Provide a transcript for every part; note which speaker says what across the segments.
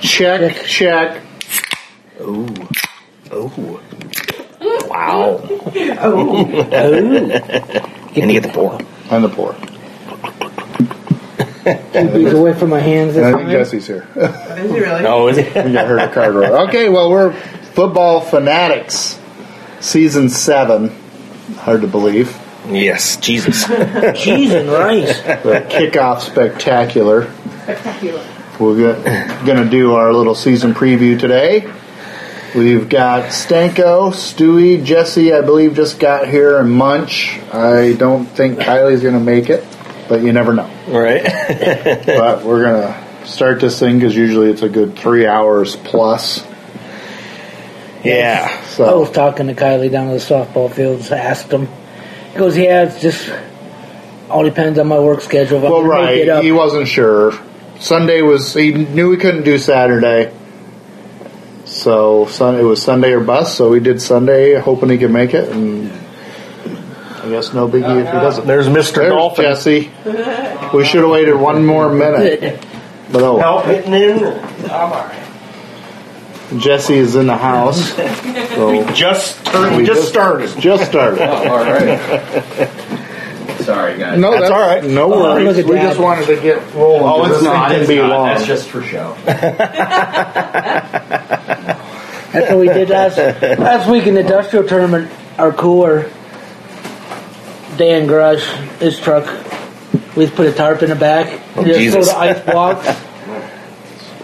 Speaker 1: Check, check.
Speaker 2: Oh. Oh. Wow. Oh. And you get the four.
Speaker 3: And the poor.
Speaker 1: Two bees away from my hands.
Speaker 3: And I
Speaker 1: That's
Speaker 3: think
Speaker 1: fine.
Speaker 3: Jesse's here.
Speaker 4: Is he really?
Speaker 2: No, Oh, is it?
Speaker 3: I think I heard a card roll. Okay, well, we're Football Fanatics, Season 7. Hard to believe.
Speaker 2: Yes, Jesus.
Speaker 1: Cheese and rice.
Speaker 3: The kickoff spectacular.
Speaker 4: Spectacular.
Speaker 3: We're going to do our little season preview today. We've got Stanko, Stewie, Jesse, I believe, just got here, and Munch. I don't think Kylie's going to make it, but you never know.
Speaker 2: right?
Speaker 3: but we're gonna start this thing because usually it's a good three hours plus.
Speaker 2: Yeah.
Speaker 1: I
Speaker 3: So
Speaker 1: was talking to Kylie down at the softball fields. I asked him. He goes, "Yeah, it's just all depends on my work schedule. If I'm
Speaker 3: well,
Speaker 1: gonna make it
Speaker 3: right,
Speaker 1: up."
Speaker 3: he wasn't sure. Sunday was he knew he couldn't do Saturday, so sun, it was Sunday or bust. So we did Sunday, hoping he could make it, and I guess no biggie if he doesn't.
Speaker 2: There's Mr.
Speaker 3: There's
Speaker 2: Dolphin.
Speaker 3: Jesse. We should have waited one more minute, but oh,
Speaker 2: Help hitting in.
Speaker 4: I'm alright.
Speaker 3: Jesse is in the house. So
Speaker 2: Just turned. We just started.
Speaker 3: Just started.
Speaker 5: Oh, all right. Sorry, guys.
Speaker 3: No,
Speaker 2: That's
Speaker 3: that's,
Speaker 2: all right.
Speaker 3: No
Speaker 1: Oh,
Speaker 3: worries.
Speaker 1: look at
Speaker 3: we
Speaker 1: that.
Speaker 3: just wanted to get rolling.
Speaker 5: oh,
Speaker 3: This
Speaker 5: it's
Speaker 3: thing
Speaker 5: not.
Speaker 3: Can
Speaker 5: It's
Speaker 3: be
Speaker 5: not.
Speaker 3: long.
Speaker 5: That's just for show.
Speaker 1: That's what we did last last week in the industrial tournament. Our cooler, Dan Grush, his truck. We put a tarp in the back.
Speaker 2: Oh,
Speaker 1: just
Speaker 2: Jesus.
Speaker 1: throw the ice blocks.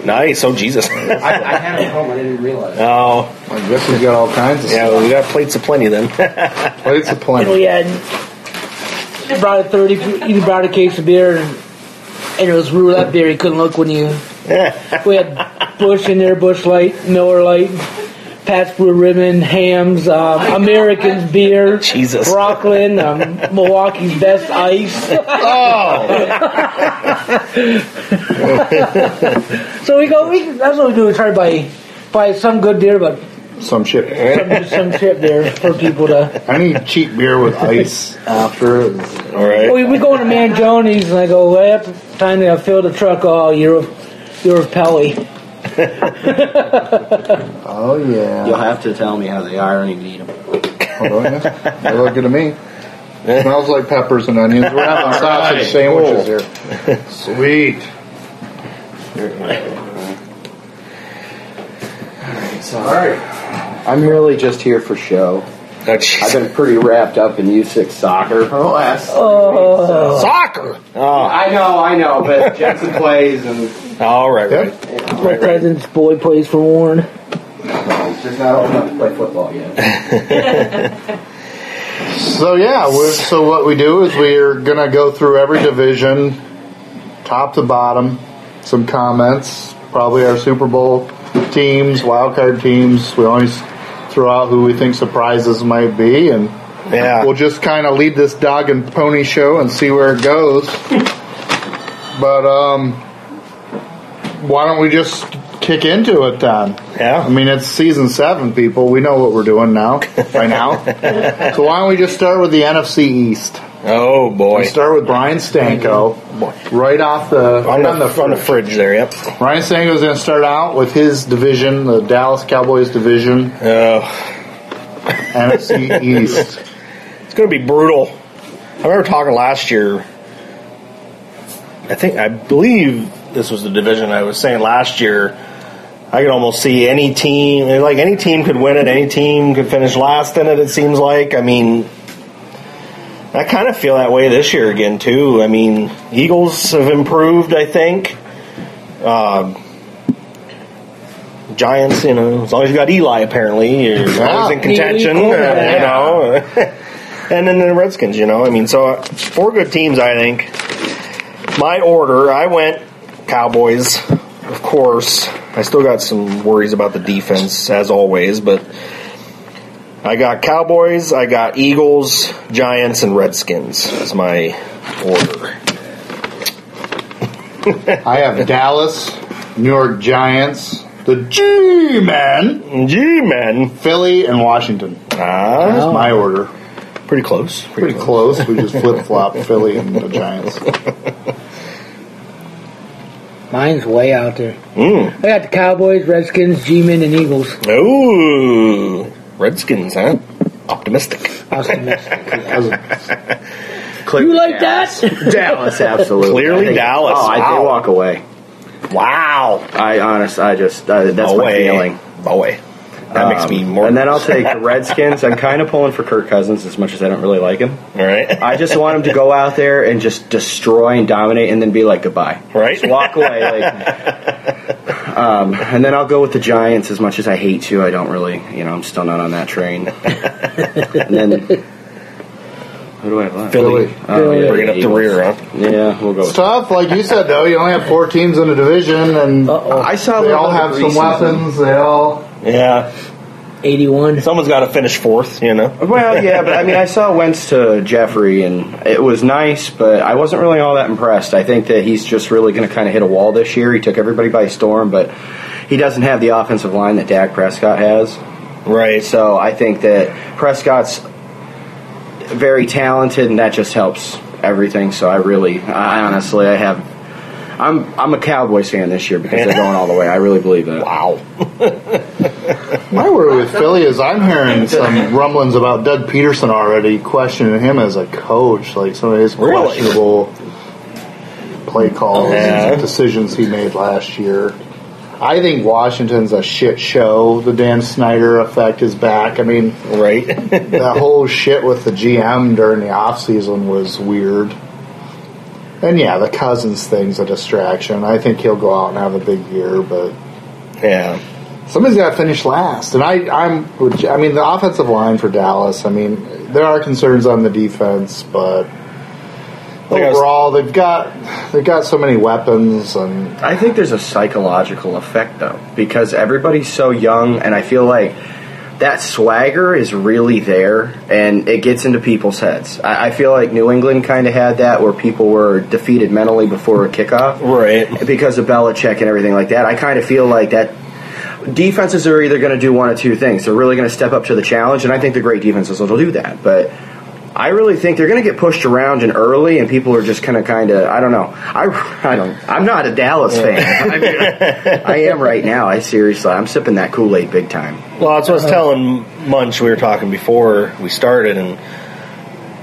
Speaker 2: Nice. Oh, Jesus.
Speaker 5: I, I had it at home. I didn't realize.
Speaker 2: oh,
Speaker 3: I guess we've got all kinds of
Speaker 2: yeah. We got plates of plenty then.
Speaker 3: stuff. Plates of
Speaker 1: and
Speaker 3: plenty.
Speaker 1: we had he brought a thirty. He brought a case of beer, and, and it was roulette beer. He couldn't look when you. we had Bush in there, Bush Light, Miller Light, Pat's Blue Ribbon, Hams, um, American's beer,
Speaker 2: Jesus.
Speaker 1: Brooklyn, um, Milwaukee's best ice.
Speaker 3: Oh,
Speaker 1: So we go. We, that's what we do. We try to buy buy some good beer, but
Speaker 3: some shit.
Speaker 1: some, some shit beer for people to.
Speaker 3: I need cheap beer with ice
Speaker 5: Uh,
Speaker 3: after it.
Speaker 2: All right.
Speaker 1: We, we go into Manjoni's and I go, well, up time to fill the truck. Oh, you're a, you're a Pelly.
Speaker 3: Oh
Speaker 5: You'll
Speaker 3: yeah.
Speaker 5: have to tell me how they are. I don't even eat them.
Speaker 3: Oh, yeah. They look good to me. Smells like peppers and onions. We're having sausage sandwiches here. Sweet.
Speaker 5: All right. I'm really just here for show.
Speaker 2: Oh,
Speaker 5: I've
Speaker 2: Jesus.
Speaker 5: been pretty wrapped up in U6 soccer for the last. three weeks, so-
Speaker 1: Oh,
Speaker 2: Soccer. Oh,
Speaker 5: I know, I know, but Jensen plays, and
Speaker 2: all right.
Speaker 3: Good.
Speaker 2: Right.
Speaker 1: my cousin's boy plays for Warren.
Speaker 5: there's not old enough to play football yet.
Speaker 3: So yeah, we're, so what we do is we're gonna go through every division, top to bottom, some comments, probably our Super Bowl teams, wild card teams. We always throw out who we think surprises might be, and
Speaker 2: Yeah.
Speaker 3: we'll just kind of lead this dog and pony show and see where it goes. But um, why don't we just kick into it then?
Speaker 2: Yeah.
Speaker 3: I mean, it's season seven, people. We know what we're doing now. By now, so why don't we just start with the NFC East?
Speaker 2: Oh boy.
Speaker 3: We start with Brian Stanko, right off the
Speaker 2: On
Speaker 3: right
Speaker 2: the,
Speaker 3: on the
Speaker 2: on the fridge there. Yep.
Speaker 3: Brian Stanko's going to start out with his division, the Dallas Cowboys division,
Speaker 2: Oh,
Speaker 3: NFC East.
Speaker 2: it's gonna be brutal. I remember talking last year. I think I believe this was the division I was saying last year. I could almost see any team, like any team could win it. Any team could finish last in it. It seems like. I mean, I kind of feel that way this year again too. I mean, Eagles have improved. I think. Um Giants, you know, as long as you got Eli, apparently you're always in
Speaker 3: Yeah.
Speaker 2: contention.
Speaker 1: Eli
Speaker 2: uh,
Speaker 1: Coleman.
Speaker 2: you know, and then the Redskins. You know, I mean, so uh, four good teams. I think my order, I went Cowboys, of course. I still got some worries about the defense, as always, but I got Cowboys, I got Eagles, Giants, and Redskins as my order.
Speaker 3: I have Dallas, New York Giants, the G-Men,
Speaker 2: Gee, man.
Speaker 3: Philly, and Washington.
Speaker 2: Ah,
Speaker 3: That's my order.
Speaker 2: pretty close. Pretty,
Speaker 3: Pretty
Speaker 2: close.
Speaker 3: close. We just flip flop Philly and the Giants.
Speaker 1: Mine's way out there.
Speaker 2: Mm.
Speaker 1: I got the Cowboys, Redskins, G-Men, and Eagles.
Speaker 2: Ooh, Redskins, huh? Optimistic.
Speaker 1: Optimistic.
Speaker 5: Clear-
Speaker 1: you like that?
Speaker 5: Dallas, absolutely.
Speaker 2: Clearly
Speaker 5: I think-
Speaker 2: Dallas.
Speaker 5: Oh, I
Speaker 2: Wow.
Speaker 5: did walk away.
Speaker 2: Wow.
Speaker 5: I honest, I just uh, that's my
Speaker 2: Away.
Speaker 5: feeling.
Speaker 2: Away. That makes
Speaker 5: Um,
Speaker 2: me more.
Speaker 5: And then I'll take the Redskins. I'm kind of pulling for Kirk Cousins as much as I don't really like him.
Speaker 2: All right.
Speaker 5: I just want him to go out there and just destroy and dominate, and then be like goodbye.
Speaker 2: Right.
Speaker 5: Just walk away. Like, um, and then I'll go with the Giants. As much as I hate to, I don't really. You know, I'm still not on that train. and then who do I have left?
Speaker 2: Philly.
Speaker 5: Oh, yeah,
Speaker 2: Bringing up the
Speaker 5: Eagles.
Speaker 2: rear, huh?
Speaker 5: Yeah, we'll go.
Speaker 3: It's
Speaker 5: With
Speaker 3: tough, like you said, though. You only have four teams in the division, and
Speaker 2: Uh,
Speaker 1: Uh-oh.
Speaker 5: I saw
Speaker 3: they
Speaker 5: a
Speaker 3: all
Speaker 5: little
Speaker 3: have
Speaker 5: bit
Speaker 3: some
Speaker 5: of preseason.
Speaker 3: weapons. They all.
Speaker 2: Yeah.
Speaker 1: 81.
Speaker 2: Someone's got to finish fourth, you know?
Speaker 5: Well, yeah, but I mean, I saw Wentz to Jeffrey, and it was nice, but I wasn't really all that impressed. I think that he's just really going to kind of hit a wall this year. He took everybody by storm, but he doesn't have the offensive line that Dak Prescott has.
Speaker 2: Right. So,
Speaker 5: So I think that Prescott's very talented, and that just helps everything. So I really, I honestly, I have. I'm I'm a Cowboys fan this year because they're going all the way. I really believe that.
Speaker 2: wow.
Speaker 3: My worry with Philly is I'm hearing some rumblings about Doug Peterson already questioning him as a coach, like some of his
Speaker 2: Really?
Speaker 3: questionable play calls
Speaker 2: Yeah.
Speaker 3: and decisions he made last year. I think Washington's a shit show. The Dan Snyder effect is back. I mean,
Speaker 2: Right.
Speaker 3: that whole shit with the GM during the offseason was weird. And yeah, the Cousins thing's a distraction. I think he'll go out and have a big year, but
Speaker 2: yeah.
Speaker 3: somebody's got to finish last. And I, I'm, with- I mean, the offensive line for Dallas. I mean, there are concerns on the defense, but
Speaker 2: Like I was-
Speaker 3: overall, they've got they've got so many weapons, and
Speaker 5: I think there's a psychological effect though, because everybody's so young, and I feel like that swagger is really there, and it gets into people's heads. I, I feel like New England kind of had that, where people were defeated mentally before a kickoff,
Speaker 2: Right.
Speaker 5: Because of Belichick and everything like that. I kind of feel like that. Defenses are either going to do one of two things. They're really going to step up to the challenge, and I think the great defenses will do that. But I really think they're going to get pushed around and early, and people are just kind of, kind of. I don't know. I, I don't. I'm not a Dallas fan. I, mean, I am right now. I seriously, I'm sipping that Kool Aid big time.
Speaker 2: Well, that's
Speaker 3: Uh-huh.
Speaker 2: what I was telling Munch. We were talking before we started, and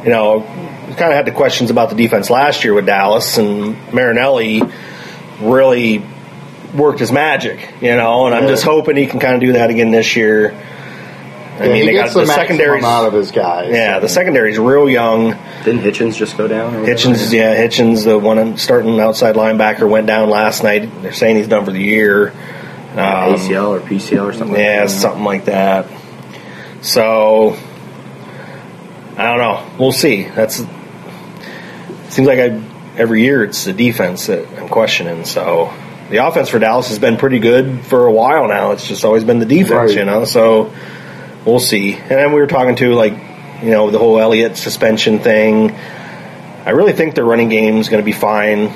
Speaker 2: you know, we kind of had the questions about the defense last year with Dallas, and Marinelli really worked his magic, you know. And I'm just hoping he can kind of do that again this year. I
Speaker 3: yeah,
Speaker 2: mean,
Speaker 3: he
Speaker 2: they got
Speaker 3: gets
Speaker 2: the,
Speaker 3: the, maximum
Speaker 2: secondaries.
Speaker 3: out of his guys.
Speaker 2: yeah, the secondary's real young.
Speaker 5: Didn't Hitchens just go down? Or whatever?
Speaker 2: Hitchens, yeah, Hitchens, the one starting outside linebacker, went down last night. They're saying he's done for the year. Um,
Speaker 5: ACL or PCL or something.
Speaker 2: Yeah,
Speaker 5: like that.
Speaker 2: something like that. So I don't know. We'll see. That's seems like I every year it's the defense that I'm questioning. So the offense for Dallas has been pretty good for a while now. It's just always been the defense,
Speaker 3: Right.
Speaker 2: you know. So we'll see. And then we were talking to like you know the whole Elliott suspension thing. I really think their running game's going to be fine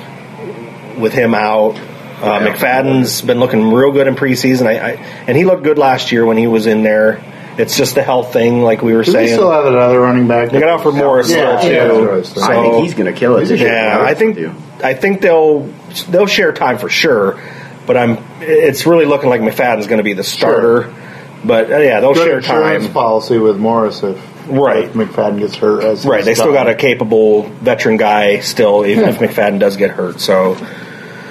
Speaker 2: with him out. Uh, McFadden's been looking real good in preseason. I, I and he looked good last year when he was in there. It's just the health thing, like we were
Speaker 3: Do we
Speaker 2: saying.
Speaker 3: still have another running back?
Speaker 2: They got out for Morris
Speaker 3: Yeah,
Speaker 2: still,
Speaker 3: yeah,
Speaker 2: too.
Speaker 3: that's what I was
Speaker 5: I
Speaker 3: thinking.
Speaker 5: think he's going to kill it. this year.
Speaker 2: yeah, I think
Speaker 5: do.
Speaker 2: I think they'll they'll share time for sure. But I'm it's really looking like McFadden's going to be the starter. But uh, yeah, they'll
Speaker 3: Good
Speaker 2: share
Speaker 3: insurance
Speaker 2: time.
Speaker 3: policy with Morris if
Speaker 2: Right.
Speaker 3: if McFadden gets hurt. As
Speaker 2: Right, they
Speaker 3: he's
Speaker 2: still
Speaker 3: done.
Speaker 2: got a capable veteran guy still, even if McFadden does get hurt. So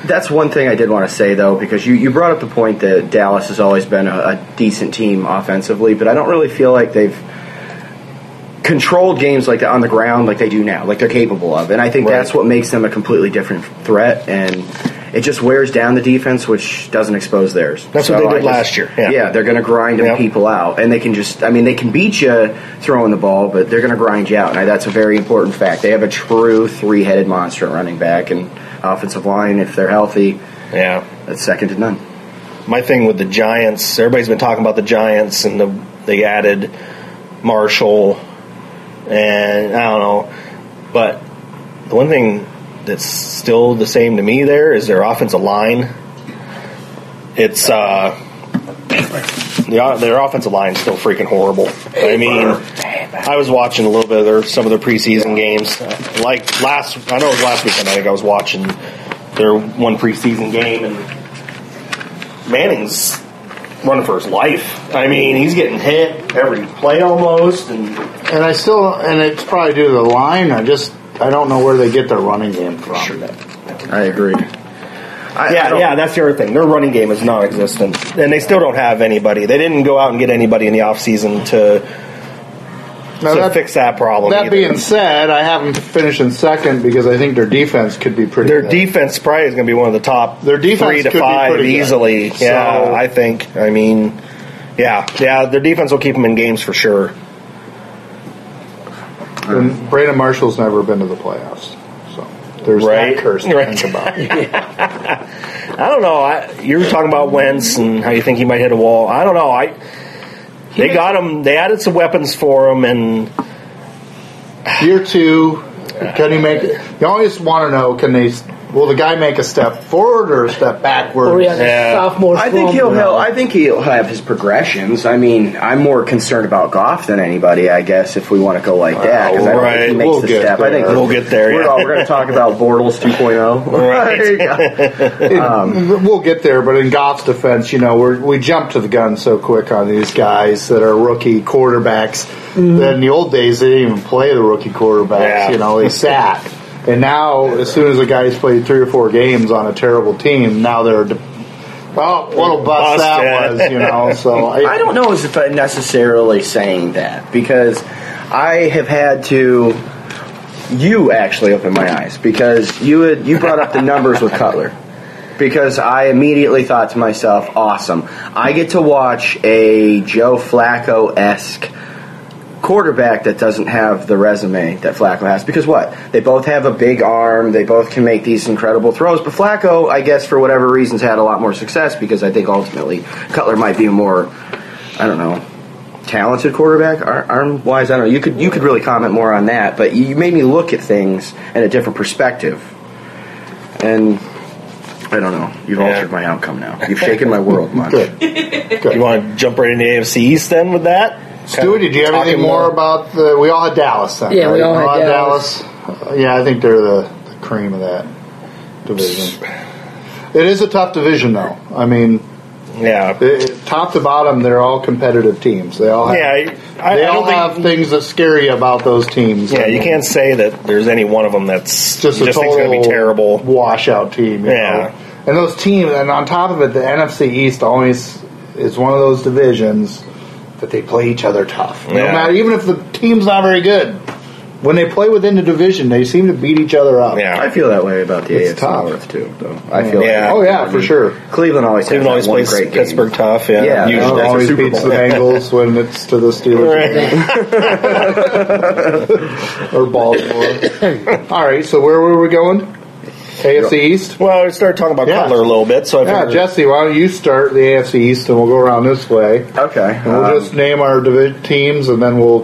Speaker 5: That's one thing I did want to say though, because you, you brought up the point that Dallas has always been a, a decent team offensively, but I don't really feel like they've controlled games like that on the ground like they do now, like they're capable of. And I think
Speaker 2: Right.
Speaker 5: that's what makes them a completely different threat, and it just wears down the defense, which doesn't expose theirs.
Speaker 2: That's what they
Speaker 5: I
Speaker 2: did last year, yeah.
Speaker 5: they're going to grind 'em
Speaker 2: Yeah.
Speaker 5: people out, and they can just. I mean, they can beat you throwing the ball, but they're going to grind you out, and I- that's a very important fact. They have a true three-headed monster at running back and offensive line. If they're healthy,
Speaker 2: yeah.
Speaker 5: that's second to none.
Speaker 2: my thing with the Giants, everybody's been talking about the Giants and the they added Marshall and I don't know, but the one thing that's still the same to me there is their offensive line. It's uh the, their offensive line's still freaking horrible. I mean, I was watching a little bit of their, some of their preseason games. Like last, I know it was last weekend. I think I was watching their one preseason game, and Manning's running for his life. I mean, he's getting hit every play almost, and
Speaker 3: And I still, and it's probably due to the line. I just, I don't know where they get their running game from.
Speaker 5: I agree. I, I
Speaker 2: yeah,
Speaker 5: don't-
Speaker 2: yeah, that's the other thing. Their running game is non-existent, and they still don't have anybody. They didn't go out and get anybody in the offseason to,
Speaker 3: Now
Speaker 2: to
Speaker 3: that,
Speaker 2: fix that problem.
Speaker 3: that
Speaker 2: either.
Speaker 3: being said, I have them finishing second because I think their defense could be pretty.
Speaker 2: their
Speaker 3: good.
Speaker 2: defense probably is going to be one of the top
Speaker 3: uh, Their defense
Speaker 2: three to
Speaker 3: could be
Speaker 2: five
Speaker 3: pretty good.
Speaker 2: easily. Yeah,
Speaker 3: So-
Speaker 2: I think. I mean, yeah, yeah, their defense will keep them in games for sure.
Speaker 3: And Brandon Marshall's never been to the playoffs, so there's
Speaker 2: Right.
Speaker 3: that curse to
Speaker 2: Right.
Speaker 3: think about.
Speaker 2: I don't know. I, you were talking about Wentz and how you think he might hit a wall. I don't know. I they got him. They added some weapons for him, and
Speaker 3: Year two, can he make? You always want to know: can they? Will the guy make a step forward or a step backwards?
Speaker 1: Or he has
Speaker 2: Oh, Yeah.
Speaker 1: a sophomore
Speaker 5: I think
Speaker 1: slump.
Speaker 5: he'll, he'll. I think he'll have his progressions. I mean, I'm more concerned about Goff than anybody, I guess, if we want to go like that. Because I don't think
Speaker 2: Right.
Speaker 5: he makes
Speaker 3: We'll
Speaker 5: the
Speaker 3: get
Speaker 5: step. I think
Speaker 3: there.
Speaker 2: We'll get there,
Speaker 5: We're,
Speaker 2: yeah.
Speaker 5: all, we're going to talk about Bortles oh. 2.0.
Speaker 2: Right.
Speaker 3: It-
Speaker 5: Um,
Speaker 3: we'll get there, but in Goff's defense, you know, we're, we jump to the gun so quick on these guys that are rookie quarterbacks.
Speaker 5: Mm-hmm.
Speaker 3: That in the old days, they didn't even play the rookie quarterbacks.
Speaker 2: Yeah.
Speaker 3: You know, they sat. And now, as soon as the guys played three or four games on a terrible team, now they're de- well, what a bust
Speaker 2: Bust,
Speaker 3: that
Speaker 2: yeah.
Speaker 3: was, you know. So
Speaker 5: I don't know as if I'm necessarily saying that because I have had to. You actually opened my eyes because you had you brought up the numbers with Cutler because I immediately thought to myself, awesome, I get to watch a Joe Flacco esque quarterback that doesn't have the resume that Flacco has. Because what? They both have a big arm. They both can make these incredible throws. But Flacco, I guess, for whatever reasons, had a lot more success because I think ultimately Cutler might be a more, I don't know, talented quarterback arm wise. I don't know. You could you could really comment more on that. But you made me look at things in a different perspective, and. I don't know. You've
Speaker 2: Yeah.
Speaker 5: altered my outcome now. You've shaken my world, much.
Speaker 3: Good.
Speaker 2: you want to jump right into AFC East then with that?
Speaker 3: Stu, did you have anything
Speaker 2: Talking
Speaker 3: more about the? We all had Dallas. Then,
Speaker 1: Yeah, we
Speaker 3: right?
Speaker 1: all had
Speaker 3: Dallas. Uh, yeah, I think they're the, the cream of that division. It is a tough division, though. I mean,
Speaker 2: Yeah.
Speaker 3: it, top to bottom, they're all competitive teams. They all have,
Speaker 2: Yeah, I, I
Speaker 3: they
Speaker 2: I
Speaker 3: all
Speaker 2: don't think,
Speaker 3: have things that scare you about those teams.
Speaker 2: Yeah,
Speaker 3: I
Speaker 2: you
Speaker 3: mean,
Speaker 2: can't say that there's any one of them that's
Speaker 3: Just a
Speaker 2: you just
Speaker 3: total
Speaker 2: think's going to be terrible.
Speaker 3: washout team. you
Speaker 2: Yeah.
Speaker 3: know? and those teams, and on top of it, the NFC East always is one of those divisions that they play each other tough. No
Speaker 2: Yeah.
Speaker 3: matter even if the team's not very good, when they play within the division, they seem to beat each other up.
Speaker 5: I
Speaker 2: Yeah,
Speaker 5: feel that way about the
Speaker 3: It's
Speaker 5: AFC
Speaker 3: tough.
Speaker 5: North too, though. I feel
Speaker 2: Yeah.
Speaker 5: like
Speaker 3: Oh yeah, for sure.
Speaker 5: Cleveland always has
Speaker 2: Cleveland
Speaker 5: that
Speaker 2: always
Speaker 5: one
Speaker 2: plays
Speaker 5: great game.
Speaker 2: Pittsburgh tough. Yeah,
Speaker 5: Yeah,
Speaker 3: You
Speaker 5: Usually
Speaker 3: know,
Speaker 5: that's
Speaker 3: always
Speaker 5: their Super
Speaker 3: beats
Speaker 5: Bowl.
Speaker 3: the Bengals when it's to the Steelers or Baltimore. All right, so where were we going? AFC East.
Speaker 2: Well, we started talking about
Speaker 3: Yeah.
Speaker 2: Cutler a little bit, so I
Speaker 3: Yeah,
Speaker 2: figured,
Speaker 3: Jesse, why don't you start the AFC East and we'll go around this way.
Speaker 5: Okay.
Speaker 3: And we'll
Speaker 5: um,
Speaker 3: just name our divi- teams and then we'll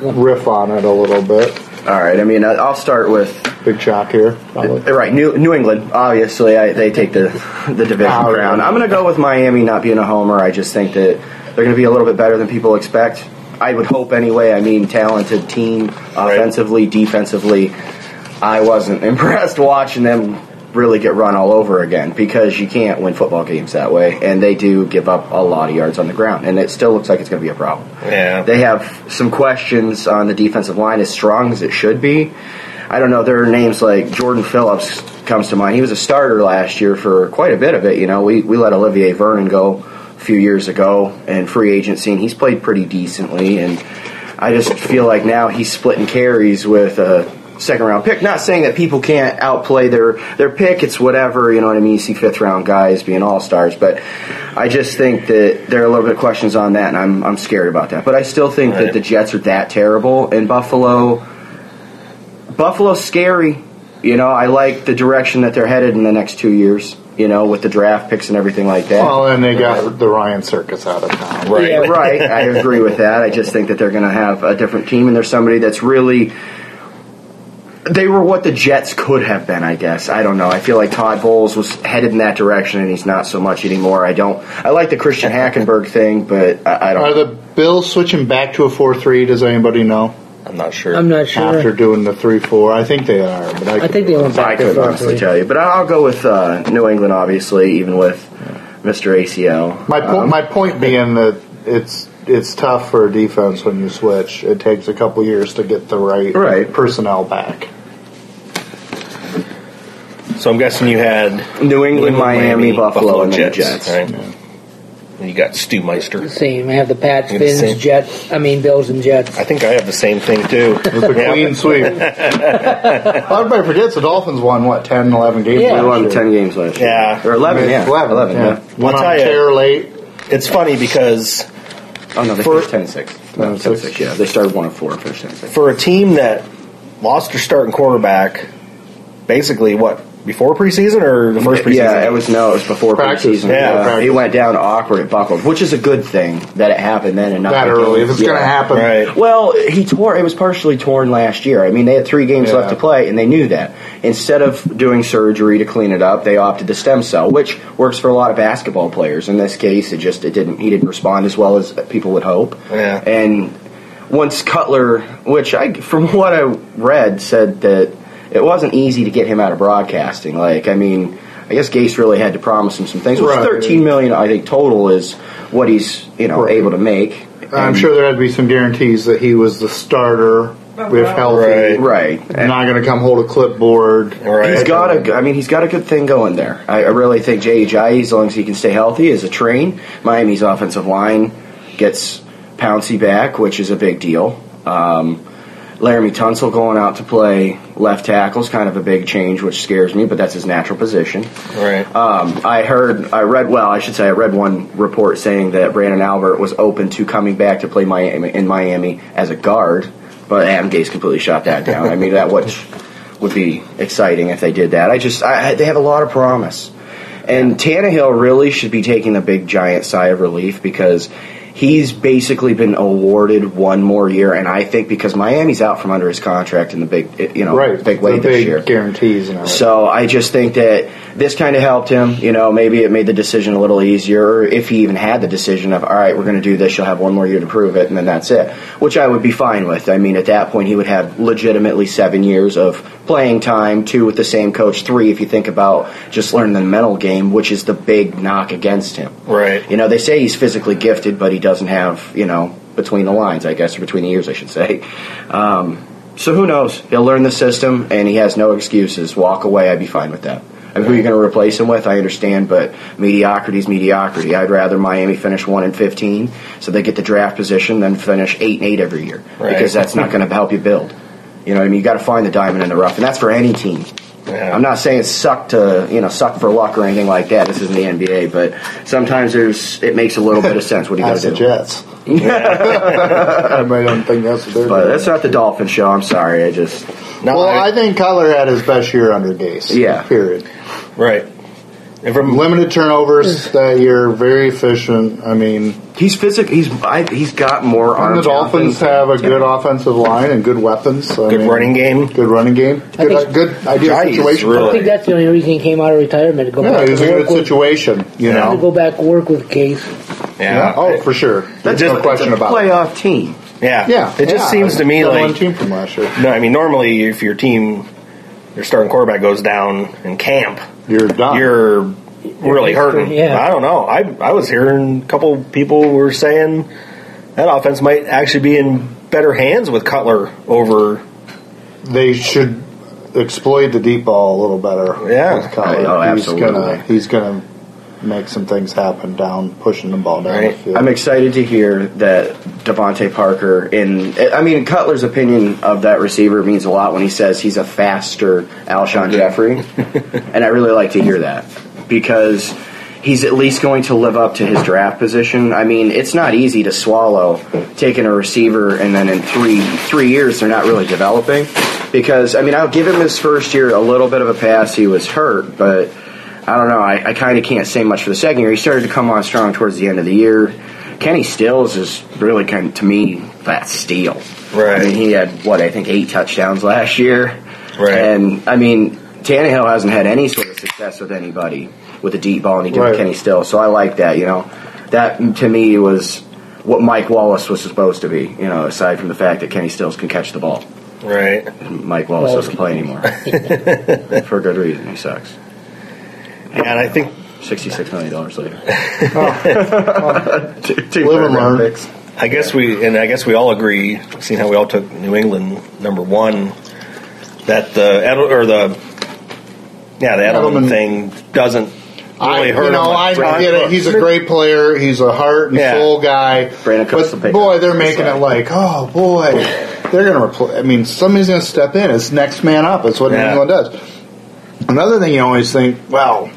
Speaker 3: riff on it a little bit.
Speaker 5: all right. I mean, I- I'll start with
Speaker 3: Big shock here. probably.
Speaker 5: right. New New England, obviously, I, they take the the division
Speaker 3: Oh, yeah.
Speaker 5: crown. I'm going to go with Miami not being a homer. I just think that they're going to be a little bit better than people expect. I would hope anyway. I mean, talented team, offensively, defensively. I wasn't impressed watching them really get run all over again because you can't win football games that way, and they do give up a lot of yards on the ground, and it still looks like it's going to be a problem.
Speaker 2: yeah,
Speaker 5: They have some questions on the defensive line, as strong as it should be. I don't know. There are names like Jordan Phillips comes to mind. He was a starter last year for quite a bit of it. You know, we we let Olivier Vernon go a few years ago and free agency, and he's played pretty decently. And I just feel like now he's splitting carries with a second round pick. Not saying that people can't outplay their their pick. It's whatever. You know what I mean. You see fifth round guys being all stars, but I just think that there are a little bit of questions on that, and I'm I'm scared about that. But I still think that
Speaker 2: Right.
Speaker 5: the Jets are that terrible, and Buffalo. Buffalo's scary. You know, I like the direction that they're headed in the next two years. You know, with the draft picks and everything like that.
Speaker 3: Well, Oh, and they got the Ryan Circus out of town.
Speaker 2: right.
Speaker 5: Yeah, right. I agree with that. I just think that they're going to have a different team, and there's somebody that's really. They were what the Jets could have been, I guess. I don't know. I feel like Todd Bowles was headed in that direction, and he's not so much anymore. I don't. I like the Christian Hackenberg thing, but I, I
Speaker 3: Are
Speaker 5: don't.
Speaker 3: the Bills switching back to a 4 3? Does anybody know?
Speaker 2: I'm not sure.
Speaker 1: I'm not Uh, sure.
Speaker 3: after doing the three four. I think they are, but I,
Speaker 1: I
Speaker 3: could
Speaker 1: think
Speaker 3: be
Speaker 1: they
Speaker 3: wrong.
Speaker 1: went
Speaker 5: I
Speaker 1: back to
Speaker 5: couldn't honestly
Speaker 1: Buckley.
Speaker 5: tell you, but I'll go with uh, New England, obviously, even with Mr. ACL.
Speaker 3: My po- my point being that it's it's tough for a defense when you switch. It takes a couple years to get the right
Speaker 5: Right.
Speaker 3: personnel back.
Speaker 2: so I'm guessing you had
Speaker 5: New England, Miami, Buffalo, and then Jets.
Speaker 2: All right. And you got Stu Meister.
Speaker 1: Same. I have the Pats,
Speaker 2: You're the same.
Speaker 1: Finns, Jets. I mean Bills and Jets.
Speaker 2: I think I have the same thing too.
Speaker 3: It's a
Speaker 2: Yeah.
Speaker 3: clean sweep. Everybody forgets the Dolphins won what 10, 11 games.
Speaker 1: Yeah.
Speaker 5: We
Speaker 3: last
Speaker 5: won
Speaker 3: year.
Speaker 5: 10 games last year.
Speaker 2: Yeah.
Speaker 5: Or 11, yeah.
Speaker 3: 11, yeah. One
Speaker 2: I'll
Speaker 3: on
Speaker 2: tell ya.
Speaker 3: tear late.
Speaker 2: It's funny because
Speaker 5: Oh, no, they
Speaker 2: For-
Speaker 5: finished 10 6. No, 10
Speaker 3: 10-6.
Speaker 5: 6, yeah. They started 1 4 and finished 10 6.
Speaker 2: for a team that lost their starting quarterback, basically what before preseason or the first preseason?
Speaker 5: Yeah, it was no, it was before
Speaker 3: Practice.
Speaker 5: preseason.
Speaker 2: Yeah,
Speaker 5: he
Speaker 3: practice.
Speaker 5: went down awkward. It buckled, which is a good thing that it happened then and not
Speaker 3: that
Speaker 5: the
Speaker 3: early.
Speaker 5: game.
Speaker 3: If it's
Speaker 5: Yeah.
Speaker 3: going to happen,
Speaker 2: right.
Speaker 5: Well, he tore. It was partially torn last year. I mean, they had three games
Speaker 3: Yeah.
Speaker 5: left to play, and they knew that. Instead of doing surgery to clean it up, they opted to stem cell, which works for a lot of basketball players. In this case, it just it didn't. He didn't respond as well as people would hope.
Speaker 2: Yeah.
Speaker 5: And once Cutler, which I from what I read, said that it wasn't easy to get him out of broadcasting. Like, I mean. I guess Gase really had to promise him some things. Which
Speaker 3: Right.
Speaker 5: thirteen million, I think, total is what he's you know
Speaker 3: Right.
Speaker 5: able to make.
Speaker 3: I'm
Speaker 5: And-
Speaker 3: sure there had to be some guarantees that he was the starter if healthy.
Speaker 2: Right.
Speaker 5: right?
Speaker 3: Not going to come hold a clipboard.
Speaker 2: Right.
Speaker 5: He's got a, g- I mean, he's got a good thing going there. I, I really think Jay Ajayi, E, as long as he can stay healthy, is a train. Miami's offensive line gets Pouncy back, which is a big deal. Um, Laramie Tunsil going out to play left tackle is kind of a big change, which scares me, but that's his natural position.
Speaker 2: Right.
Speaker 5: Um, I heard, I read, well, I should say, I read one report saying that Brandon Albert was open to coming back to play Miami in Miami as a guard, but Adam Gase completely shot that down. I mean, that would would be exciting if they did that. I just, I, I- they have a lot of promise, and Tannehill really should be taking a big giant sigh of relief because. He's basically been awarded one more year, and I think because Miami's out from under his contract in the big, you know,
Speaker 3: Right.
Speaker 5: big way
Speaker 3: the
Speaker 5: this
Speaker 3: big
Speaker 5: year.
Speaker 3: guarantees and all that.
Speaker 5: So I just think that this kind of helped him. You know, maybe it made the decision a little easier, or if he even had the decision of, all right, we're going to do this, you'll have one more year to prove it, and then that's it, which I would be fine with. I mean, at that point, he would have legitimately seven years of playing time, two with the same coach, three if you think about just learning the mental game, which is the big knock against him.
Speaker 2: Right.
Speaker 5: You know, they say he's physically gifted, but he doesn't have, you know, between the lines, I guess, or between the ears, I should say. Um, so who knows? He'll learn the system, and he has no excuses. Walk away, I'd be fine with that. I mean, who you're going to replace him with, I understand, but mediocrity's mediocrity. I'd rather Miami finish one and fifteen, so they get the draft position, than finish eight and eight every year,
Speaker 2: Right.
Speaker 5: because that's not going to help you build. You know, what I mean, you got to find the diamond in the rough, and that's for any team.
Speaker 2: Yeah.
Speaker 5: I'm not saying it's suck to you know suck for luck or anything like that. This isn't the NBA, but sometimes there's it makes a little bit of sense. What do you got
Speaker 3: That's
Speaker 5: to
Speaker 3: the
Speaker 5: do?
Speaker 3: Jets. I don't think that's what they're
Speaker 5: But
Speaker 3: doing.
Speaker 5: that's not the Dolphin show. I'm sorry. I just
Speaker 2: No,
Speaker 3: well,
Speaker 2: I-
Speaker 3: I, think Cutler had his best year under Gase.
Speaker 5: Yeah.
Speaker 3: Period.
Speaker 2: right. And from
Speaker 3: Limited turnovers that year, very efficient. I mean,
Speaker 5: he's physical. He's I, he's got more arm.
Speaker 3: and the
Speaker 5: talent
Speaker 3: Dolphins
Speaker 5: than-
Speaker 3: have a good offensive line and good weapons. I
Speaker 2: good
Speaker 3: mean,
Speaker 2: running game.
Speaker 3: Good running game. Good,
Speaker 1: think-
Speaker 3: good ideal
Speaker 2: Jai is
Speaker 3: situation.
Speaker 2: really-
Speaker 1: I think that's the only reason he came out of retirement to go
Speaker 3: Yeah,
Speaker 1: back
Speaker 3: it was a
Speaker 1: to work
Speaker 3: good
Speaker 1: with,
Speaker 3: situation, you
Speaker 2: Yeah.
Speaker 1: to
Speaker 3: know.
Speaker 1: go back work with Case.
Speaker 3: Yeah. Oh, for sure. There's
Speaker 2: just-
Speaker 3: no question
Speaker 5: it's a
Speaker 3: about it.
Speaker 5: playoff team.
Speaker 2: Yeah.
Speaker 3: Yeah.
Speaker 2: It
Speaker 3: yeah.
Speaker 2: just seems to me
Speaker 3: They're
Speaker 2: like
Speaker 3: one team from last year.
Speaker 2: no. I mean, normally if your team, your starting quarterback goes down in camp,
Speaker 3: You're done.
Speaker 2: you're really hurting.
Speaker 1: Yeah.
Speaker 2: I don't know. I I was hearing a couple people were saying that offense might actually be in better hands with Cutler over.
Speaker 3: they should exploit the deep ball a little better.
Speaker 2: Yeah.
Speaker 3: with Cutler.
Speaker 5: Oh, yeah,
Speaker 3: He's
Speaker 5: absolutely.
Speaker 3: gonna he's gonna make some things happen down pushing the ball down
Speaker 2: Right.
Speaker 3: the field.
Speaker 5: I'm excited to hear that Devonte Parker. In I mean, Cutler's opinion of that receiver means a lot when he says he's a faster Alshon Jeffrey, and I really like to hear that because he's at least going to live up to his draft position. I mean, it's not easy to swallow taking a receiver and then in three three years they're not really developing because I mean I'll give him his first year a little bit of a pass. He was hurt, but. I don't know. I, I kind of can't say much for the second year. He started to come on strong towards the end of the year. Kenny Stills is really kind of, to me, that steal.
Speaker 2: Right.
Speaker 5: I mean, he had, what, I think eight touchdowns last year.
Speaker 2: Right.
Speaker 5: And, I mean, Tannehill hasn't had any sort of success with anybody with a deep ball, and he did
Speaker 3: Right.
Speaker 5: with Kenny Stills. So I like that, you know. That, to me, was what Mike Wallace was supposed to be. You know, aside from the fact that Kenny Stills can catch the ball,
Speaker 2: Right.
Speaker 5: Mike Wallace doesn't play anymore for good reason. He sucks.
Speaker 2: And I think
Speaker 5: Sixty-six million dollars later. two
Speaker 3: Live
Speaker 5: third
Speaker 3: and
Speaker 5: round
Speaker 3: learn.
Speaker 5: picks.
Speaker 2: I guess we and I guess we all agree, seeing how we all took New England number one, that the Edel, or the yeah the Edelman,
Speaker 3: Edelman.
Speaker 2: thing doesn't really
Speaker 3: Um, I,
Speaker 2: hurt.
Speaker 3: you know,
Speaker 2: him.
Speaker 3: I get it. He's a great player. He's a heart and
Speaker 2: Yeah.
Speaker 3: soul guy.
Speaker 5: Brandon Cooks will
Speaker 3: But
Speaker 5: pick
Speaker 3: boy,
Speaker 5: up.
Speaker 3: they're making it like, oh boy, they're going to replace. I mean, somebody's going to step in. It's next man up. It's what
Speaker 2: Yeah.
Speaker 3: New England does. Another thing you always think, well,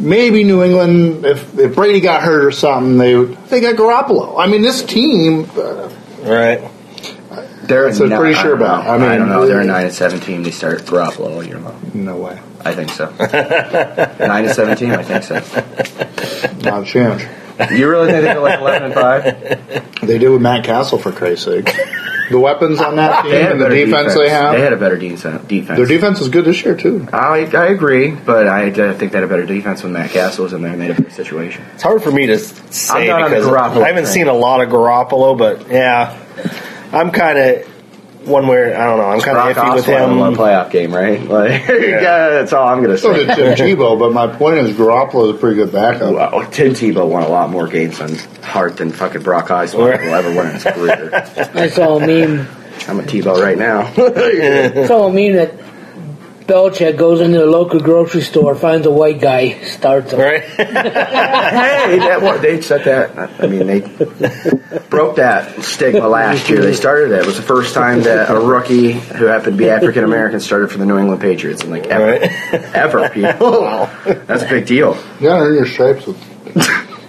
Speaker 3: maybe New England, if, if Brady got hurt or something, they would- they got Garoppolo. I mean, this team, uh,
Speaker 2: right.
Speaker 5: They're
Speaker 3: So
Speaker 5: not-
Speaker 3: pretty
Speaker 5: I
Speaker 3: sure
Speaker 5: don't know.
Speaker 3: about. I mean,
Speaker 5: I don't know. They're a
Speaker 3: it-
Speaker 5: nine and seventeen. They start Garoppolo all year long.
Speaker 3: no way,
Speaker 5: I think so. nine and seventeen. I think so.
Speaker 3: not a chance.
Speaker 5: You really think they go like eleven and five?
Speaker 3: They do with Matt Castle for Christ's sake. The weapons on that team and the defense, they have.
Speaker 5: They had a better defense. Defense.
Speaker 3: their defense is good this year too.
Speaker 5: I, I agree, but I, I think they had a better defense when Matt Castle was in there and they had a better situation.
Speaker 2: It's hard for me to say
Speaker 5: not on the
Speaker 2: because
Speaker 5: Garoppolo
Speaker 2: I haven't
Speaker 5: train.
Speaker 2: seen a lot of Garoppolo, but yeah, I'm kind of one where I don't know. I'm kind of
Speaker 5: Brock
Speaker 2: iffy with
Speaker 5: Osweiler
Speaker 2: him.
Speaker 5: won a playoff game, right? Like,
Speaker 2: Yeah.
Speaker 5: yeah, that's all I'm going to
Speaker 3: So did
Speaker 5: say.
Speaker 3: Tim Tebow, but my point is Garoppolo is a pretty good backup.
Speaker 5: Well, Tim Tebow won a lot more games on heart than fucking Brock Osweiler will ever win in his career.
Speaker 1: I saw a meme.
Speaker 5: I'm a Tebow right now.
Speaker 1: I saw a meme that Belichick goes into the local grocery store, finds a white guy, starts him.
Speaker 2: Right?
Speaker 5: hey, that wa- they set that. I mean, they broke that stigma last year. They started it. It was the first time that a rookie who happened to be African American started for the New England Patriots, and like ever,
Speaker 2: Right. Oh.
Speaker 5: ever, people. That's a big deal.
Speaker 3: You gotta earn your stripes with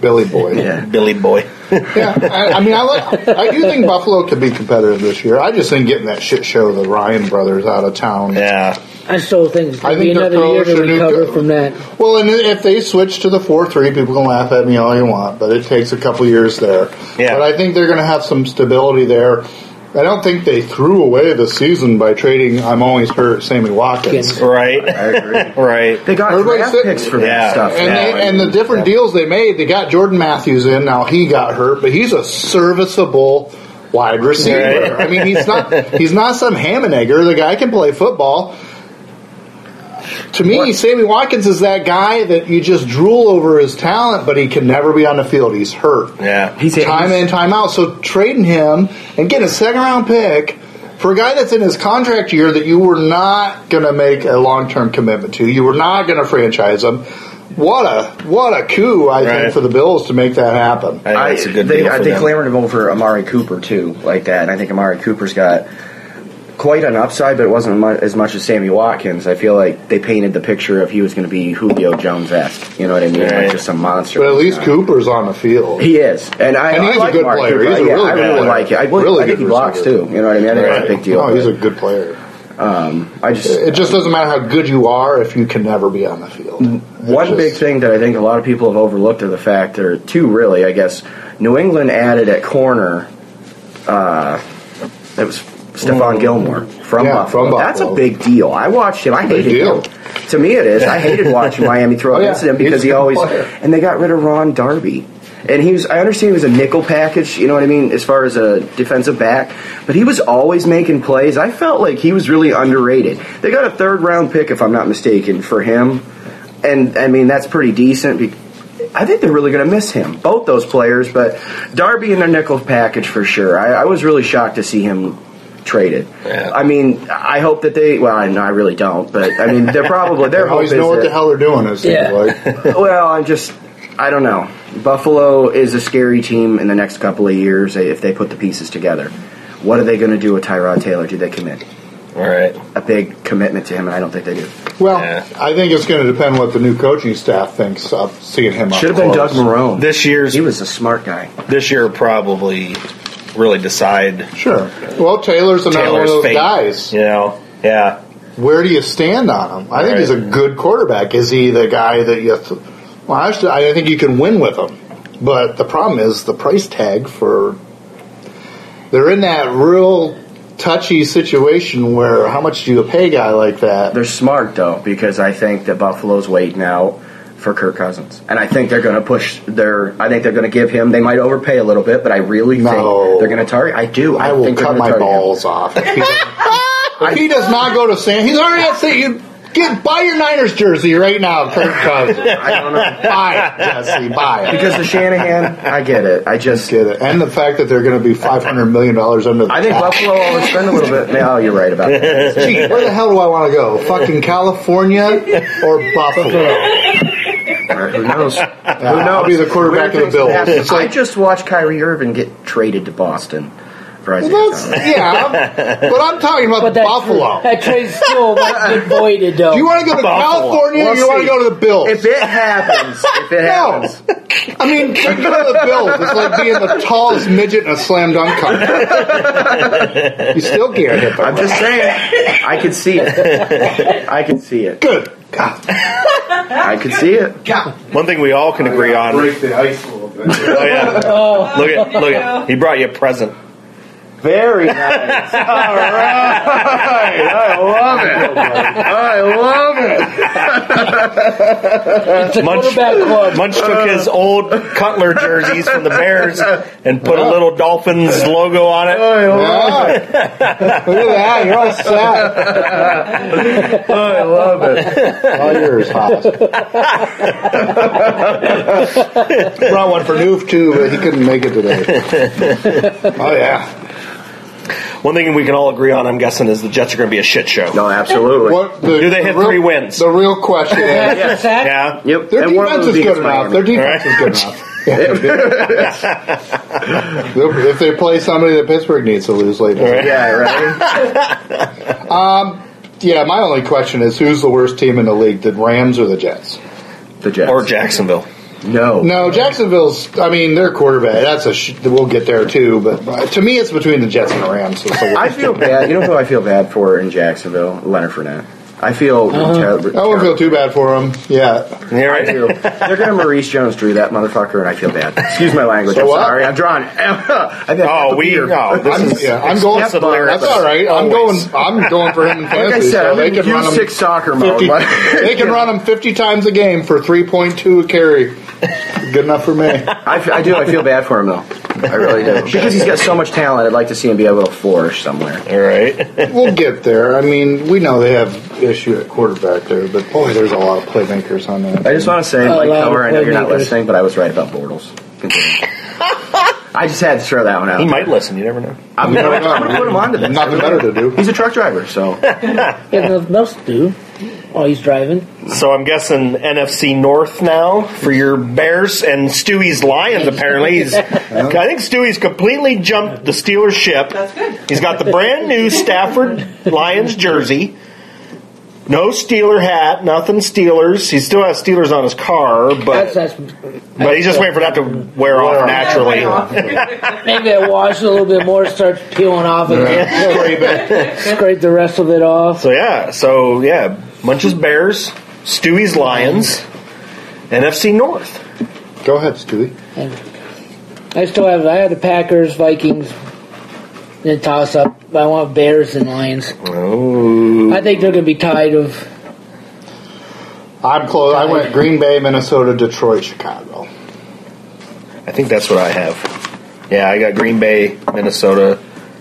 Speaker 3: Billy Boy. Yeah,
Speaker 5: Yeah.
Speaker 2: Billy Boy.
Speaker 3: I, I mean, I, like, I do think Buffalo could be competitive this year. I just think getting that shit show of the Ryan brothers out of town.
Speaker 2: Yeah.
Speaker 1: I still think it's
Speaker 3: I
Speaker 1: going to
Speaker 3: think
Speaker 1: be
Speaker 3: their
Speaker 1: another year
Speaker 3: coach
Speaker 1: to
Speaker 3: should do
Speaker 1: recover
Speaker 3: good.
Speaker 1: from that.
Speaker 3: Well, and if they switch to the four three, people can laugh at me all you want, but it takes a couple years there.
Speaker 2: Yeah.
Speaker 3: But I think they're going to have some stability there. I don't think they threw away the season by trading. I'm always hurt, Sammy Watkins.
Speaker 5: I
Speaker 2: Right.
Speaker 5: agree.
Speaker 2: Right.
Speaker 5: They got
Speaker 3: Everybody
Speaker 5: draft
Speaker 3: said-
Speaker 5: picks for
Speaker 2: Yeah.
Speaker 5: that stuff.
Speaker 3: And,
Speaker 5: now.
Speaker 3: they, and the different deals they made, they got Jordan Matthews in. Now he got hurt, but he's a serviceable wide receiver.
Speaker 2: Right.
Speaker 3: I mean, he's not he's not some ham and egger. The guy can play football. To me, Sammy Watkins is that guy that you just drool over his talent, but he can never be on the field. He's hurt.
Speaker 2: Yeah.
Speaker 5: He's
Speaker 3: time in, time out. So trading him and getting a second round pick for a guy that's in his contract year that you were not going to make a long term commitment to, you were not going to franchise him. What a what a coup! I
Speaker 2: Right.
Speaker 3: think for the Bills to make that happen.
Speaker 2: I think it's a good
Speaker 5: they,
Speaker 2: deal
Speaker 5: I
Speaker 2: for
Speaker 5: think
Speaker 2: them.
Speaker 5: clamored over Amari Cooper too, like that. And I think Amari Cooper's got quite an upside, but it wasn't mu- as much as Sammy Watkins. I feel like they painted the picture of he was going to be Julio Jones esque. You know what I mean?
Speaker 2: Right.
Speaker 5: Like just some monster.
Speaker 3: But at least
Speaker 5: Uh,
Speaker 3: Cooper's on the field.
Speaker 5: He is, and I,
Speaker 3: And he's
Speaker 5: I
Speaker 3: a
Speaker 5: like
Speaker 3: good
Speaker 5: Amari
Speaker 3: player.
Speaker 5: Cooper.
Speaker 3: He's a
Speaker 5: yeah,
Speaker 3: really
Speaker 5: I
Speaker 3: good
Speaker 5: really
Speaker 3: player.
Speaker 5: like it. I, well,
Speaker 3: Really
Speaker 5: I think he
Speaker 3: good
Speaker 5: blocks
Speaker 3: receiver.
Speaker 5: too. You know what I mean? I think that's a
Speaker 2: Right.
Speaker 5: big deal.
Speaker 3: no, Oh, he's a
Speaker 5: but,
Speaker 3: good player.
Speaker 5: um, I just
Speaker 3: It just doesn't matter how good you are if you can never be on the field.
Speaker 5: Mm. One big thing that I think a lot of people have overlooked are the fact, or two really, I guess, New England added at corner, uh, it was Stephon Gilmore from,
Speaker 3: Mm. Yeah,
Speaker 5: Buffalo.
Speaker 3: from
Speaker 5: That's a
Speaker 3: Buffalo.
Speaker 5: big deal. I watched him. I hated
Speaker 3: deal.
Speaker 5: him. To me, it is. I hated watching Miami throw
Speaker 3: Oh, yeah.
Speaker 5: against him
Speaker 3: He's
Speaker 5: because
Speaker 3: a
Speaker 5: he
Speaker 3: good
Speaker 5: always,
Speaker 3: player.
Speaker 5: and they got rid of Ron Darby. And he was, I understand he was a nickel package, you know what I mean, as far as a defensive back, but he was always making plays. I felt like he was really underrated. They got a third round pick, if I'm not mistaken, for him. And, I mean, that's pretty decent. Be- I think they're really going to miss him, both those players, but Darby in their nickel package for sure. I, I was really shocked to see him traded.
Speaker 2: Yeah.
Speaker 5: I mean, I hope that they, well, I, no, I really don't, but I mean, they're probably,
Speaker 3: They
Speaker 5: their hope
Speaker 3: always
Speaker 5: is
Speaker 3: know what
Speaker 5: that-
Speaker 3: the hell they're doing. It seems
Speaker 1: Yeah.
Speaker 3: like.
Speaker 5: well, I'm just, I don't know. Buffalo is a scary team in the next couple of years eh, if they put the pieces together. What are they going to do with Tyrod Taylor? Do they commit
Speaker 2: All right.
Speaker 5: a big commitment to him? And I don't think they do.
Speaker 3: Well,
Speaker 2: Yeah.
Speaker 3: I think it's going to depend what the new coaching staff thinks of seeing him. up
Speaker 5: Should have been
Speaker 3: close.
Speaker 5: Doug Marone.
Speaker 2: This year's
Speaker 5: he was a smart guy.
Speaker 2: this year probably really decide
Speaker 3: Sure. Well, Taylor's another one of
Speaker 2: Taylor's
Speaker 3: those
Speaker 2: fate.
Speaker 3: guys.
Speaker 2: You know. Yeah.
Speaker 3: Where do you stand on him? I think
Speaker 2: Right.
Speaker 3: he's a good quarterback. Is he the guy that you? Th- well, actually, I think you can win with him. But the problem is the price tag for. They're in that real touchy situation where how much do you pay a guy like that?
Speaker 5: They're smart, though, because I think that Buffalo's waiting out for Kirk Cousins, and I think they're going to push their. I think they're going to give him. They might overpay a little bit, but I really
Speaker 3: No.
Speaker 5: think they're going to target. I do.
Speaker 3: I will
Speaker 5: think they're
Speaker 3: cut
Speaker 5: gonna
Speaker 3: my
Speaker 5: target him.
Speaker 3: balls off. If he doesn't- if he does not go to San. He's already at San. You get buy your Niners jersey right now, Kirk Cousins.
Speaker 5: I don't know.
Speaker 3: buy it, Jesse. Buy it.
Speaker 5: because of Shanahan. I get it. I just
Speaker 3: Get it. And the fact that they're going to be five hundred million dollars under the
Speaker 5: I think
Speaker 3: cap.
Speaker 5: Buffalo will overspend a little bit. No, you're right about that.
Speaker 3: Gee, where the hell do I want to go? Fucking California or Buffalo?
Speaker 5: Or Who knows? Who knows?
Speaker 3: I'll be the quarterback
Speaker 5: Weird
Speaker 3: of the
Speaker 5: things
Speaker 3: Bills.
Speaker 5: can happen.
Speaker 3: It's like-
Speaker 5: I just watched Kyrie Irving get traded to Boston for Isaiah
Speaker 3: Well,
Speaker 5: Thomas.
Speaker 3: that's yeah, but I'm talking about
Speaker 1: But that
Speaker 3: Buffalo.
Speaker 1: that trade's still been voided though.
Speaker 3: do you want to go to
Speaker 2: Buffalo.
Speaker 3: California or
Speaker 5: We'll
Speaker 3: you want to
Speaker 5: see.
Speaker 3: go to the Bills?
Speaker 5: If it happens, if it
Speaker 3: no,
Speaker 5: happens,
Speaker 3: I mean, to go to the Bills is like being the tallest midget in a slam dunk contest. you still can't hit
Speaker 5: I'm
Speaker 3: them.
Speaker 5: just saying, I could see it. I could see it.
Speaker 3: Good. God,
Speaker 5: I could see it.
Speaker 3: God.
Speaker 2: One thing we all can agree on.
Speaker 6: Break the ice a little bit.
Speaker 2: Oh yeah.
Speaker 1: Oh,
Speaker 2: Look at look at. He brought you a present.
Speaker 5: Very nice. All right, I love it. I love it.
Speaker 1: it's a
Speaker 2: Munch-
Speaker 1: quarterback club.
Speaker 2: Munch took
Speaker 3: Uh.
Speaker 2: his old Cutler jerseys from the Bears and put
Speaker 3: Uh.
Speaker 2: a little Dolphins logo on it.
Speaker 5: I love it.
Speaker 3: Look at that. You're all set.
Speaker 5: I love it.
Speaker 3: All yours, Haas. Brought one for Noof, too, but he couldn't make it today. Oh, yeah.
Speaker 2: One thing we can all agree on, I'm guessing, is the Jets are going to be a shit show.
Speaker 5: No, absolutely.
Speaker 3: What the,
Speaker 2: Do they hit
Speaker 3: the real-
Speaker 2: three wins?
Speaker 3: The real question is
Speaker 1: That's a sack.
Speaker 2: Yeah.
Speaker 5: Yep.
Speaker 3: their
Speaker 5: and one of
Speaker 3: defense
Speaker 5: them
Speaker 3: is good
Speaker 5: beats
Speaker 3: enough.
Speaker 5: Miami.
Speaker 3: Their defense is good enough. They'll- if they play somebody that Pittsburgh needs to lose later.
Speaker 5: Yeah, right.
Speaker 3: Yeah, my only question is who's the worst team in the league, the Rams or the Jets?
Speaker 5: The Jets.
Speaker 2: Or Jacksonville.
Speaker 5: no.
Speaker 3: No, Jacksonville's, I mean, their quarterback, that's a, sh- we'll get there too, but uh, to me it's between the Jets and the Rams. So it's the
Speaker 5: I
Speaker 3: worst.
Speaker 5: feel bad. You know who I feel bad for in Jacksonville? Leonard Fournette. I feel. ter-
Speaker 3: I wouldn't feel too bad for them. Yeah.
Speaker 2: Yeah,
Speaker 5: I
Speaker 2: right.
Speaker 5: do. They're gonna Maurice Jones drew that motherfucker, and I feel bad. Excuse my language.
Speaker 3: So
Speaker 5: I'm
Speaker 3: what?
Speaker 5: sorry. I'm drawn. I've had
Speaker 2: Oh, we.
Speaker 5: beer.
Speaker 2: Oh, this
Speaker 3: I'm,
Speaker 2: is.
Speaker 3: yeah, I'm going.
Speaker 2: That's hilarious.
Speaker 3: That's all right. I'm
Speaker 2: Always.
Speaker 3: going. I'm going for him in
Speaker 5: Like I
Speaker 3: fantasy.
Speaker 5: said,
Speaker 3: so
Speaker 5: I'm
Speaker 3: they
Speaker 5: in
Speaker 3: can run
Speaker 5: U
Speaker 3: him.
Speaker 5: six soccer mode.
Speaker 3: 50
Speaker 5: Like,
Speaker 3: they can run them 50 times a game for 3.2 a carry. Good enough for me.
Speaker 5: I, f- I do. I feel bad for him though. I really do because he's got so much talent. I'd like to see him be able to flourish somewhere.
Speaker 2: All right.
Speaker 3: We'll get there. I mean, we know they have issue at quarterback there, but boy, there's a lot of playmakers on that.
Speaker 5: I just want to say,
Speaker 1: Oh,
Speaker 5: Mike
Speaker 1: wow,
Speaker 5: Cover, I know you're not
Speaker 1: playmakers.
Speaker 5: listening, but I was right about Bortles. Continue. I just had to throw that one out.
Speaker 2: he might listen. You never know.
Speaker 5: I'm
Speaker 3: You
Speaker 5: going
Speaker 3: never know.
Speaker 5: to put him onto this.
Speaker 3: Nothing better to do.
Speaker 5: He's a truck driver, so
Speaker 1: He has nothing else to do while he's driving.
Speaker 2: So I'm guessing NFC North now for your Bears and Stewie's Lions. Apparently, he's, I think Stewie's completely jumped the Steelers ship.
Speaker 4: That's good.
Speaker 2: He's got the brand new Stafford Lions jersey. No Steeler hat, nothing Steelers. He still has Steelers on his car,
Speaker 1: That's,
Speaker 2: but
Speaker 1: that's
Speaker 2: but he's just waiting for that to wear off naturally.
Speaker 1: maybe I wash it a little bit more, starts peeling off, and
Speaker 3: Sorry, but
Speaker 1: scrape the rest of it off.
Speaker 2: So yeah, so yeah, Munch's Bears, Stewie's Lions, NFC North.
Speaker 3: Go ahead, Stewie.
Speaker 1: I still have I had the Packers, Vikings, then toss up. But I want Bears and Lions.
Speaker 2: Oh,
Speaker 1: I think they're going to be tied of.
Speaker 3: I'm close. I went Green Bay, Minnesota, Detroit, Chicago.
Speaker 2: I think that's what I have. Yeah, I got Green Bay, Minnesota,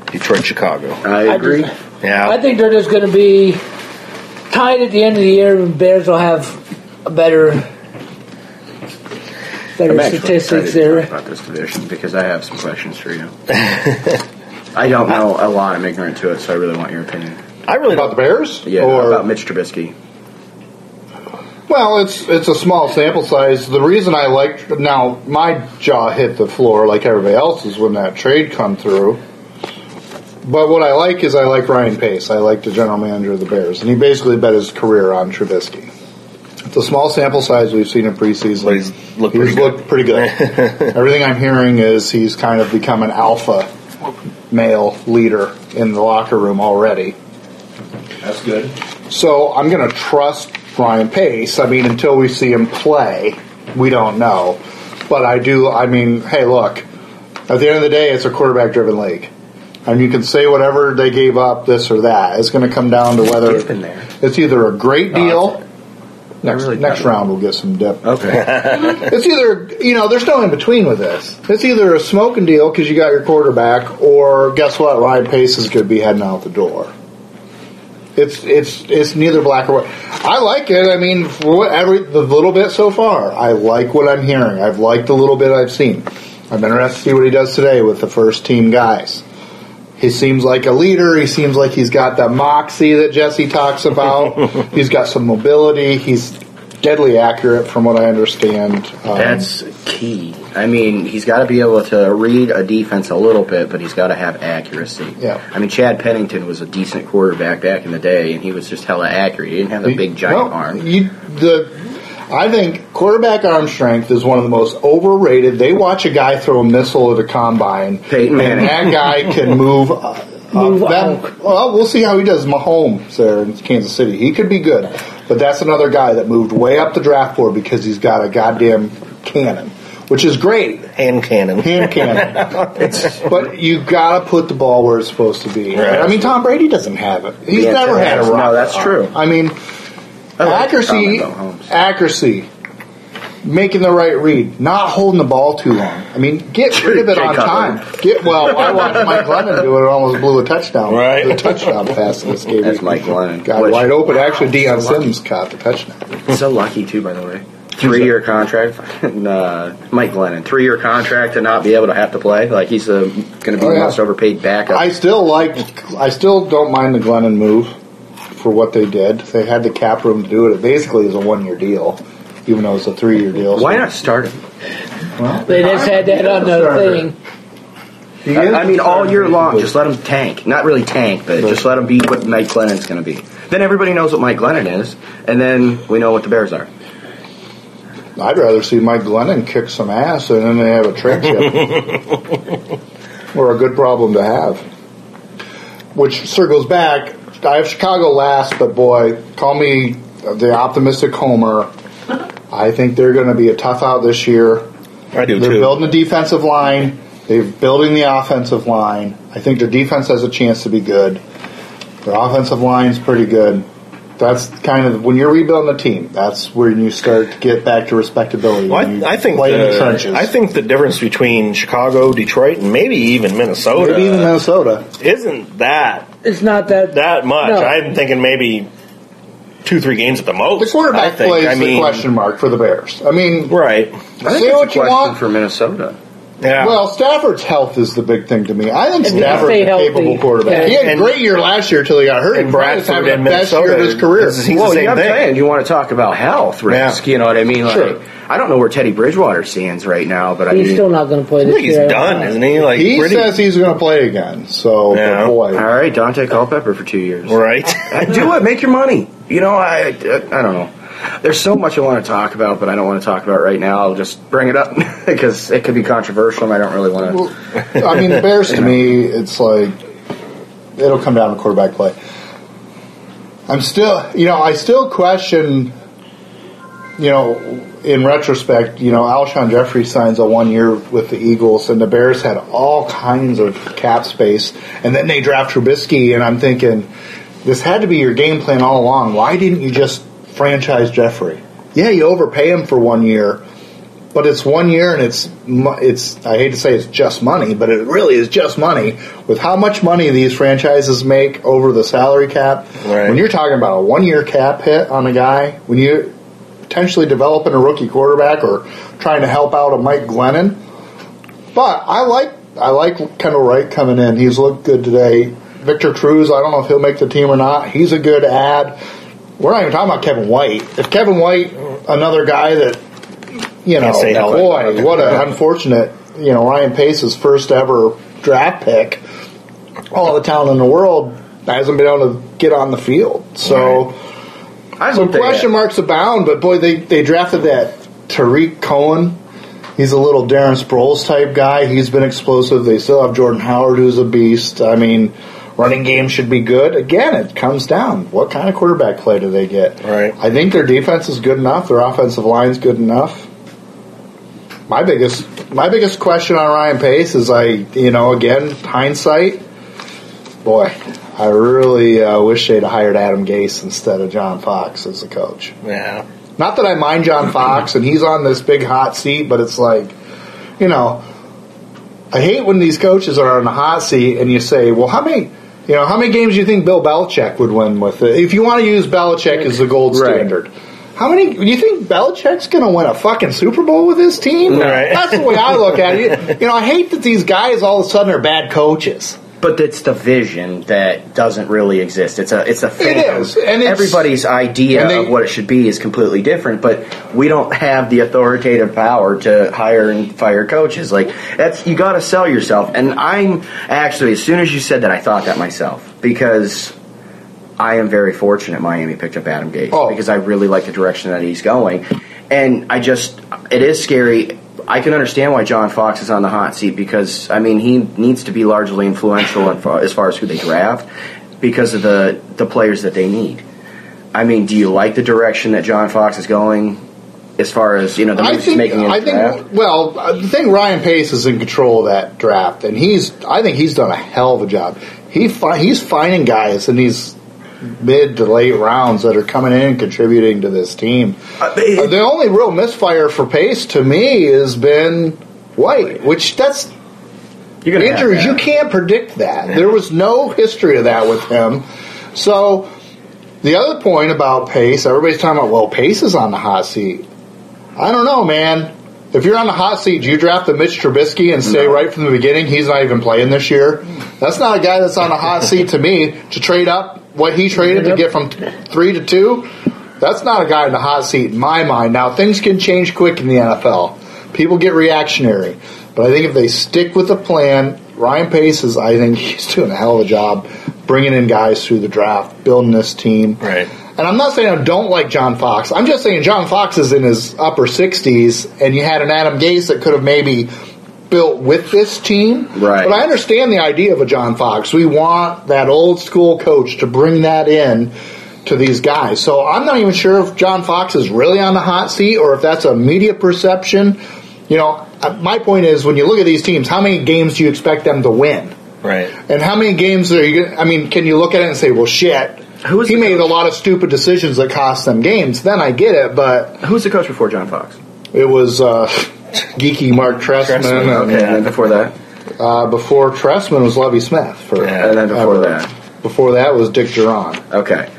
Speaker 2: Detroit, Chicago.
Speaker 5: I
Speaker 1: I
Speaker 5: agree.
Speaker 1: just-
Speaker 2: Yeah,
Speaker 1: I think they're just going to be tied at the end of the year, and Bears will have a better, better
Speaker 5: I'm actually
Speaker 1: statistics
Speaker 5: excited to
Speaker 1: there.
Speaker 5: talk about this division because I have some questions for you. I don't know a lot. I'm ignorant to it, so I really want your opinion.
Speaker 2: I really
Speaker 3: About the
Speaker 2: don't.
Speaker 3: Bears?
Speaker 5: Yeah,
Speaker 3: Or,
Speaker 5: about Mitch Trubisky.
Speaker 3: Well, it's it's a small sample size. The reason I like now my jaw hit the floor like everybody else's when that trade come through. But what I like is I like Ryan Pace. I like the general manager of the Bears, and he basically bet his career on Trubisky. It's a small sample size we've seen in preseason.
Speaker 2: But he's looked
Speaker 3: He's
Speaker 2: pretty good.
Speaker 3: looked pretty good. Everything I'm hearing is he's kind of become an alpha male leader in the locker room already.
Speaker 6: That's good.
Speaker 3: So I'm going to trust Ryan Pace. I mean, until we see him play, we don't know. But I do, I mean, hey, look, at the end of the day, it's a quarterback driven league. And you can say whatever they gave up, this or that. It's going to come down to whether
Speaker 5: He's been there.
Speaker 3: it's either a great deal Next,
Speaker 5: really
Speaker 3: next
Speaker 5: don't.
Speaker 3: round, we'll get some depth.
Speaker 5: Okay.
Speaker 3: It's either you know, there's no in between with this. It's either a smoking deal because you got your quarterback, or guess what, Ryan Pace is going to be heading out the door. It's it's it's neither black or white. I like it. I mean, for what, every the little bit so far, I like what I'm hearing. I've liked the little bit I've seen. I'm interested to see what he does today with the first team guys. He seems like a leader. He seems like he's got that moxie that Jesse talks about. he's got some mobility. He's deadly accurate, from what I understand. Um,
Speaker 5: That's key. I mean, he's got to be able to read a defense a little bit, but he's got to have accuracy.
Speaker 3: Yeah.
Speaker 5: I mean, Chad Pennington was a decent quarterback back in the day, and he was just hella accurate. He didn't have a big giant
Speaker 3: No,
Speaker 5: arm.
Speaker 3: You, the, I think quarterback arm strength is one of the most overrated. They watch a guy throw a missile at a combine,
Speaker 5: Peyton Manning.
Speaker 3: and that guy can move. Uh,
Speaker 1: Move
Speaker 3: uh, that-
Speaker 1: out.
Speaker 3: well, we'll see how he does. Mahomes there in Kansas City, he could be good, but that's another guy that moved way up the draft board because he's got a goddamn cannon, which is great.
Speaker 2: Hand cannon.
Speaker 3: Hand cannon, but you gotta put the ball where it's supposed to be.
Speaker 2: Right.
Speaker 3: I mean, Tom Brady doesn't have it. He's
Speaker 5: Yeah,
Speaker 3: never had a
Speaker 5: no,
Speaker 3: rocket.
Speaker 5: that's
Speaker 3: arm.
Speaker 5: true.
Speaker 3: I mean,
Speaker 5: I like
Speaker 3: accuracy,
Speaker 5: Tom Mahomes.
Speaker 3: accuracy, making the right read, not holding the ball too long. I mean, get rid of it
Speaker 5: Jay
Speaker 3: on
Speaker 5: Cutler.
Speaker 3: time. Get well. I watched Mike Glennon do it; and almost blew a touchdown.
Speaker 2: Right.
Speaker 3: the touchdown pass in this game.
Speaker 5: That's Mike Glennon.
Speaker 3: Got
Speaker 5: Which-
Speaker 3: wide open. Actually, Deion
Speaker 5: So lucky.
Speaker 3: Simmons caught the touchdown.
Speaker 5: so lucky too, by the way. Three year contract, fucking, uh, Mike Glennon. Three year contract to not be able to have to play. Like he's uh, going to be
Speaker 3: Oh,
Speaker 5: the
Speaker 3: yeah.
Speaker 5: most overpaid backup.
Speaker 3: I still like. I still don't mind the Glennon move for what they did. They had the cap room to do it. It basically is a one-year deal, even though it's a three-year deal.
Speaker 5: Why not start him?
Speaker 1: They just had that on the thing.
Speaker 3: He
Speaker 5: I,
Speaker 3: is-
Speaker 5: I mean, all year long, just let him tank. Not really tank, but just let him be what Mike Glennon's going to be. Then everybody knows what Mike Glennon is, and then we know what the Bears are.
Speaker 3: I'd rather see Mike Glennon kick some ass and then they have a trade chip. or a good problem to have. Which circles back. I have Chicago last, but boy, call me the optimistic homer. I think they're going to be a tough out this year.
Speaker 2: I do
Speaker 3: They're
Speaker 2: too.
Speaker 3: building the defensive line. They're building the offensive line. I think their defense has a chance to be good. Their offensive line's pretty good. That's kind of when you're rebuilding a team. That's when you start to get back to respectability.
Speaker 2: Well,
Speaker 3: when you
Speaker 2: I, I think
Speaker 3: play in the
Speaker 2: the,
Speaker 3: trenches.
Speaker 2: I think the difference between Chicago, Detroit, and maybe even Minnesota
Speaker 3: maybe even Minnesota.
Speaker 2: isn't that
Speaker 1: It's not that.
Speaker 2: that much.
Speaker 1: No.
Speaker 2: I'm thinking maybe two, three games at the most.
Speaker 3: The quarterback
Speaker 2: I think.
Speaker 3: plays
Speaker 2: I mean,
Speaker 3: the question mark for the Bears. I mean,
Speaker 2: Right.
Speaker 5: I think
Speaker 3: say
Speaker 5: it's a
Speaker 3: what you
Speaker 5: question
Speaker 3: want.
Speaker 5: for Minnesota.
Speaker 2: Yeah.
Speaker 3: Well, Stafford's health is the big thing to me. I think
Speaker 1: And
Speaker 3: Stafford's
Speaker 1: stay
Speaker 3: a capable
Speaker 1: healthy.
Speaker 3: quarterback.
Speaker 1: Yeah.
Speaker 3: He had
Speaker 2: And-
Speaker 3: a great year last year until he got hurt.
Speaker 2: and
Speaker 3: Brad is
Speaker 2: Bradford
Speaker 3: having
Speaker 2: in
Speaker 3: the best year of
Speaker 2: Minnesota
Speaker 3: his career.
Speaker 2: is- he's
Speaker 5: well,
Speaker 2: the same
Speaker 5: Oh, yeah, I'm
Speaker 2: thing.
Speaker 5: saying you want to talk about health risk. You know what I mean? Like,
Speaker 3: Sure.
Speaker 5: I don't know where Teddy Bridgewater stands right now, but I
Speaker 1: He's
Speaker 5: mean,
Speaker 1: still not going to play
Speaker 2: I
Speaker 1: this
Speaker 2: think he's
Speaker 1: year.
Speaker 2: done, isn't he? Like
Speaker 3: He
Speaker 2: pretty-
Speaker 3: says he's going to play again. So,
Speaker 2: Yeah.
Speaker 3: but boy,
Speaker 5: all right, Dante Culpepper for two years.
Speaker 2: right.
Speaker 5: I do it. Make your money. You know, I, I, I don't know. There's so much I want to talk about, but I don't want to talk about right now. I'll just bring it up because it could be controversial, and I don't really want to.
Speaker 3: Well, I mean, the Bears to me, it's like it'll come down to quarterback play. I'm still, you know, I still question, you know, in retrospect, you know, Alshon Jeffrey signs a one year with the Eagles, and the Bears had all kinds of cap space, and then they draft Trubisky, and I'm thinking, this had to be your game plan all along. Why didn't you just franchise Jeffrey? Yeah, you overpay him for one year, but it's one year and it's mo- it's I hate to say it's just money, but it really is just money with how much money these franchises make over the salary cap.
Speaker 2: Right.
Speaker 3: When you're talking about a one year cap hit on a guy, when you're potentially developing a rookie quarterback or trying to help out a Mike Glennon, but I like I like Kendall Wright coming in. He's looked good today. Victor Cruz, I don't know if he'll make the team or not. He's a good ad. We're not even talking about Kevin White. If Kevin White, another guy that you know,
Speaker 2: Can't say no.
Speaker 3: boy, what an unfortunate, you know, Ryan Pace's first ever draft pick. All the talent in the world hasn't been able to get on the field. So
Speaker 5: I
Speaker 3: some
Speaker 5: hope they-
Speaker 3: question marks abound, but boy, they, they drafted that Tariq Cohen. He's a little Darren Sproles type guy. He's been explosive. They still have Jordan Howard, who's a beast. I mean, running game should be good. Again, it comes down what kind of quarterback play do they get?
Speaker 2: Right.
Speaker 3: I think their defense is good enough. Their offensive line's good enough. My biggest my biggest question on Ryan Pace is I you know again hindsight. Boy, I really uh, wish they'd hired Adam Gase instead of John Fox as the coach.
Speaker 2: yeah.
Speaker 3: Not that I mind John Fox and he's on this big hot seat, but it's like, you know, I hate when these coaches are on a hot seat and you say, well, how many, you know, how many games do you think Bill Belichick would win with it? If you want to use Belichick as the gold
Speaker 5: Right.
Speaker 3: standard. How many? Do you think Belichick's going to win a fucking Super Bowl with his team?
Speaker 2: Right.
Speaker 3: That's the way I look at it. You know, I hate that these guys all of a sudden are bad coaches.
Speaker 5: But it's the vision that doesn't really exist. It's a it's a fandom.
Speaker 3: is, and it's-
Speaker 5: everybody's idea
Speaker 3: and they-
Speaker 5: of what it should be is completely different. But we don't have the authoritative power to hire and fire coaches. Like that's you got to sell yourself. And I'm actually as soon as you said that, I thought that myself because I am very fortunate Miami picked up Adam Gates
Speaker 3: Oh.
Speaker 5: because I really like the direction that he's going. And I just, it is scary. I can understand why John Fox is on the hot seat because, I mean, he needs to be largely influential in far- as far as who they draft because of the, the players that they need. I mean, do you like the direction that John Fox is going as far as, you know, the moves
Speaker 3: I
Speaker 5: he's
Speaker 3: think.
Speaker 5: making in the
Speaker 3: I think.
Speaker 5: draft?
Speaker 3: Well, I think Ryan Pace is in control of that draft, and he's. I think he's done a hell of a job. He fi- he's finding guys in these mid to late rounds that are coming in and contributing to this team.
Speaker 5: Uh, they-
Speaker 3: Uh, the only real misfire for Pace to me has been White, which that's
Speaker 5: You're gonna have
Speaker 3: injuries.
Speaker 5: that.
Speaker 3: You can't predict that. There was no history of that with him. So the other point about Pace, everybody's talking about. Well, Pace is on the hot seat. I don't know, man. If you're on the hot seat, do you draft the Mitch Trubisky and say right from the beginning he's not even playing this year? That's not a guy that's on the hot seat to me to trade up what he traded to get from th- three to two. That's not a guy in the hot seat in my mind. Now things can change quick in the NFL. People get reactionary, but I think if they stick with the plan, Ryan Pace is. I think he's doing a hell of a job bringing in guys through the draft, building this team.
Speaker 2: Right.
Speaker 3: And I'm not saying I don't like John Fox. I'm just saying John Fox is in his upper 60s, and you had an Adam Gase that could have maybe built with this team.
Speaker 5: Right.
Speaker 3: But I understand the idea of a John Fox. We want that old school coach to bring that in to these guys. So I'm not even sure if John Fox is really on the hot seat or if that's a media perception. You know, uh, my point is when you look at these teams, how many games do you expect them to win?
Speaker 2: Right.
Speaker 3: And how many games are you? gonna- I mean, can you look at it and say, "Well, shit,
Speaker 5: Who's
Speaker 3: he
Speaker 5: the
Speaker 3: made a lot of stupid decisions that cost them games"? Then I get it, but
Speaker 5: Who's the coach before John Fox?
Speaker 3: it was uh, geeky Mark Tressman,
Speaker 2: Trestman,
Speaker 3: and,
Speaker 5: Okay, and then before that,
Speaker 3: uh, before Tressman was Levy Smith. For
Speaker 2: Yeah.
Speaker 5: and then before that.
Speaker 3: before that was Dick Duran,
Speaker 5: Okay.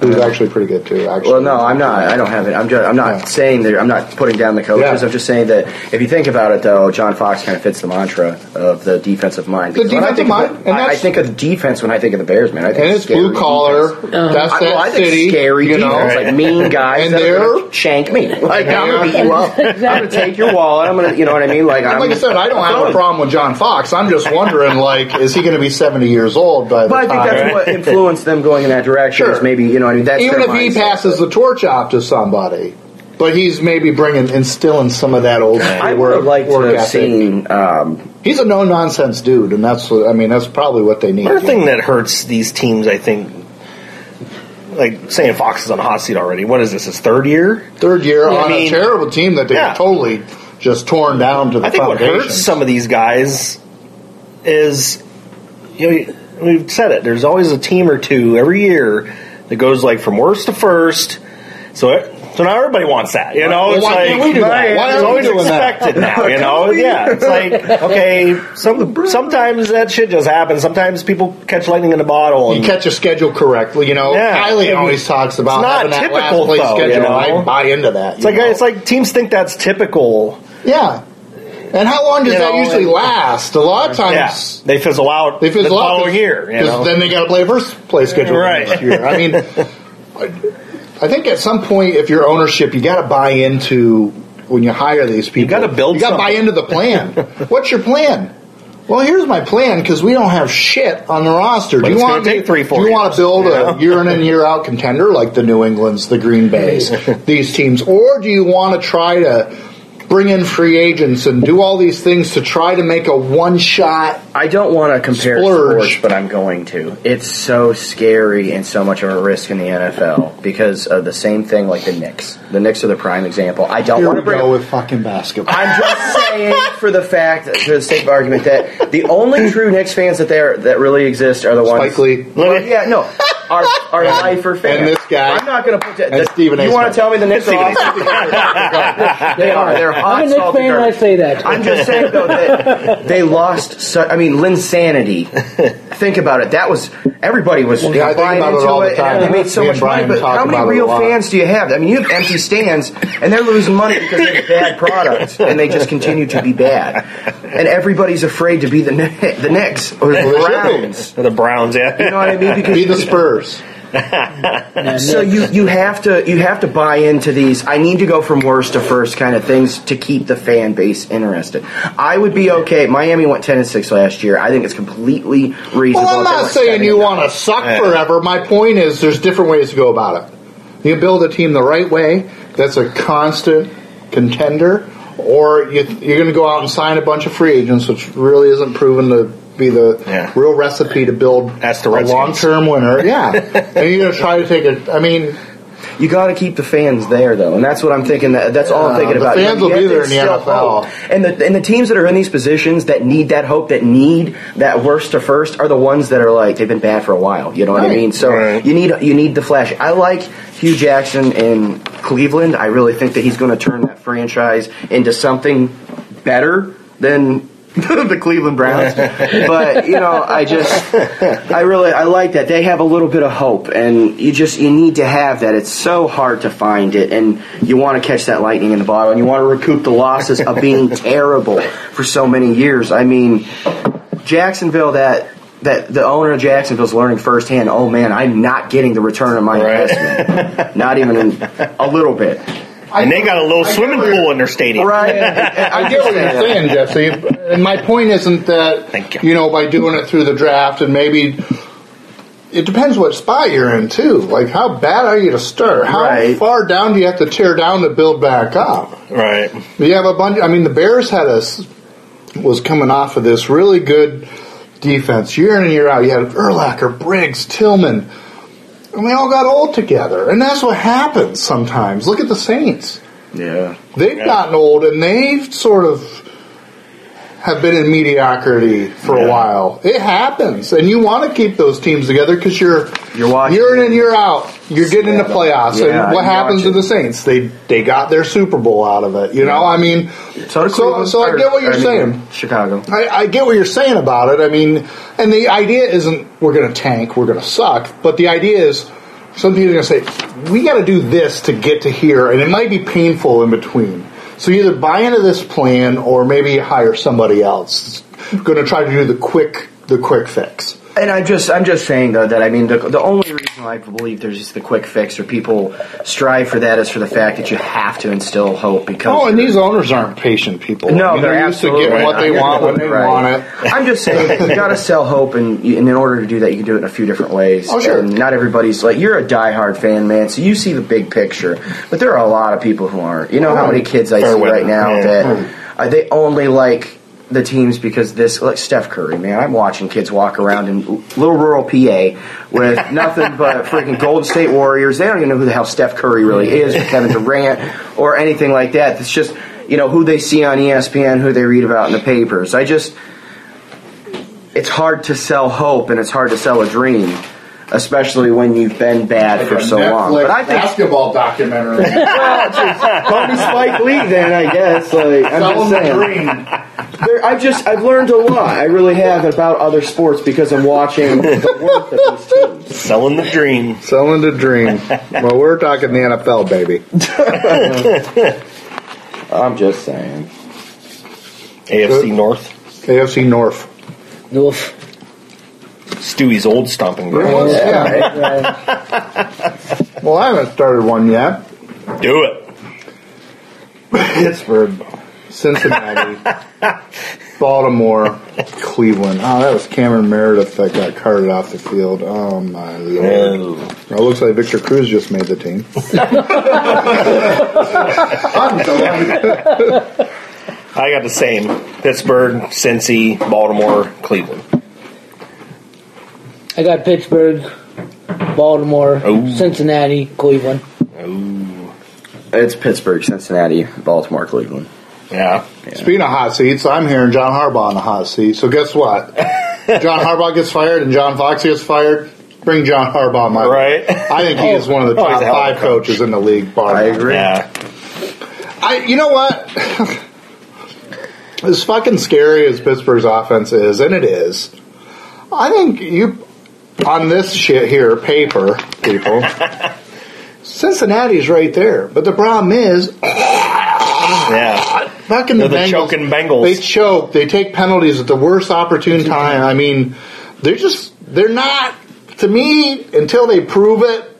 Speaker 3: who's actually pretty good too. Actually,
Speaker 5: Well, no, I'm not. I don't have it. I'm just. I'm not
Speaker 3: Yeah.
Speaker 5: saying that. I'm not putting down the coaches.
Speaker 3: Yeah.
Speaker 5: I'm just saying that if you think about it, though, John Fox kind of fits the mantra of the defensive mind.
Speaker 3: The
Speaker 5: Because when I
Speaker 3: defensive
Speaker 5: think of
Speaker 3: mind,
Speaker 5: the-
Speaker 3: and
Speaker 5: I, I
Speaker 3: that's-
Speaker 5: think of defense when I think of the Bears, man. I think
Speaker 3: and it's
Speaker 5: scary Oh.
Speaker 3: blue collar.
Speaker 5: defense.
Speaker 3: That's
Speaker 5: I,
Speaker 3: that
Speaker 5: well, I think
Speaker 3: city,
Speaker 5: scary
Speaker 3: you know.
Speaker 5: defense, like mean guys
Speaker 3: And
Speaker 5: that are
Speaker 3: they're-
Speaker 5: gonna shank me. Like I'm gonna
Speaker 3: And
Speaker 5: beat you up. I'm gonna take your wallet. I'm gonna, you know what I mean? Like I'm,
Speaker 3: Like I said, I don't have a problem with John Fox. I'm just wondering, like, is he going to be 70 years old by the
Speaker 5: But I think
Speaker 3: time?
Speaker 5: that's what influenced them going in that direction. Is
Speaker 3: Sure.
Speaker 5: maybe you know, I mean, that's
Speaker 3: even
Speaker 5: their
Speaker 3: if he
Speaker 5: mindset.
Speaker 3: passes the torch off to somebody, but he's maybe bringing instilling some of that old
Speaker 5: I
Speaker 3: school
Speaker 5: would
Speaker 3: work,
Speaker 5: have liked to
Speaker 3: work
Speaker 5: have
Speaker 3: ethic.
Speaker 5: seen. Um,
Speaker 3: He's a no nonsense dude, and that's what, I mean that's probably what they need.
Speaker 2: Another thing that hurts these teams, I think, like saying Fox is on the hot seat already. What is this? His third year?
Speaker 3: Third year
Speaker 2: Yeah, I
Speaker 3: on
Speaker 2: mean-
Speaker 3: a terrible team that they've
Speaker 2: Yeah.
Speaker 3: totally just torn down to the
Speaker 2: I think what
Speaker 3: foundation.
Speaker 2: hurts some of these guys is you know we've said it. There's always a team or two every year that goes like from worst to first. So it, so now everybody wants that. You know,
Speaker 3: Why-
Speaker 2: it's
Speaker 3: why
Speaker 2: like
Speaker 3: can't we do that?
Speaker 2: right,
Speaker 3: Why
Speaker 2: it's
Speaker 3: aren't we
Speaker 2: always
Speaker 3: doing that?
Speaker 2: expected now. You know, yeah. It's like okay, some sometimes that shit just happens. Sometimes people catch lightning in a bottle.
Speaker 3: you
Speaker 2: And,
Speaker 3: catch a schedule correctly, you know.
Speaker 2: Yeah.
Speaker 3: Kylie always talks about
Speaker 2: It's not
Speaker 3: having that
Speaker 2: typical,
Speaker 3: last place
Speaker 2: though,
Speaker 3: schedule.
Speaker 2: you know?
Speaker 3: I buy into that.
Speaker 2: it's like it's like teams think that's typical.
Speaker 3: yeah. And how long does
Speaker 2: You
Speaker 3: that
Speaker 2: know,
Speaker 3: usually
Speaker 2: and-
Speaker 3: last? A lot of
Speaker 2: Yeah,
Speaker 3: times,
Speaker 2: they fizzle out.
Speaker 3: They fizzle
Speaker 2: the
Speaker 3: out
Speaker 2: following year. You know?
Speaker 3: then they got to play a first play schedule
Speaker 2: Right.
Speaker 3: next year. I mean, I I think at some point, if you're ownership, you got to buy into when you hire these people.
Speaker 2: gotta build
Speaker 3: You got to buy
Speaker 2: something.
Speaker 3: into the plan. What's your plan? Well, here's my plan because we don't have shit on the roster.
Speaker 2: But
Speaker 3: do you
Speaker 2: it's
Speaker 3: want
Speaker 2: gonna take three, four
Speaker 3: Do you want
Speaker 2: years,
Speaker 3: to build
Speaker 2: you
Speaker 3: a
Speaker 2: know?
Speaker 3: year in and year out contender like the New England's, the Green Bay's, these teams, or do you want to try to? Bring in free agents and do all these things to try to make a one shot
Speaker 5: I don't want to compare
Speaker 3: Splurge.
Speaker 5: sports, but I'm going to. It's so scary and so much of a risk in the NFL because of the same thing like the Knicks. The Knicks are the prime example. I don't
Speaker 3: Here
Speaker 5: want
Speaker 3: we
Speaker 5: to bring
Speaker 3: go
Speaker 5: up-
Speaker 3: with fucking basketball.
Speaker 5: I'm just saying, for the fact, for the sake of argument, that the only true Knicks fans that there that really exist are the ones.
Speaker 3: Spike Lee.
Speaker 5: Well, yeah, no. our our lifer fan.
Speaker 3: And this guy.
Speaker 5: I'm not going to put that.
Speaker 3: And
Speaker 5: that-
Speaker 3: Stephen A.
Speaker 5: you want
Speaker 3: Smith.
Speaker 5: to tell me the Knicks are awesome? they are. They're hot.
Speaker 1: I'm a Knicks
Speaker 5: salty
Speaker 1: fan. I
Speaker 5: garbage.
Speaker 1: say that.
Speaker 5: I'm just saying though that they lost. Su- I mean, Linsanity. Think about it. That was everybody was
Speaker 3: Yeah, I think
Speaker 5: buying
Speaker 3: about it
Speaker 5: into
Speaker 3: all the
Speaker 5: and
Speaker 3: time.
Speaker 5: They made so
Speaker 3: Me and
Speaker 5: much money,
Speaker 3: Brian
Speaker 5: but
Speaker 3: talk
Speaker 5: how many
Speaker 3: about it a
Speaker 5: real
Speaker 3: lot.
Speaker 5: fans do you have? I mean, you have empty stands, and they're losing money because they have bad products, and they just continue to be bad. And everybody's afraid to be the Kni- the Knicks or
Speaker 3: Well,
Speaker 5: the
Speaker 3: they should be.
Speaker 5: Browns.
Speaker 2: The Browns, yeah.
Speaker 5: You know what I mean? Because
Speaker 3: Be the Spurs.
Speaker 5: so you, you have to you have to buy into these I need to go from worst to first kind of things to keep the fan base interested. I would be okay. Miami went ten and six last year. I think it's completely reasonable.
Speaker 3: Well, I'm
Speaker 5: if they
Speaker 3: not
Speaker 5: went
Speaker 3: saying
Speaker 5: seven
Speaker 3: you
Speaker 5: and nine.
Speaker 3: want to suck
Speaker 2: Yeah.
Speaker 3: forever. My point is, there's different ways to go about it. You build a team the right way that's a constant contender, or you, you're going to go out and sign a bunch of free agents, which really isn't proven to be the
Speaker 2: Yeah.
Speaker 3: real recipe to build
Speaker 2: That's the
Speaker 3: a
Speaker 2: Redskins.
Speaker 3: long-term winner. Yeah, and you're going to try to take it. I mean,
Speaker 5: You got to keep the fans there, though, and that's what I'm thinking. That, that's all I'm
Speaker 3: Yeah,
Speaker 5: thinking
Speaker 3: the
Speaker 5: about.
Speaker 3: fans will
Speaker 5: Yet
Speaker 3: be there
Speaker 5: there's
Speaker 3: in the
Speaker 5: still
Speaker 3: NFL.
Speaker 5: hope. and the and the teams that are in these positions that need that hope, that need that worst to first, are the ones that are like they've been bad for a while. You know what I
Speaker 3: Right.
Speaker 5: mean? So
Speaker 2: Right.
Speaker 5: you need you need the flash. I like Hugh Jackson in Cleveland. I really think that he's going to turn that franchise into something better than. the Cleveland Browns, but you know, I just I really I like that they have a little bit of hope, and you just you need to have that. It's so hard to find it, and you want to catch that lightning in the bottle, and you want to recoup the losses of being terrible for so many years. I mean, Jacksonville that. That the owner of Jacksonville's learning firsthand. Oh man, I'm not getting the return on my
Speaker 2: Right.
Speaker 5: investment, not even in, a little bit.
Speaker 2: and they got a little swimming pool in their stadium.
Speaker 5: Right?
Speaker 3: I get what you're saying, Jesse. And my point isn't that
Speaker 2: Thank you.
Speaker 3: know by doing it through the draft and maybe it depends what spot you're in too. Like how bad are you to start? How
Speaker 5: Right.
Speaker 3: far down do you have to tear down to build back up?
Speaker 2: Right.
Speaker 3: You have a bunch. I mean, the Bears had us was coming off of this really good defense year in and year out. You had Urlacher, Briggs, Tillman, and we all got old together. And that's what happens sometimes. Look at the Saints
Speaker 5: Yeah.
Speaker 3: they've
Speaker 2: Yeah.
Speaker 3: gotten old and they've sort of have been in mediocrity for a while. It happens, and you want to keep those teams together because you're
Speaker 5: You're watching.
Speaker 3: year in and year out. You're getting into playoffs,
Speaker 5: Yeah,
Speaker 3: and what
Speaker 5: you
Speaker 3: happens
Speaker 5: watch it.
Speaker 3: to the Saints? They they got their Super Bowl out of it. You know, I mean,
Speaker 5: So, did
Speaker 3: so,
Speaker 5: Cleveland-
Speaker 3: so I
Speaker 5: or-
Speaker 3: get what you're
Speaker 5: I mean,
Speaker 3: saying.
Speaker 5: Chicago.
Speaker 3: I, I get what you're saying about it. I mean, and the idea isn't we're going to tank, we're going to suck, but the idea is some people are going to say we got to do this to get to here, and it might be painful in between. So you either buy into this plan or maybe hire somebody else. Going to try to do the quick, the quick fix.
Speaker 5: And I'm just, I'm just saying though that I mean the, the only reason I believe there's just the quick fix or people strive for that is for the fact that you have to instill hope because
Speaker 3: Oh, and these owners aren't patient people.
Speaker 5: no,
Speaker 3: I mean,
Speaker 5: they're,
Speaker 3: they're used to
Speaker 5: absolutely
Speaker 3: getting what they want
Speaker 5: not.
Speaker 3: when they
Speaker 5: Right.
Speaker 3: want it.
Speaker 5: I'm just saying you got to sell hope, and, you- and in order to do that, you can do it in a few different ways.
Speaker 3: Oh, sure.
Speaker 5: And not everybody's like you're a diehard fan, man, so you see the big picture. But there are a lot of people who aren't. You know how many kids I
Speaker 2: Fair
Speaker 5: see
Speaker 2: weather,
Speaker 5: right now
Speaker 2: yeah.
Speaker 5: that uh, they only like the teams because this like Steph Curry, man. I'm watching kids walk around in l- little rural PA with nothing but freaking Golden State Warriors. They don't even know who the hell Steph Curry really is, or Kevin Durant, or anything like that. It's just you know who they see on E ESPN, who they read about in the papers. I just it's hard to sell hope and it's hard to sell a dream, especially when you've been bad for so long. But I think
Speaker 3: basketball documentary.
Speaker 5: Kobe Spike Lee, then I guess. Like I'm just saying, there, I've just I've learned a lot. I really have about other sports because I'm watching the work of these teams.
Speaker 2: Selling the dream.
Speaker 3: Selling the dream. Well, we're talking the NFL, baby.
Speaker 5: I'm just saying.
Speaker 2: AFC North.
Speaker 3: AFC North.
Speaker 1: Oof.
Speaker 2: Stewie's old stomping ground.
Speaker 3: Yeah.
Speaker 1: Right.
Speaker 3: Well, I haven't started one yet.
Speaker 2: Do it.
Speaker 3: Pittsburgh, Cincinnati, Baltimore, Cleveland. Oh, that was Cameron Meredith that got carted off the field. Oh my lord! It looks like Victor Cruz just made the team.
Speaker 2: I got the same. Pittsburgh, Cincy, Baltimore, Cleveland.
Speaker 1: I got Pittsburgh, Baltimore,
Speaker 2: Oh.
Speaker 1: Cincinnati, Cleveland.
Speaker 5: It's Pittsburgh, Cincinnati, Baltimore, Cleveland.
Speaker 2: Yeah.
Speaker 3: Speaking of hot seats, I'm hearing John Harbaugh in the hot seat. So guess what? John Harbaugh gets fired and John Fox gets fired. Bring John Harbaugh, my
Speaker 2: Right.
Speaker 3: I think he is one of the
Speaker 2: Oh, he's
Speaker 3: top
Speaker 2: a hell of a
Speaker 3: five
Speaker 2: coach.
Speaker 3: coaches in the league. Bar
Speaker 5: I
Speaker 3: none.
Speaker 5: agree.
Speaker 2: Yeah.
Speaker 3: I, you know what? as fucking scary as Pittsburgh's offense is, and it is, I think you on this shit here, paper people, Cincinnati's right there. But the problem is,
Speaker 2: Yeah.
Speaker 3: fucking the,
Speaker 2: They're the
Speaker 3: Bengals,
Speaker 2: choking Bengals. Mm-hmm.
Speaker 3: They choke. They take penalties at the worst opportune time. I mean, they're just they're not to me until they prove it.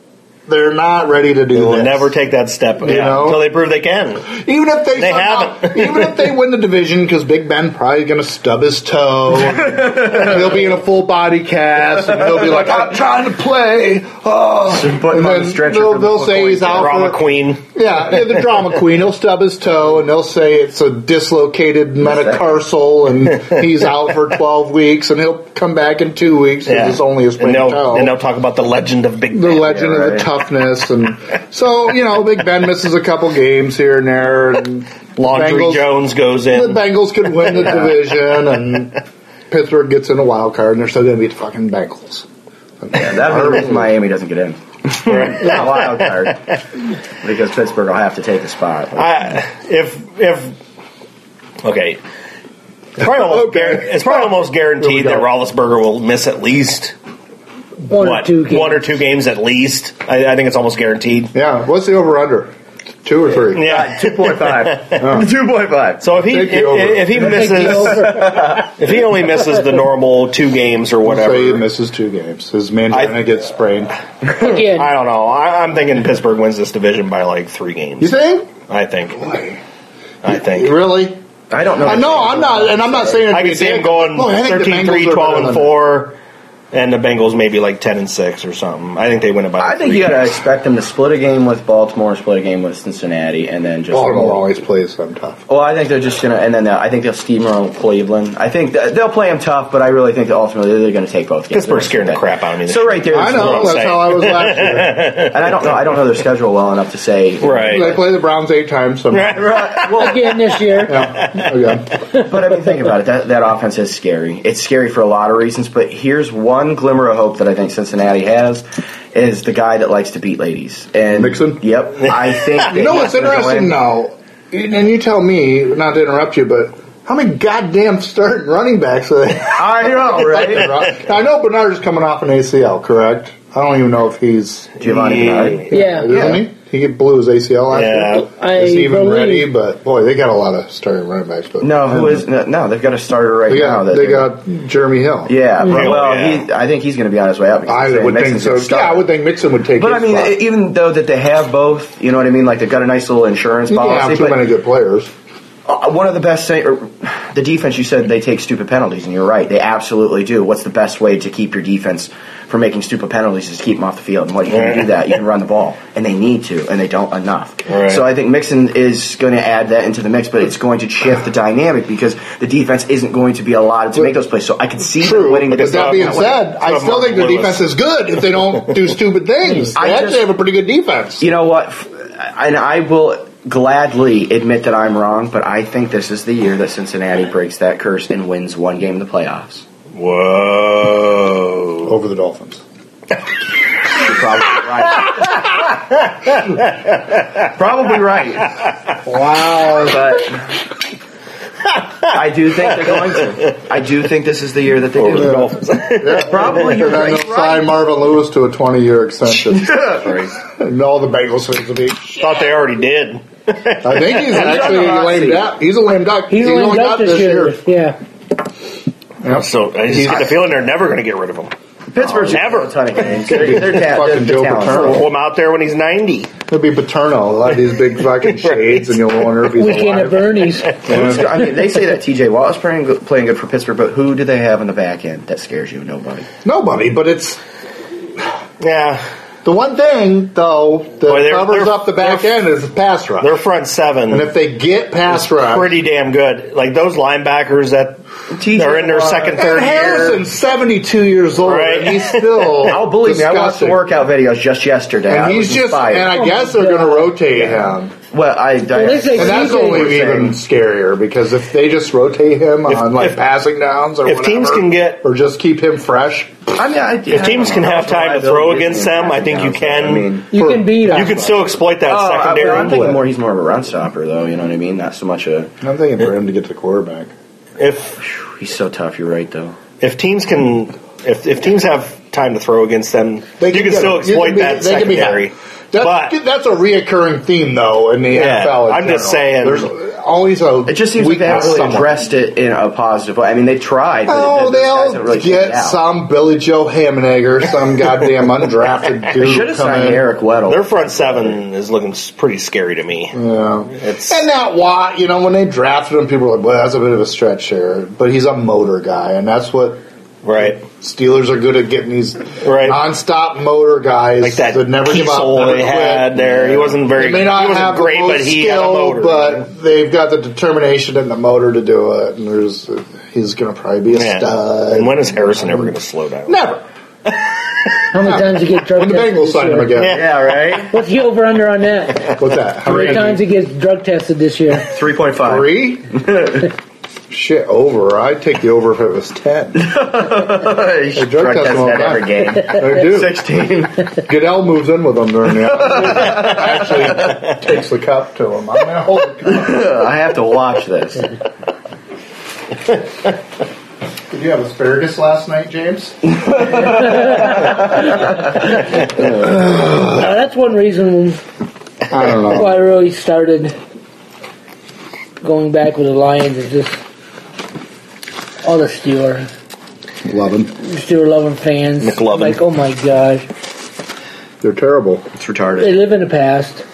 Speaker 3: They're not ready to do
Speaker 2: They will
Speaker 3: this.
Speaker 2: never take that step yeah,
Speaker 3: know?
Speaker 2: until they prove they can.
Speaker 3: Even if they,
Speaker 2: They
Speaker 3: somehow-
Speaker 2: haven't.
Speaker 3: even if they win the division, because Big Ben probably going to stub his toe. and he'll be in a full body cast, and he'll be like, "I'm trying to play." Oh.
Speaker 5: Just put him
Speaker 3: and
Speaker 5: on
Speaker 3: then
Speaker 5: the stretcher
Speaker 3: they'll,
Speaker 5: for the
Speaker 3: they'll say
Speaker 5: football
Speaker 3: he's
Speaker 5: game.
Speaker 3: out.
Speaker 2: Drama
Speaker 3: for,
Speaker 2: queen.
Speaker 3: Yeah, yeah, the drama queen. He'll stub his toe, and they'll say it's a dislocated metatarsal, and he's out for twelve weeks, and he'll come back in two weeks because
Speaker 2: Yeah.
Speaker 3: it's only a sprained
Speaker 2: and they'll,
Speaker 3: toe
Speaker 2: And they'll talk about the legend of Big
Speaker 3: the
Speaker 2: Ben.
Speaker 3: legend
Speaker 5: Yeah,
Speaker 3: of the
Speaker 5: right.
Speaker 3: toughness, and so you know, Big Ben misses a couple games here and there, and
Speaker 2: Laundry
Speaker 3: Bengals-
Speaker 2: Jones goes
Speaker 3: The
Speaker 2: in.
Speaker 3: Bengals could win the division, and Pittsburgh gets in a wild card, and they're still going to be the fucking Bengals.
Speaker 5: Yeah, that's the reason Miami doesn't get in. Not wild card. Because Pittsburgh will have to take a spot.
Speaker 2: I, if if okay, it's probably almost,
Speaker 3: Okay.
Speaker 2: guar- it's probably almost
Speaker 3: Here we
Speaker 2: guaranteed
Speaker 3: go.
Speaker 2: that Roethlisberger will miss at least
Speaker 1: One
Speaker 2: what,
Speaker 1: or two games.
Speaker 2: one or two games at least. I, I think it's almost guaranteed.
Speaker 3: Yeah, what's the over under? Two or three?
Speaker 2: Yeah.
Speaker 5: Two point five. Two point five.
Speaker 2: So if he
Speaker 3: Take
Speaker 2: if,
Speaker 3: the over.
Speaker 2: if he
Speaker 1: Take the
Speaker 2: misses
Speaker 1: over.
Speaker 2: if he only misses the normal two games or
Speaker 3: Whatever. Say he
Speaker 2: whatever,
Speaker 3: misses two games. His mangina
Speaker 2: I-
Speaker 3: gets sprained.
Speaker 1: Again,
Speaker 2: I don't know. I, I'm thinking Pittsburgh wins this division by like three
Speaker 3: You
Speaker 2: games.
Speaker 3: think?
Speaker 2: I think. I think.
Speaker 3: Really?
Speaker 5: I don't know.
Speaker 3: I know. I'm not, and I'm not saying. it
Speaker 2: I
Speaker 3: to
Speaker 2: can
Speaker 3: be
Speaker 2: see him
Speaker 3: dick.
Speaker 2: going
Speaker 3: Look, I think the
Speaker 2: 13 3,
Speaker 3: Bengals are
Speaker 2: 12
Speaker 3: better
Speaker 2: and
Speaker 3: than-
Speaker 2: 4, and the Bengals maybe like 10 and 6 or something. I think they win it by
Speaker 5: I
Speaker 2: like
Speaker 5: think
Speaker 2: three
Speaker 5: you got to
Speaker 2: games.
Speaker 5: expect them to split a game with Baltimore, split a game with Cincinnati, and then just
Speaker 3: Baltimore always plays them tough.
Speaker 5: Well, I think they're just gonna, and then they'll- I think they'll steamroll Cleveland. I think that they'll play them tough, but I really think that ultimately they're gonna take both games.
Speaker 2: Pittsburgh's scaring the crap out of me.
Speaker 5: So right there,
Speaker 3: I know.
Speaker 2: I'm
Speaker 3: That's
Speaker 2: saying.
Speaker 3: how I was last year.
Speaker 5: and I don't know, I don't know their schedule well enough to say.
Speaker 3: They
Speaker 2: Right.
Speaker 3: play the Browns eight times. So
Speaker 5: Right, well,
Speaker 1: again this year.
Speaker 3: yeah, okay.
Speaker 5: but I mean, think about it. That that offense is scary. It's scary for a lot of reasons, but here's one glimmer of hope that I think Cincinnati has is the guy that likes to beat ladies and
Speaker 3: Mixon?
Speaker 5: Yep, I think.
Speaker 3: You know
Speaker 5: that
Speaker 3: what's
Speaker 5: he's gonna go
Speaker 3: interesting
Speaker 5: in.
Speaker 3: now, and you tell me not to interrupt you, but how many goddamn starting running backs are they?
Speaker 5: I know, right?
Speaker 3: I know Bernard is coming off an ACL, correct? I don't even know if he's
Speaker 5: Giovanni Bernard.
Speaker 1: Yeah.
Speaker 3: isn't he? He blew his ACL last
Speaker 2: Yeah.
Speaker 3: year.
Speaker 1: I
Speaker 3: is he even
Speaker 1: believe-
Speaker 3: ready? But boy, they got a lot of starting running backs. But
Speaker 5: No, who is no? no, They've got a starter right
Speaker 3: They got
Speaker 5: now. That
Speaker 3: they
Speaker 5: they're-
Speaker 3: got Jeremy Hill.
Speaker 5: Yeah,
Speaker 2: Yeah.
Speaker 5: but, well,
Speaker 2: Yeah.
Speaker 5: He, I think he's going to be on his way up.
Speaker 3: I would think
Speaker 5: Mixon's
Speaker 3: so.
Speaker 5: gonna start.
Speaker 3: Yeah, I would think Mixon would take.
Speaker 5: But I
Speaker 3: his
Speaker 5: mean,
Speaker 3: spot.
Speaker 5: e- even though that they have both, you know what I mean? Like they've got a nice little insurance
Speaker 3: you can't
Speaker 5: policy.
Speaker 3: have too
Speaker 5: but
Speaker 3: many good players.
Speaker 5: uh, one of the best thing, or the defense. You said they take stupid penalties, and you're right. They absolutely do. What's the best way to keep your defense from making stupid penalties? Is to keep them off the field. And what you can do that, you can run the ball, and they need to, and they don't enough.
Speaker 2: Right.
Speaker 5: So I think Mixon is going to add that into the mix, but it's going to shift the dynamic because the defense isn't going to be allowed to make those plays. So I can see them
Speaker 3: True,
Speaker 5: winning
Speaker 3: but
Speaker 5: the
Speaker 3: that being
Speaker 5: division.
Speaker 3: said, I
Speaker 2: Mark
Speaker 3: still think their
Speaker 2: Lewis.
Speaker 3: defense is good if they don't do stupid things. They
Speaker 5: I
Speaker 3: actually
Speaker 5: just-
Speaker 3: have a pretty good defense.
Speaker 5: You know what? F- And I will gladly admit that I'm wrong, but I think this is the year that Cincinnati breaks that curse and wins one game in the playoffs.
Speaker 2: Whoa.
Speaker 3: Over the Dolphins.
Speaker 5: You're probably right. probably right.
Speaker 3: Wow.
Speaker 5: But I do think they're going to. I do think this is the year that they do.
Speaker 2: Dolphins.
Speaker 5: Probably
Speaker 3: They're
Speaker 5: you're
Speaker 3: going
Speaker 5: right.
Speaker 3: to sign Marvin Lewis to a 20 year extension.
Speaker 2: Thought
Speaker 3: and all the Bengals fans will be.
Speaker 2: they already did.
Speaker 3: I think he's actually
Speaker 5: the hot
Speaker 3: lame
Speaker 5: seat.
Speaker 3: duck. He's a lame duck.
Speaker 1: He's
Speaker 3: only
Speaker 1: only
Speaker 3: got
Speaker 1: up this year. Yeah.
Speaker 2: So I just get the feeling they're never going to get rid of him.
Speaker 5: Pittsburgh's
Speaker 2: Never.
Speaker 5: a ton of games. They're, they're, ta-
Speaker 3: Fucking
Speaker 5: they're,
Speaker 3: Joe
Speaker 5: they're talented.
Speaker 3: Paterno.
Speaker 2: Throw him out there when he's 90.
Speaker 3: He'll be paternal. He'll have these big fucking shades, and you'll wonder if he's
Speaker 1: Weekend at
Speaker 3: alive.
Speaker 1: Bernie's.
Speaker 5: Who's- I mean, they say that T.J. Watt is playing good, playing good for Pittsburgh, but who do they have in the back end that scares you? Nobody.
Speaker 3: Nobody, but it's
Speaker 2: Yeah.
Speaker 3: the one thing, though, that
Speaker 2: Boy, they're-
Speaker 3: covers
Speaker 2: they're-
Speaker 3: up the back
Speaker 2: they're-
Speaker 3: end is the pass rush.
Speaker 2: Their front seven
Speaker 3: And if they get pass rush,
Speaker 2: pretty damn good. Like those linebackers that
Speaker 5: T.J.
Speaker 2: they're in their
Speaker 5: Watt-
Speaker 2: second,
Speaker 3: And
Speaker 2: third year.
Speaker 3: Harrison's 72 years old,
Speaker 2: Right.
Speaker 3: and he's still.
Speaker 5: Oh, believe me, I watched the
Speaker 3: disgusting.
Speaker 5: workout videos just yesterday. I
Speaker 3: And he's
Speaker 5: was
Speaker 3: just,
Speaker 5: inspired.
Speaker 3: Oh, and I guess they're going to rotate him.
Speaker 5: Well, I,
Speaker 1: Well, they say
Speaker 3: And that's
Speaker 1: Tuesday-
Speaker 3: only even scarier because if they just rotate him
Speaker 2: If-
Speaker 3: on like
Speaker 2: if-
Speaker 3: passing downs or
Speaker 2: if
Speaker 3: whatever,
Speaker 2: teams can get-
Speaker 3: or just keep him fresh,
Speaker 5: I mean, I,
Speaker 2: If teams can have time to throw against them, I think you can.
Speaker 5: I mean,
Speaker 1: you can beat them.
Speaker 2: You can still exploit that
Speaker 5: Oh, I,
Speaker 2: secondary.
Speaker 5: well, I'm thinking more. He's more of a run stopper, though. You know what I mean? Not so much a.
Speaker 3: I'm thinking for him to get to the quarterback.
Speaker 2: if
Speaker 5: He's so tough. You're right, though.
Speaker 2: if teams can if, if teams have time to throw against them,
Speaker 3: They
Speaker 2: you can
Speaker 3: get
Speaker 2: still
Speaker 3: him. You
Speaker 2: exploit
Speaker 3: can be-
Speaker 2: that
Speaker 3: they can be-
Speaker 2: secondary.
Speaker 3: That's,
Speaker 2: But-
Speaker 3: that's a reoccurring theme, though, in the
Speaker 2: Yeah,
Speaker 3: NFL. in
Speaker 2: I'm just
Speaker 3: general.
Speaker 2: saying-
Speaker 3: there's always a.
Speaker 5: It just seems like they
Speaker 3: weakness
Speaker 5: haven't really
Speaker 3: somewhere.
Speaker 5: addressed it in a positive way. I mean, they tried. But
Speaker 3: Oh,
Speaker 5: it, that- that
Speaker 3: they'll
Speaker 5: hasn't really panned
Speaker 3: get
Speaker 5: out.
Speaker 3: some Billy Joe Hamanegger, some goddamn undrafted
Speaker 5: They
Speaker 3: dude
Speaker 5: should have
Speaker 3: come
Speaker 5: signed
Speaker 3: in.
Speaker 5: Eric Weddle.
Speaker 2: Their front seven is looking s- pretty scary to me.
Speaker 3: Yeah.
Speaker 2: It's
Speaker 3: And that Watt, you know, when they drafted him, people were like, well, that's a bit of a stretch there. But he's a motor guy, and that's what
Speaker 2: right.
Speaker 3: Steelers are good at getting these
Speaker 2: Right.
Speaker 3: nonstop motor guys
Speaker 2: Like that,
Speaker 3: that never give up.
Speaker 2: Kiesel
Speaker 3: never
Speaker 2: they
Speaker 3: quit.
Speaker 2: had there. He wasn't very.
Speaker 3: They may not
Speaker 2: he wasn't
Speaker 3: have the
Speaker 2: great,
Speaker 3: most
Speaker 2: but he had a
Speaker 3: skill,
Speaker 2: motor.
Speaker 3: but they've got the determination and the motor to do it. And there's, he's going to probably be a
Speaker 2: Yeah.
Speaker 3: stud.
Speaker 2: And when is Harrison ever going to slow down?
Speaker 3: Never.
Speaker 1: How many times you get drug
Speaker 3: When the
Speaker 1: tested
Speaker 3: Bengals
Speaker 1: this
Speaker 3: signed him
Speaker 1: year?
Speaker 3: again.
Speaker 5: yeah, right.
Speaker 1: What's the over under on that?
Speaker 3: What's that? How
Speaker 1: How many
Speaker 3: many?
Speaker 1: times he gets drug tested this year?
Speaker 5: Three point five.
Speaker 3: Three? Shit, over. I'd take the over if it was 10.
Speaker 5: drug
Speaker 3: drug test
Speaker 5: test
Speaker 3: them all
Speaker 5: that
Speaker 3: back.
Speaker 5: every game.
Speaker 3: I do.
Speaker 5: Sixteen.
Speaker 3: Goodell moves in with them during the episode. Actually, takes the cup to him. I'm gonna hold the cup.
Speaker 5: I have to watch this.
Speaker 3: Did you have asparagus last night, James?
Speaker 1: Now, that's one reason
Speaker 3: I don't know.
Speaker 1: why I really started going back with the Lions is just all the Steeler,
Speaker 3: Love them.
Speaker 1: Steeler loving fans.
Speaker 2: McLovin.
Speaker 1: Like, oh my gosh,
Speaker 3: They're terrible.
Speaker 5: It's
Speaker 1: they
Speaker 5: retarded.
Speaker 1: live in the past.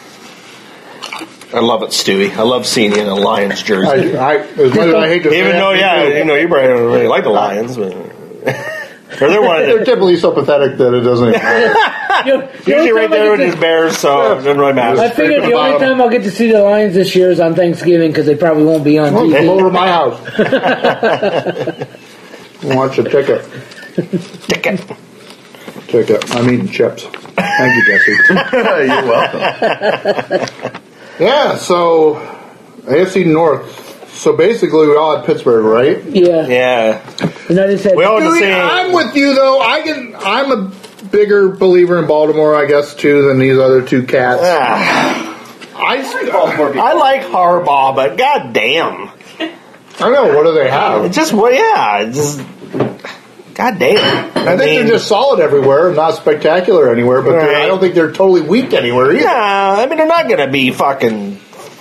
Speaker 2: I love it, Stewie. I love seeing you in a Lions jersey.
Speaker 3: I, I, as much as I hate to say
Speaker 2: Even though,
Speaker 3: that,
Speaker 2: yeah,
Speaker 3: they do.
Speaker 2: you know, you probably don't really like the Lions, but or they're one of
Speaker 3: they're
Speaker 2: the
Speaker 3: typically so pathetic that it doesn't even matter.
Speaker 1: You know, the only
Speaker 2: usually right
Speaker 1: time I
Speaker 2: there
Speaker 1: get
Speaker 2: with
Speaker 1: to-
Speaker 2: his Bears, so it doesn't really
Speaker 1: I
Speaker 2: matter.
Speaker 1: figured the only time I'll get to see the Lions this year is on Thanksgiving because they probably won't be on
Speaker 3: Come
Speaker 1: TV.
Speaker 3: over to my house. Watch a ticket.
Speaker 2: Ticket.
Speaker 3: Ticket. I'm eating chips. Thank you, Jesse.
Speaker 5: You're welcome.
Speaker 3: Yeah, so AFC North. So basically, we all had Pittsburgh, right?
Speaker 1: Yeah.
Speaker 2: Yeah,
Speaker 1: And I just said,
Speaker 2: we all have Oh, the
Speaker 3: Dude,
Speaker 2: same.
Speaker 3: I'm with you though. I can. I'm a bigger believer in Baltimore, I guess, too, than these other two cats.
Speaker 2: Ah,
Speaker 3: I, I,
Speaker 2: I like Harbaugh, but goddamn,
Speaker 3: know. What do they have?
Speaker 2: it's just well, yeah, it's just goddamn.
Speaker 3: I think they're just solid everywhere, not spectacular anywhere, but they're I don't think they're totally weak anywhere either.
Speaker 2: Yeah, I mean, they're not gonna be fucking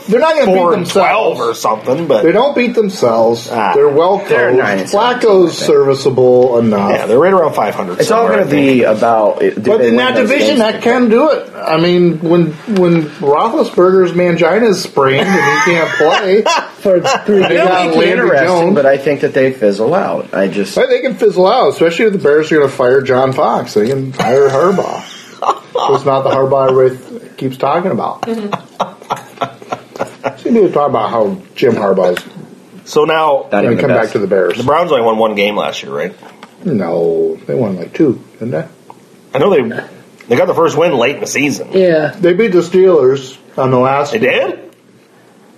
Speaker 3: They're not going to
Speaker 2: four
Speaker 3: beat
Speaker 2: and twelve or
Speaker 3: themselves.
Speaker 2: something,
Speaker 3: They
Speaker 2: but
Speaker 3: don't beat themselves.
Speaker 2: Ah.
Speaker 3: they're well coached.
Speaker 5: They're nine and seven,
Speaker 3: Flacco's serviceable enough.
Speaker 2: yeah, they're right around five hundred.
Speaker 5: It's all going to be about. do
Speaker 3: But
Speaker 5: they
Speaker 3: in
Speaker 5: win
Speaker 3: that
Speaker 5: those
Speaker 3: division,
Speaker 5: games
Speaker 3: that can do it. I mean, when when Roethlisberger's mangina's sprained and he can't play,
Speaker 1: for three
Speaker 3: they
Speaker 5: It'll
Speaker 3: got
Speaker 5: be
Speaker 3: Landry
Speaker 5: interesting,
Speaker 3: Jones.
Speaker 5: but I think that they fizzle out. I just
Speaker 3: But they can fizzle out, especially if the Bears are going to fire John Fox. They can hire Harbaugh. so it's not the Harbaugh everybody keeps talking about. See, people talk about how Jim Harbaugh's
Speaker 2: So now
Speaker 5: not
Speaker 3: going
Speaker 5: even
Speaker 3: to
Speaker 5: the
Speaker 3: come
Speaker 5: best.
Speaker 3: back to the Bears.
Speaker 2: the Browns only won one game last year, right?
Speaker 3: No, they won like two, didn't they?
Speaker 2: I know they they got the first win late in the season.
Speaker 1: Yeah.
Speaker 3: They beat the Steelers on the last.
Speaker 2: They did.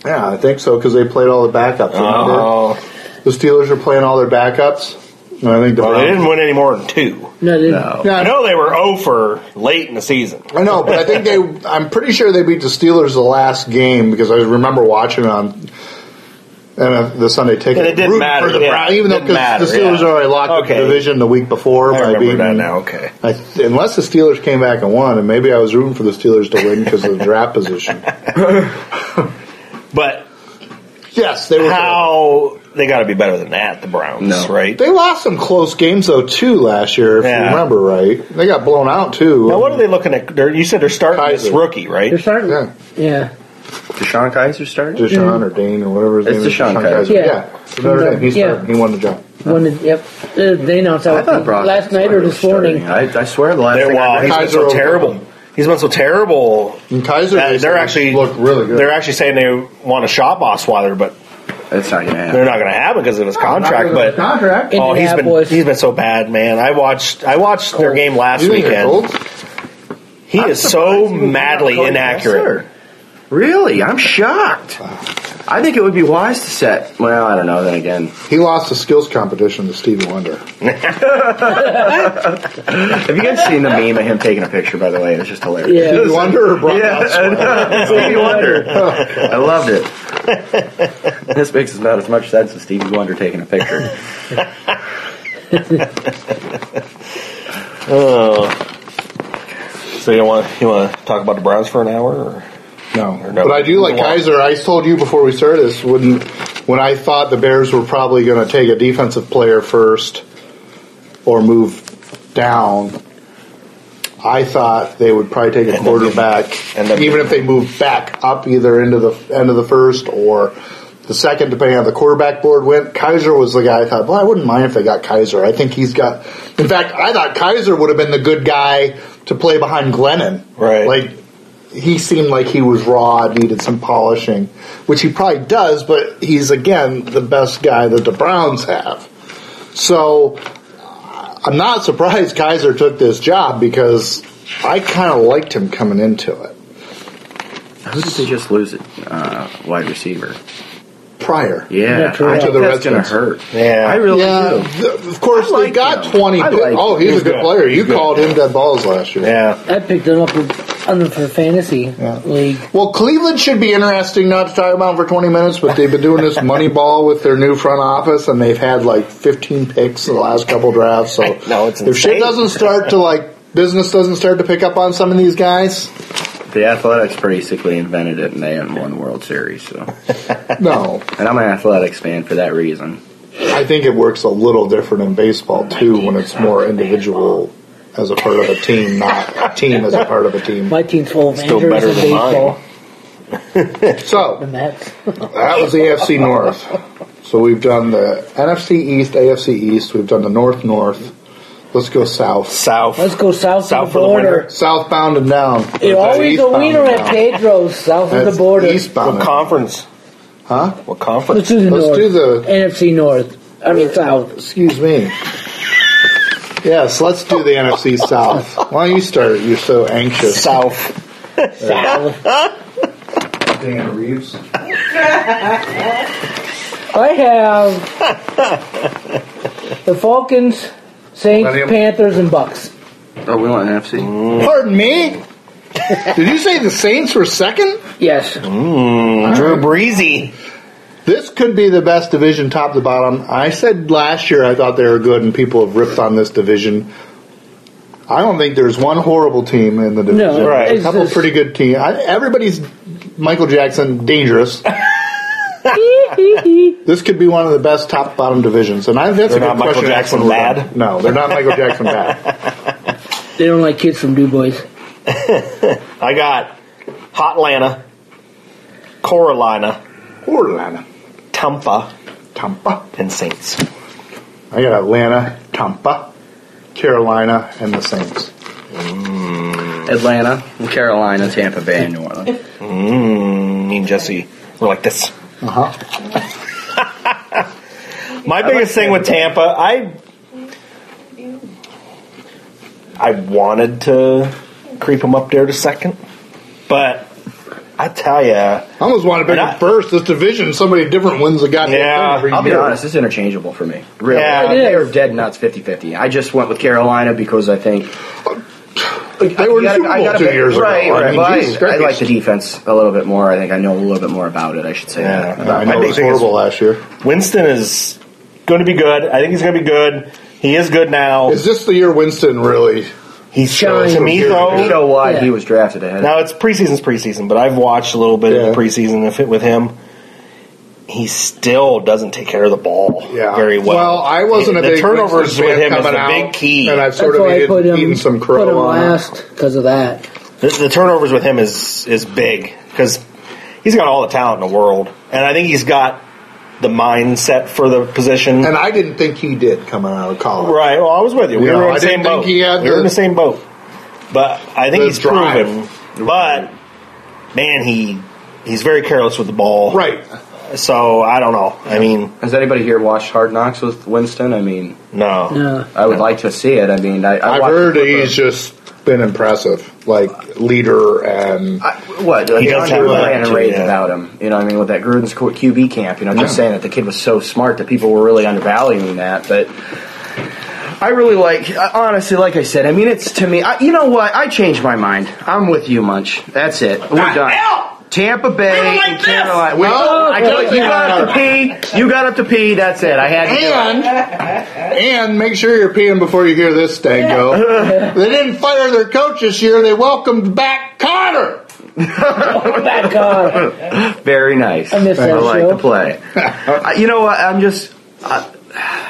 Speaker 3: Yeah, I think so because they played all the backups. remember?
Speaker 2: Oh,
Speaker 3: The Steelers are playing all their backups. And I think the
Speaker 2: well, they
Speaker 3: Browns-
Speaker 2: didn't win any more than two.
Speaker 1: No, they didn't.
Speaker 5: No.
Speaker 3: Yeah,
Speaker 2: I
Speaker 3: I
Speaker 2: know they were 0 for late in the season.
Speaker 3: I know, but I think they. I'm pretty sure they beat the Steelers the last game because I remember watching on and uh, the Sunday ticket.
Speaker 2: And it didn't
Speaker 3: Rooting
Speaker 2: matter,
Speaker 3: for the
Speaker 2: yeah.
Speaker 3: Browns, even though
Speaker 2: Didn't
Speaker 3: 'cause the
Speaker 2: matter,
Speaker 3: Steelers
Speaker 2: yeah.
Speaker 3: already locked up
Speaker 2: Okay.
Speaker 3: the division the week before.
Speaker 2: I
Speaker 3: by
Speaker 2: remember
Speaker 3: beating,
Speaker 2: that now. Okay.
Speaker 3: I th- unless the Steelers came back and won, and maybe I was rooting for the Steelers to win because of the draft position.
Speaker 2: But
Speaker 3: Yes, they were.
Speaker 2: how they got to be better than that? The Browns,
Speaker 5: No.
Speaker 2: right?
Speaker 3: They lost some close games though too last year, if you
Speaker 2: Yeah.
Speaker 3: remember right. They got blown out too.
Speaker 2: Now what are they looking at? They're, you said they're starting this
Speaker 3: Kaiser.
Speaker 2: rookie,
Speaker 1: They're
Speaker 2: right?
Speaker 1: starting.
Speaker 3: Yeah.
Speaker 1: Yeah.
Speaker 5: Deshaun Kaiser started.
Speaker 3: Deshaun or Dane or whatever his
Speaker 5: It's
Speaker 3: name is.
Speaker 5: Deshaun Kaiser.
Speaker 3: Kaiser.
Speaker 1: Mm-hmm. Yeah.
Speaker 3: Yeah. Notre Dame. He's
Speaker 1: Yeah.
Speaker 3: starting. He won the job.
Speaker 1: When did, yep. Uh, They announced
Speaker 5: I
Speaker 1: that
Speaker 5: thought Brock
Speaker 1: last night or
Speaker 5: was
Speaker 1: this morning.
Speaker 5: starting. I, I swear the last
Speaker 2: They're,
Speaker 5: thing I
Speaker 2: wow,
Speaker 5: read-
Speaker 2: he's been so
Speaker 3: Kaiser-
Speaker 2: terrible. He's been so terrible.
Speaker 3: And Kaiser,
Speaker 2: that Uh, they're actually
Speaker 3: look really good.
Speaker 2: They're actually saying they want to shop Osweiler, but
Speaker 5: It's not going to
Speaker 2: they're
Speaker 5: happen.
Speaker 2: not going to have it because of his contract.
Speaker 3: Not
Speaker 2: But
Speaker 3: even a contract.
Speaker 2: oh, he's been
Speaker 1: Indianapolis.
Speaker 2: he's been so bad, man. I watched I watched their game last
Speaker 3: You think they're
Speaker 2: weekend.
Speaker 3: Colts?
Speaker 2: He is so madly inaccurate.
Speaker 5: Really? I'm shocked. I think it would be wise to set. Well, I don't know. Then again,
Speaker 3: He lost a skills competition to Stevie Wonder.
Speaker 5: have you guys seen the meme of him taking a picture? By the way, it's just hilarious.
Speaker 1: Yeah.
Speaker 3: Stevie Wonder or Brock Osweiler?
Speaker 5: Yeah, Stevie Wonder. I loved it. This makes not as much sense as Stevie Wonder taking a picture.
Speaker 2: So you want you want to talk about the Browns for an hour? Or?
Speaker 3: No.
Speaker 2: no.
Speaker 3: But I do like
Speaker 2: Well-
Speaker 3: Kaiser. I told you before we started this when when I thought the Bears were probably going to take a defensive player first or move down. I thought they would probably take a
Speaker 2: End up giving-
Speaker 3: quarterback,
Speaker 2: end up
Speaker 3: even
Speaker 2: giving-
Speaker 3: if they moved back up either into the end of the first or the second, depending on how the quarterback board went. Kaiser was the guy I thought, well, I wouldn't mind if they got Kaiser. I think he's got. In fact, I thought Kaiser would have been the good guy to play behind Glennon.
Speaker 2: Right.
Speaker 3: Like he seemed like he was raw, needed some polishing, which he probably does, but he's again the best guy that the Browns have. So I'm not surprised Kaiser took this job because I kind of liked him coming into it.
Speaker 5: How did they just lose it? Uh, wide receiver.
Speaker 3: Prior,
Speaker 5: Yeah,
Speaker 1: Yeah, true.
Speaker 5: I
Speaker 3: To
Speaker 5: think
Speaker 3: the
Speaker 5: that's gonna
Speaker 3: Redskins.
Speaker 5: hurt.
Speaker 2: Yeah.
Speaker 5: I really do.
Speaker 3: th- of course
Speaker 5: I
Speaker 3: they
Speaker 5: like
Speaker 3: got
Speaker 5: him.
Speaker 3: 20.
Speaker 5: I
Speaker 3: picks.
Speaker 5: like
Speaker 3: oh, he's,
Speaker 2: He's
Speaker 3: a good,
Speaker 2: good.
Speaker 3: player. You
Speaker 2: He's good.
Speaker 3: called him dead balls last year.
Speaker 2: Yeah.
Speaker 1: I picked him up on the for fantasy league.
Speaker 3: Well, Cleveland should be interesting not to talk about for 20 minutes, but they've been doing this money ball with their new front office, and they've had like 15 picks in the last couple drafts. So
Speaker 2: know, it's
Speaker 3: if shit
Speaker 2: insane.
Speaker 3: doesn't start to like business doesn't start to pick up on some of these guys,
Speaker 5: The Athletics basically invented it, and they hadn't won World Series. So,
Speaker 3: no,
Speaker 5: and I'm an Athletics fan for that reason.
Speaker 3: I think it works a little different in baseball too when it's more individual as a part of a team, not team as a part of a team.
Speaker 1: My team's full of
Speaker 2: Still
Speaker 1: injuries
Speaker 2: better
Speaker 1: in
Speaker 2: than mine.
Speaker 1: baseball.
Speaker 3: So
Speaker 1: The Mets.
Speaker 3: That was the AFC North. So we've done the NFC East, AFC East. We've done the North North. Let's go south.
Speaker 2: South.
Speaker 1: Let's go south,
Speaker 2: South
Speaker 1: of
Speaker 2: for
Speaker 1: the
Speaker 2: the
Speaker 1: border.
Speaker 2: winter.
Speaker 3: Southbound and down.
Speaker 1: It's always a
Speaker 3: Eastbound
Speaker 1: wiener
Speaker 3: and
Speaker 1: at
Speaker 3: down.
Speaker 1: Pedro's south of
Speaker 3: That's
Speaker 1: the border.
Speaker 3: Eastbound.
Speaker 2: What
Speaker 3: and-
Speaker 2: conference?
Speaker 3: Huh?
Speaker 2: What
Speaker 1: Let's
Speaker 2: conference?
Speaker 1: do the
Speaker 3: Let's
Speaker 1: north.
Speaker 3: do the-
Speaker 1: NFC North. I mean south.
Speaker 3: Excuse me. Yes, let's do the NFC South. Why don't you start? You're so anxious.
Speaker 2: South.
Speaker 1: South.
Speaker 6: Dan Reeves.
Speaker 1: I have the Falcons, Saints,
Speaker 3: Millennium.
Speaker 1: Panthers, and Bucks.
Speaker 5: Oh, we want an NFC.
Speaker 3: Pardon me? Did you say the Saints were second?
Speaker 1: Yes.
Speaker 3: Mm-hmm.
Speaker 2: Drew Breezy.
Speaker 3: This could be the best division top to bottom. I said last year I thought they were good and people have ripped on this division. I don't think there's one horrible team in the division.
Speaker 1: No,
Speaker 2: Right.
Speaker 3: A
Speaker 1: it's
Speaker 3: couple
Speaker 1: just-
Speaker 3: pretty good teams. Everybody's Michael Jackson dangerous. this could be one of the best top bottom divisions. And I, that's
Speaker 2: They're
Speaker 3: a good
Speaker 2: not Michael
Speaker 3: question to ask
Speaker 2: Jackson
Speaker 3: when we're done.
Speaker 2: bad?
Speaker 3: No, they're not Michael Jackson bad.
Speaker 1: They don't like kids from Du Bois.
Speaker 2: I got Hotlanta, Carolina,
Speaker 3: Orlando,
Speaker 2: Tampa,
Speaker 3: Tampa.
Speaker 2: and Saints.
Speaker 3: I got Atlanta, Tampa, Carolina, and the Saints.
Speaker 5: Atlanta, Carolina, Tampa Bay, and New Orleans.
Speaker 2: Mm, me and Jesse were like this.
Speaker 3: Uh
Speaker 1: Uh-huh.
Speaker 3: huh.
Speaker 2: My biggest thing with Tampa, I I wanted to creep him up there to second, but I tell ya,
Speaker 3: I almost want to pick
Speaker 2: And
Speaker 3: them
Speaker 2: I-
Speaker 3: first. This division, somebody different wins the goddamn
Speaker 2: Yeah,
Speaker 3: thing every
Speaker 5: I'll be
Speaker 3: year.
Speaker 5: honest, it's interchangeable for me. Really.
Speaker 2: Yeah.
Speaker 5: they are dead nuts 50 50. I just went with Carolina because I think.
Speaker 3: They were in
Speaker 5: You
Speaker 3: the
Speaker 5: gotta-
Speaker 3: Super
Speaker 5: I
Speaker 3: Bowl
Speaker 5: gotta
Speaker 3: two
Speaker 5: bet-
Speaker 3: years
Speaker 5: right,
Speaker 3: ago.
Speaker 5: Right,
Speaker 3: I mean,
Speaker 5: well, I,
Speaker 3: Jesus
Speaker 5: I
Speaker 3: Christ.
Speaker 5: like the defense a little bit more. I think I know a little bit more about it. I should say Uh, that.
Speaker 2: Yeah.
Speaker 5: About
Speaker 3: I
Speaker 2: My
Speaker 3: know it was
Speaker 2: biggest-
Speaker 3: horrible last year.
Speaker 2: Winston is going to be good. I think he's going to be good. He is good now.
Speaker 3: Is this the year Winston really?
Speaker 2: He's
Speaker 1: Shine.
Speaker 2: to me
Speaker 5: to
Speaker 2: though.
Speaker 5: show why
Speaker 1: Yeah.
Speaker 5: he was drafted ahead.
Speaker 2: Now it's preseason's preseason, but I've watched a little bit
Speaker 3: Yeah.
Speaker 2: of the preseason of it with him. He still doesn't take care of the ball
Speaker 3: Yeah,
Speaker 2: very well.
Speaker 3: I wasn't a
Speaker 2: the
Speaker 3: big
Speaker 2: turnovers
Speaker 3: Winston
Speaker 2: with
Speaker 3: fan
Speaker 2: him is
Speaker 3: coming
Speaker 2: the
Speaker 3: out,
Speaker 2: big key.
Speaker 3: and I've
Speaker 1: That's
Speaker 3: sort of
Speaker 1: why I
Speaker 3: eaten,
Speaker 1: put him,
Speaker 3: eaten some
Speaker 1: put him
Speaker 3: crow on it.
Speaker 1: last because of that.
Speaker 2: The, the turnovers with him is is big because he's got all the talent in the world, and I think he's got the mindset for the position.
Speaker 3: And I didn't think he did coming out of college.
Speaker 2: right. Well, I was with you. We
Speaker 3: You
Speaker 2: were
Speaker 3: know,
Speaker 2: in
Speaker 3: I
Speaker 2: the same
Speaker 3: didn't think
Speaker 2: boat.
Speaker 3: he
Speaker 2: We
Speaker 3: had
Speaker 2: were
Speaker 3: the-
Speaker 2: in the same boat. But I think
Speaker 3: the
Speaker 2: he's
Speaker 3: drive.
Speaker 2: proven. But man, he he's very careless with the ball.
Speaker 3: Right.
Speaker 2: So I don't know. I mean,
Speaker 5: Has anybody here watched Hard Knocks with Winston? I mean,
Speaker 2: no.
Speaker 1: No.
Speaker 5: I would like to see it. I mean, I, I
Speaker 3: I've
Speaker 5: watched
Speaker 3: heard
Speaker 5: the clip
Speaker 3: he's
Speaker 5: of-
Speaker 3: just been impressive, like leader and
Speaker 5: I, what? He
Speaker 2: does have that
Speaker 5: ran and
Speaker 2: too,
Speaker 5: raved
Speaker 2: yeah.
Speaker 5: about him. You know, what I mean, with that Gruden's Q- QB camp. You know, just saying that the kid was so smart that people were really undervaluing that. But I really like, I- honestly, like I said, I mean, it's to me. I, you know what? I changed my mind. I'm with you, Munch. That's it.
Speaker 3: Ah,
Speaker 5: We're done. Tampa Bay and Carolina. Wait,
Speaker 3: No,
Speaker 5: I told you, you
Speaker 3: no,
Speaker 5: got
Speaker 3: no,
Speaker 5: up to pee. You got up to pee. That's it. I had to. do it.
Speaker 3: and and make sure you're peeing before you hear this thing go. they didn't fire their coach this year. They welcomed back Connor.
Speaker 1: Back on.
Speaker 5: Very nice.
Speaker 1: I miss that
Speaker 5: like
Speaker 1: show.
Speaker 5: the play. Uh, you know what? I'm just. Uh,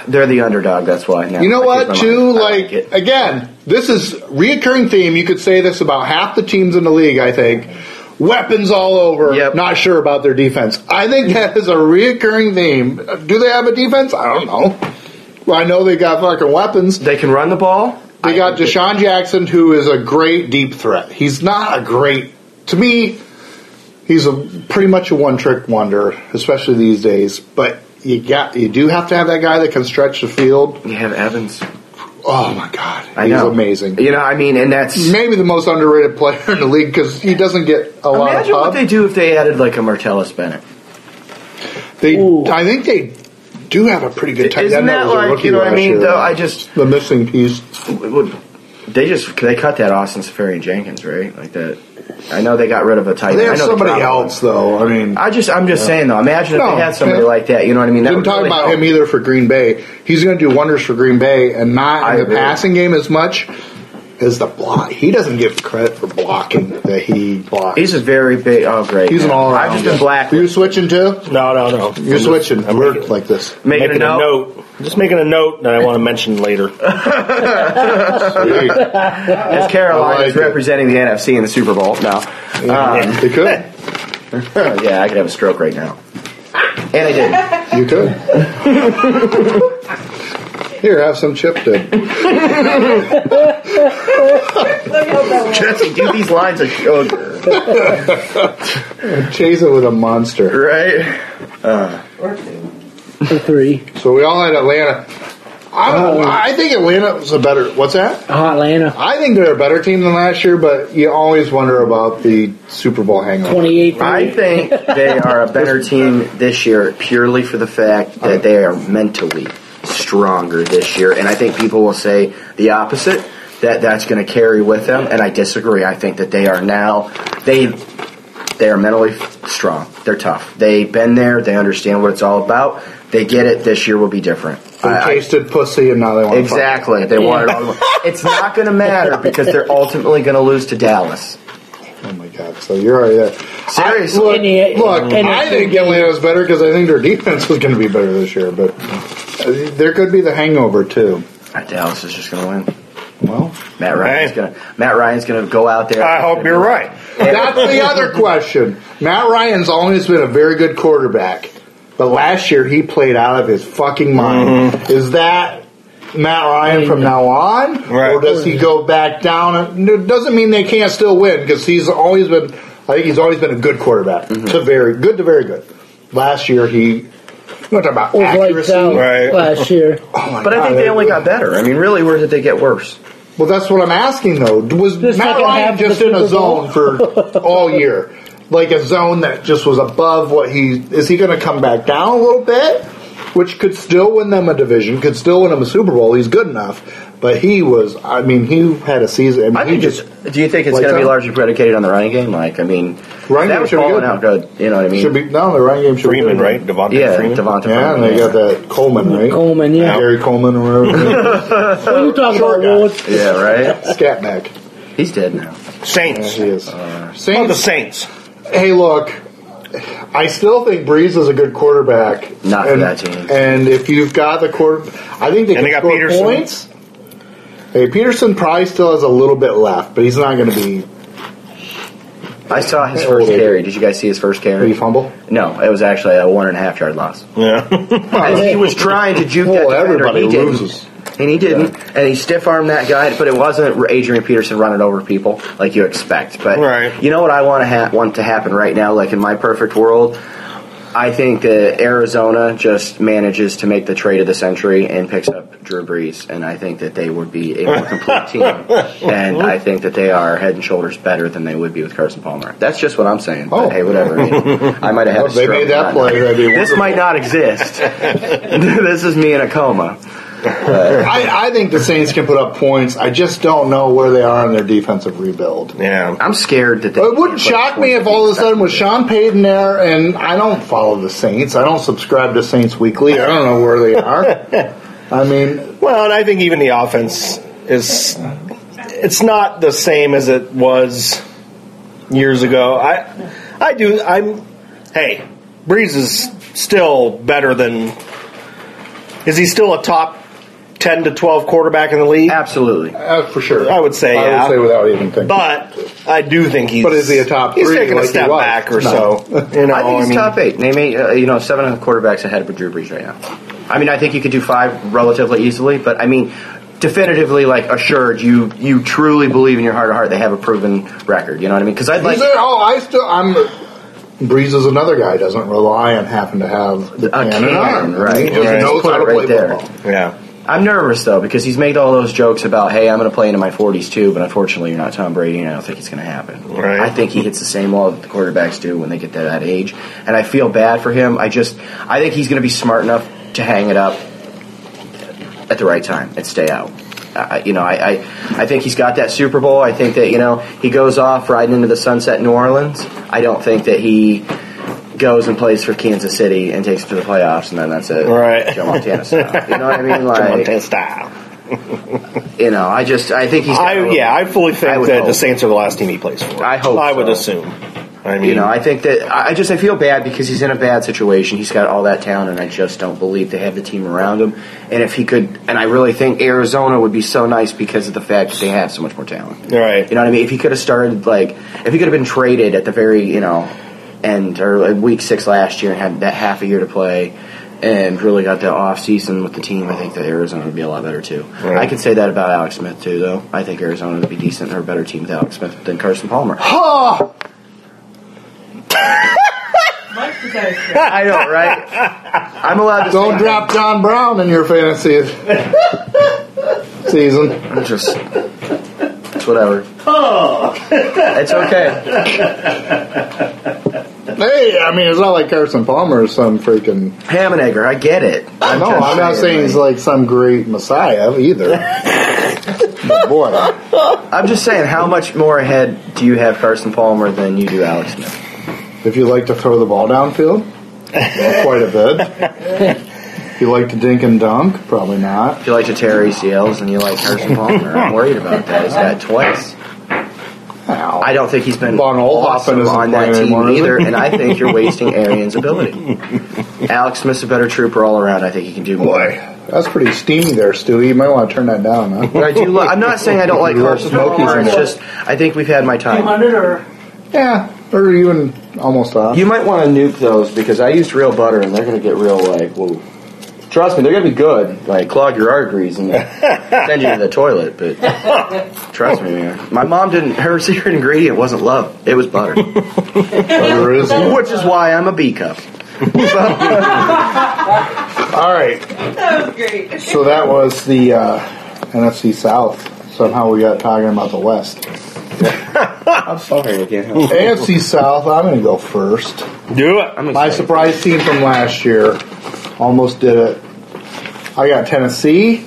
Speaker 5: they're the underdog. That's why. No,
Speaker 3: You know
Speaker 5: I
Speaker 3: what?
Speaker 5: changed my
Speaker 3: Too
Speaker 5: mind. I
Speaker 3: like
Speaker 5: it.
Speaker 3: again, this is reoccurring theme. You could say this about half the teams in the league. I think weapons all over.
Speaker 5: Yep.
Speaker 3: Not sure about their defense. I think that is a reoccurring theme. Do they have a defense? I don't know. Well, I know they got fucking weapons.
Speaker 5: They can run the ball.
Speaker 3: They got Deshaun Jackson, who is a great deep threat. He's not a great to me. He's a pretty much a one trick wonder, especially these days. But you got you do have to have that guy that can stretch the field.
Speaker 5: You have Evans.
Speaker 3: Oh my god,
Speaker 5: I
Speaker 3: he's
Speaker 5: know.
Speaker 3: amazing.
Speaker 5: You know, I mean, and that's.
Speaker 3: Maybe the most underrated player in the league because he doesn't get a lot of
Speaker 5: Imagine what
Speaker 3: pub.
Speaker 5: they
Speaker 3: They,
Speaker 5: do if they added like a Martellus Bennett.
Speaker 1: Ooh.
Speaker 3: I think they do have a pretty good tight end.
Speaker 5: Isn't that
Speaker 3: was a
Speaker 5: like
Speaker 3: rookie
Speaker 5: you know what I
Speaker 3: last
Speaker 5: mean?
Speaker 3: year.
Speaker 5: Though I just
Speaker 3: the missing piece.
Speaker 5: they just they cut that Austin Safarian Jenkins right like that. I know they got rid of a tight.
Speaker 3: They
Speaker 5: end. I
Speaker 3: have
Speaker 5: know
Speaker 3: somebody
Speaker 5: Trout-
Speaker 3: else though. I mean,
Speaker 5: I just I'm just saying though. Imagine if
Speaker 3: No,
Speaker 5: they had somebody
Speaker 3: yeah.
Speaker 5: like that. You know what I mean? That
Speaker 3: Didn't
Speaker 5: would
Speaker 3: talk
Speaker 5: really
Speaker 3: about
Speaker 5: help.
Speaker 3: him either for Green Bay. He's going to do wonders for Green Bay, and not
Speaker 5: I
Speaker 3: in the
Speaker 5: agree.
Speaker 3: passing game as much as the block. He doesn't give credit for blocking that he blocks.
Speaker 5: He's a very big. Oh, great!
Speaker 3: He's an all around.
Speaker 5: I've just been black.
Speaker 3: You're switching too.
Speaker 2: No, no, no.
Speaker 3: You're switching.
Speaker 2: I'm
Speaker 3: We're
Speaker 2: making-
Speaker 3: like this.
Speaker 5: Making, a note.
Speaker 2: Just making a note that I want to mention later.
Speaker 3: they
Speaker 5: As Carolina
Speaker 3: I
Speaker 5: is
Speaker 3: like it.
Speaker 5: representing the NFC in the Super Bowl. No, um,
Speaker 3: could.
Speaker 5: yeah, I could have a stroke right now, and I did.
Speaker 3: You could. Here, have some chip dip.
Speaker 4: Let me hope that works.
Speaker 5: Jesse, do these lines are sugar,
Speaker 3: Chase it with a monster.
Speaker 5: right?
Speaker 4: Or two.
Speaker 1: For three.
Speaker 3: So we all had Atlanta. I
Speaker 5: Oh,
Speaker 3: don't. I think Atlanta was a better. What's that?
Speaker 1: Hot Atlanta.
Speaker 3: I think they're a better team than last year, but you always wonder about the Super Bowl hangover.
Speaker 1: 28
Speaker 5: I think they are a better team this year purely for the fact that they are mentally stronger this year, and I think people will say the opposite that that's going to carry with them, and I disagree. I think that they are now they they are mentally strong. They're tough. They've been there. They understand what it's all about. They get it. This year will be different.
Speaker 3: They
Speaker 5: I- I-
Speaker 3: tasted pussy and now they want
Speaker 5: Exactly. They want it all. It's not going to matter because they're ultimately going to lose to Dallas.
Speaker 3: To fuck. Oh my god! So you're already there.
Speaker 5: Seriously.
Speaker 3: Look,
Speaker 1: Any-
Speaker 3: look
Speaker 1: any-
Speaker 3: I think Atlanta's better because I think their defense was going to be better this year, but uh, there could be the hangover too.
Speaker 5: Dallas is just going to win.
Speaker 3: Well,
Speaker 5: Matt Ryan's
Speaker 2: Hey.
Speaker 5: gonna Matt Ryan's gonna go out there.
Speaker 2: I hope you're right.
Speaker 3: that's the other question. Matt Ryan's always been a very good quarterback, but last year he played out of his fucking mind. Is that Matt Ryan from now on,
Speaker 2: Right.
Speaker 3: or does he go back down? It doesn't mean they can't still win because he's always been. I think he's always been a good quarterback, to very good to very good. Last year he. What about
Speaker 1: was lights
Speaker 3: accuracy?
Speaker 1: out
Speaker 2: Right.
Speaker 1: last year.
Speaker 3: Oh my
Speaker 5: But I
Speaker 3: God,
Speaker 5: think they
Speaker 3: that-
Speaker 5: only got better. I mean, really, where did they get worse?
Speaker 3: Well, that's what I'm asking though. Was
Speaker 1: This
Speaker 3: Matt
Speaker 1: second
Speaker 3: Ryan
Speaker 1: half of
Speaker 3: just
Speaker 1: the
Speaker 3: in a
Speaker 1: Super Bowl?
Speaker 3: zone for all year? Like a zone that just was above what he is he going to come back down a little bit, which could still win them a division, could still win them a Super Bowl. He's good enough, but he was. I mean, he had a season. I mean,
Speaker 5: I
Speaker 3: he
Speaker 5: think
Speaker 3: just
Speaker 5: just. Do you think it's
Speaker 3: Lights
Speaker 5: going to be
Speaker 3: out?
Speaker 5: largely predicated on the running game? Like, I mean,
Speaker 3: Running
Speaker 5: that
Speaker 3: game
Speaker 5: was
Speaker 3: should be
Speaker 5: falling
Speaker 3: good.
Speaker 5: out good. You know what I mean?
Speaker 3: should be no. The running game should
Speaker 2: Freeman,
Speaker 3: be
Speaker 2: right? Devontae
Speaker 5: yeah,
Speaker 2: Freeman.
Speaker 5: Devonta.
Speaker 3: Yeah, and
Speaker 5: Freeman,
Speaker 3: they got that Coleman, right?
Speaker 1: Coleman, yeah.
Speaker 3: Gary Coleman or whatever.
Speaker 1: What are you talking
Speaker 3: Short
Speaker 1: about,
Speaker 3: guy.
Speaker 1: Woods?
Speaker 5: Yeah, right.
Speaker 3: Scat back.
Speaker 5: He's dead now.
Speaker 3: Yeah,
Speaker 2: Saints.
Speaker 3: he is.
Speaker 2: How about Uh, the
Speaker 3: Saints.
Speaker 2: Saints.
Speaker 3: Hey, look, I still think Breeze is a good quarterback.
Speaker 5: Not for
Speaker 3: and,
Speaker 5: that team.
Speaker 3: And if you've got the quarter, I think they
Speaker 2: And
Speaker 3: can
Speaker 2: they got
Speaker 3: score
Speaker 2: Peterson.
Speaker 3: points. Hey, Peterson probably still has a little bit left, but he's not going to be.
Speaker 5: I saw his first carry. Did you guys see his first
Speaker 3: Did he
Speaker 5: carry?
Speaker 3: fumble?
Speaker 5: No, it was actually a one and a half yard loss.
Speaker 2: Yeah.
Speaker 5: And he was trying to juke that
Speaker 3: Well,
Speaker 5: defender,
Speaker 3: everybody
Speaker 5: and he didn't.
Speaker 3: loses.
Speaker 5: And he didn't, and he stiff armed that guy. But it wasn't Adrian Peterson running over people like you expect. But
Speaker 2: Right.
Speaker 5: you know what I want to ha- want to happen right now, like in my perfect world, I think that Arizona just manages to make the trade of the century and picks up Drew Brees, and I think that they would be a more complete team, and I think that they are head and shoulders better than they would be with Carson Palmer. That's just what I'm saying. But
Speaker 3: Oh.
Speaker 5: hey, whatever. you know. I might have had.
Speaker 3: Well,
Speaker 5: a
Speaker 3: if they
Speaker 5: stroke,
Speaker 3: made that
Speaker 5: not-
Speaker 3: play, that'd be
Speaker 5: This
Speaker 3: wonderful.
Speaker 5: might not exist. this is me in a coma.
Speaker 3: I, I think the Saints can put up points. I just don't know where they are in their defensive rebuild.
Speaker 2: Yeah.
Speaker 5: I'm scared that they.
Speaker 3: It wouldn't shock me if all of a sudden with Sean Payton there, and I don't follow the Saints. I don't subscribe to Saints Weekly. I don't know where they are. I mean,
Speaker 2: Well, and I think even the offense is it's not the same as it was years ago. I I do I'm hey, Breeze is still better than is he still a top 10 to 12 quarterback in the league?
Speaker 5: Absolutely.
Speaker 3: uh, for sure.
Speaker 2: I would say,
Speaker 3: I
Speaker 2: yeah.
Speaker 3: would say without even thinking.
Speaker 2: But I do think he's
Speaker 3: But is he a top
Speaker 2: He's
Speaker 3: three
Speaker 2: taking
Speaker 3: like
Speaker 2: a
Speaker 3: he
Speaker 2: step
Speaker 3: was?
Speaker 2: back
Speaker 3: No.
Speaker 2: or so. You know,
Speaker 5: I think he's
Speaker 2: Oh, mean,
Speaker 5: top eight. Name eight, uh, you know, seven of the quarterbacks ahead of Drew Brees right now. I mean, I think you could do five relatively easily, but I mean, definitively, like assured, you you truly believe in your heart of heart they have a proven record. You know what I mean? Because I'd like.
Speaker 3: Is there- oh, I still I'm. Breeze is another guy who doesn't rely on having to have the
Speaker 5: A
Speaker 3: cannon
Speaker 5: cannon,
Speaker 3: arm.
Speaker 5: right.
Speaker 3: He just
Speaker 2: Right.
Speaker 3: knows
Speaker 5: Put
Speaker 3: how to
Speaker 5: it right
Speaker 3: play
Speaker 5: there.
Speaker 3: football.
Speaker 2: Yeah.
Speaker 5: I'm nervous though because he's made all those jokes about, "Hey, I'm going to play into my 40s too," but unfortunately, you're not Tom Brady, and I don't think it's going to happen.
Speaker 2: Right.
Speaker 5: I think he hits the same wall that the quarterbacks do when they get to that age, and I feel bad for him. I just, I think he's going to be smart enough to hang it up at the right time and stay out. I, I- you know, I, I, I think he's got that Super Bowl. I think that you know he goes off riding into the sunset, in New Orleans. I don't think that he goes and plays for Kansas City and takes it to the playoffs, and then that's it.
Speaker 2: Right.
Speaker 5: Joe Montana style. You know what I mean? Like,
Speaker 2: Montana style.
Speaker 5: you know, I just I think he's.
Speaker 2: I, yeah, I fully think
Speaker 5: I would
Speaker 2: that the
Speaker 5: hope.
Speaker 2: Saints are the last team he plays for.
Speaker 5: I hope
Speaker 2: I would
Speaker 5: so.
Speaker 2: assume. I mean,
Speaker 5: you know, I think that I I just I feel bad because he's in a bad situation. He's got all that talent, and I just don't believe they have the team around him. And if he could, and I really think Arizona would be so nice because of the fact that they have so much more talent.
Speaker 2: Right.
Speaker 5: You know what I mean? If he could have started like, if he could have been traded at the very, you know, end or like week six last year and had that half a year to play. And really got the off season with the team. I think that Arizona would be a lot better too.
Speaker 2: Right.
Speaker 5: I could say that about Alex Smith too, though. I think Arizona would be decent or a better team with Alex Smith than Carson Palmer.
Speaker 2: Ah,
Speaker 3: Oh,
Speaker 4: Mike's the guy's
Speaker 5: I know, right? I'm allowed to.
Speaker 3: don't drop John Brown in your fantasy season.
Speaker 5: I'm just. It's whatever. Oh. It's okay.
Speaker 3: Hey, I mean, it's not like Carson Palmer is some freaking.
Speaker 5: Ham and egger, I get it. I'm
Speaker 3: no,
Speaker 5: just
Speaker 3: I'm not saying he's like some great messiah either. but boy,
Speaker 5: I'm just saying, how much more ahead do you have Carson Palmer than you do Alex Smith?
Speaker 3: if you like to throw the ball downfield, well, quite a bit. If you like to dink and dunk, probably not.
Speaker 5: If you like to tear ACLs and you like Carson Palmer, I'm worried about that. He's got it twice.
Speaker 3: Ow.
Speaker 5: I don't think he's been
Speaker 3: Von Olhoffen
Speaker 5: awesome
Speaker 3: isn't
Speaker 5: on that
Speaker 3: playing
Speaker 5: team
Speaker 3: anymore, is he?
Speaker 5: either, and I think you're wasting Arian's ability. Alex Smith's a better trooper all around. I think he can do more.
Speaker 3: That's pretty steamy there, Stewie. You might want to turn that down, huh?
Speaker 5: But I do. Lo- I'm not saying I don't like
Speaker 3: Little
Speaker 5: Carson
Speaker 3: smokies
Speaker 5: Palmer.
Speaker 3: in
Speaker 5: It's
Speaker 3: there.
Speaker 5: just I think we've had my time.
Speaker 4: 200 or
Speaker 3: Yeah, or even almost off.
Speaker 5: You might want to nuke those because I used real butter and they're going to get real like, whoa. Trust me, they're going to be good. Like clog your arteries and send you to the toilet. But trust me, man. My mom didn't. Her secret ingredient wasn't love; it was butter,
Speaker 3: There is- All
Speaker 5: which is why I'm a B cup.
Speaker 3: right,
Speaker 4: that was great.
Speaker 3: so that was the uh, NFC South. Somehow we got talking about the West.
Speaker 5: I'm sorry again.
Speaker 3: AFC South. I'm going to go first.
Speaker 2: do it.
Speaker 5: I'm
Speaker 3: My
Speaker 5: excited.
Speaker 3: surprise team from last year almost did it. I got Tennessee.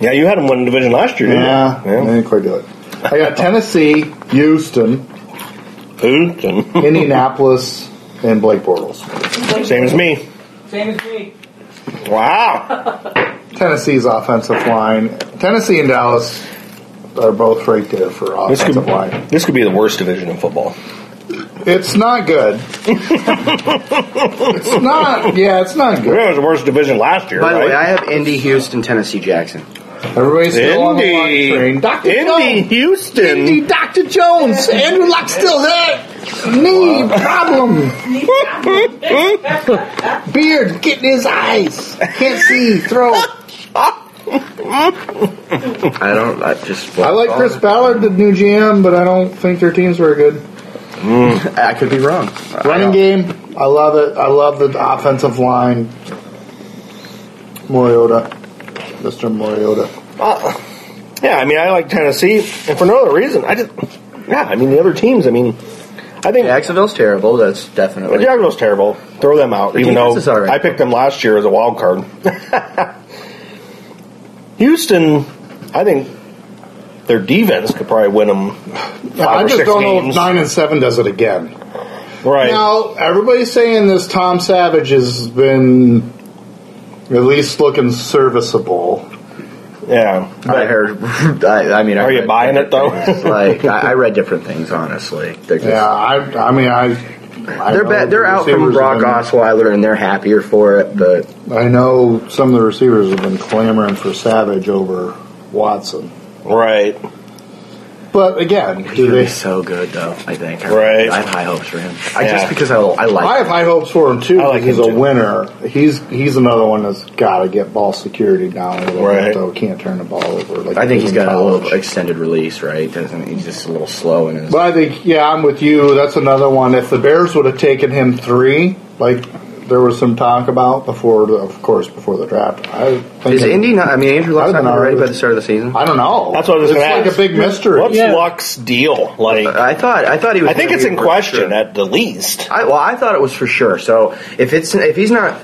Speaker 2: Yeah, you had him win the division last year, didn't
Speaker 3: Yeah, I
Speaker 2: you?
Speaker 3: didn't quite do it. I got Tennessee, Houston,
Speaker 2: Houston.
Speaker 3: Indianapolis, and Blake Bortles.
Speaker 2: Same as me.
Speaker 4: Same as me.
Speaker 2: Wow.
Speaker 3: Tennessee's offensive line. Tennessee and Dallas are both right there for
Speaker 2: This could,
Speaker 3: offensive line.
Speaker 2: this could be the worst division in football.
Speaker 3: It's not good. it's not. Yeah, it's not
Speaker 2: It
Speaker 3: good.
Speaker 2: was the worst division last year,
Speaker 5: By the
Speaker 2: right?
Speaker 5: way, I have Indy, Houston, Tennessee, Jackson.
Speaker 3: Everybody's still on the line
Speaker 2: Indy.
Speaker 3: train. Dr.
Speaker 2: Indy,
Speaker 3: Jones.
Speaker 2: Houston.
Speaker 3: Indy, Dr. Jones. Andrew Luck still there. Knee problem. Beard getting his eyes. Can't see. Throw.
Speaker 5: I don't. I just.
Speaker 3: I like Chris Ballard, the new GM, but I don't think their teams were good.
Speaker 5: I could be wrong. I
Speaker 3: Running
Speaker 5: don't-
Speaker 3: game. I love it. I love the offensive line. Moriota, Mr. Moriota.
Speaker 2: Uh, Yeah, I mean, I like Tennessee, and for no other reason. I just, yeah, I mean, the other teams. I mean, I think
Speaker 5: Jacksonville's terrible. That's
Speaker 2: But
Speaker 5: definitely.
Speaker 2: Jacksonville's terrible. Throw them out, even though
Speaker 5: defense is all right.
Speaker 2: I picked them last year as a wild card. Houston, I think their defense could probably win them five
Speaker 3: I
Speaker 2: or
Speaker 3: just
Speaker 2: six
Speaker 3: don't know if
Speaker 2: games.
Speaker 3: nine and seven does it again.
Speaker 2: right?
Speaker 3: Now everybody's saying this Tom Savage has been at least looking serviceable.
Speaker 2: Yeah.
Speaker 5: I heard. I, I mean, I
Speaker 2: Are you
Speaker 5: read
Speaker 2: buying it, though?
Speaker 5: different things. like I, I read different things. Honestly, they're just,
Speaker 3: Yeah, I, I mean, I. I
Speaker 5: they're
Speaker 3: know
Speaker 5: bad. They're
Speaker 3: Oh, the
Speaker 5: out from
Speaker 3: receivers
Speaker 5: Brock
Speaker 3: have
Speaker 5: Osweiler, and they're happier for it. But
Speaker 3: been- I know some of the receivers have been clamoring for Savage over Watson,
Speaker 2: Right.
Speaker 3: but again,
Speaker 5: he's
Speaker 3: do
Speaker 5: gonna be
Speaker 3: they?
Speaker 5: so good, though. I think. I,
Speaker 2: Right.
Speaker 5: I have high hopes for him. I
Speaker 2: Yeah.
Speaker 5: just because I, I like.
Speaker 3: I have high hopes for him too.
Speaker 2: I like
Speaker 3: he's
Speaker 2: him,
Speaker 3: a
Speaker 2: too.
Speaker 3: winner. He's he's another one that's got to get ball security down a little
Speaker 2: Right.
Speaker 3: bit, though. Can't turn the ball over. Like
Speaker 5: I think
Speaker 3: he
Speaker 5: he's
Speaker 3: did in
Speaker 5: got a
Speaker 3: college.
Speaker 5: little extended release, right? Doesn't he's just a little slow in his.
Speaker 3: But I think, yeah, I'm with you. That's another one. If the Bears would have taken him three, like there was some talk about before, the, of course, before the draft. I think
Speaker 5: Is Indy not? I mean, Andrew Luck's
Speaker 3: I've
Speaker 5: not
Speaker 3: been
Speaker 5: ready
Speaker 3: already-
Speaker 5: by the start of the season.
Speaker 3: I don't know.
Speaker 2: That's what I was
Speaker 3: It's
Speaker 2: gonna
Speaker 3: like
Speaker 2: ask.
Speaker 3: a big mystery.
Speaker 2: What's
Speaker 1: Yeah.
Speaker 2: Luck's deal? Like,
Speaker 5: I thought. I thought he was.
Speaker 2: I think
Speaker 5: gonna
Speaker 2: it's
Speaker 5: be
Speaker 2: in
Speaker 5: for
Speaker 2: question
Speaker 5: sure.
Speaker 2: at the least.
Speaker 5: I, well, I thought it was for sure. So if it's if he's not,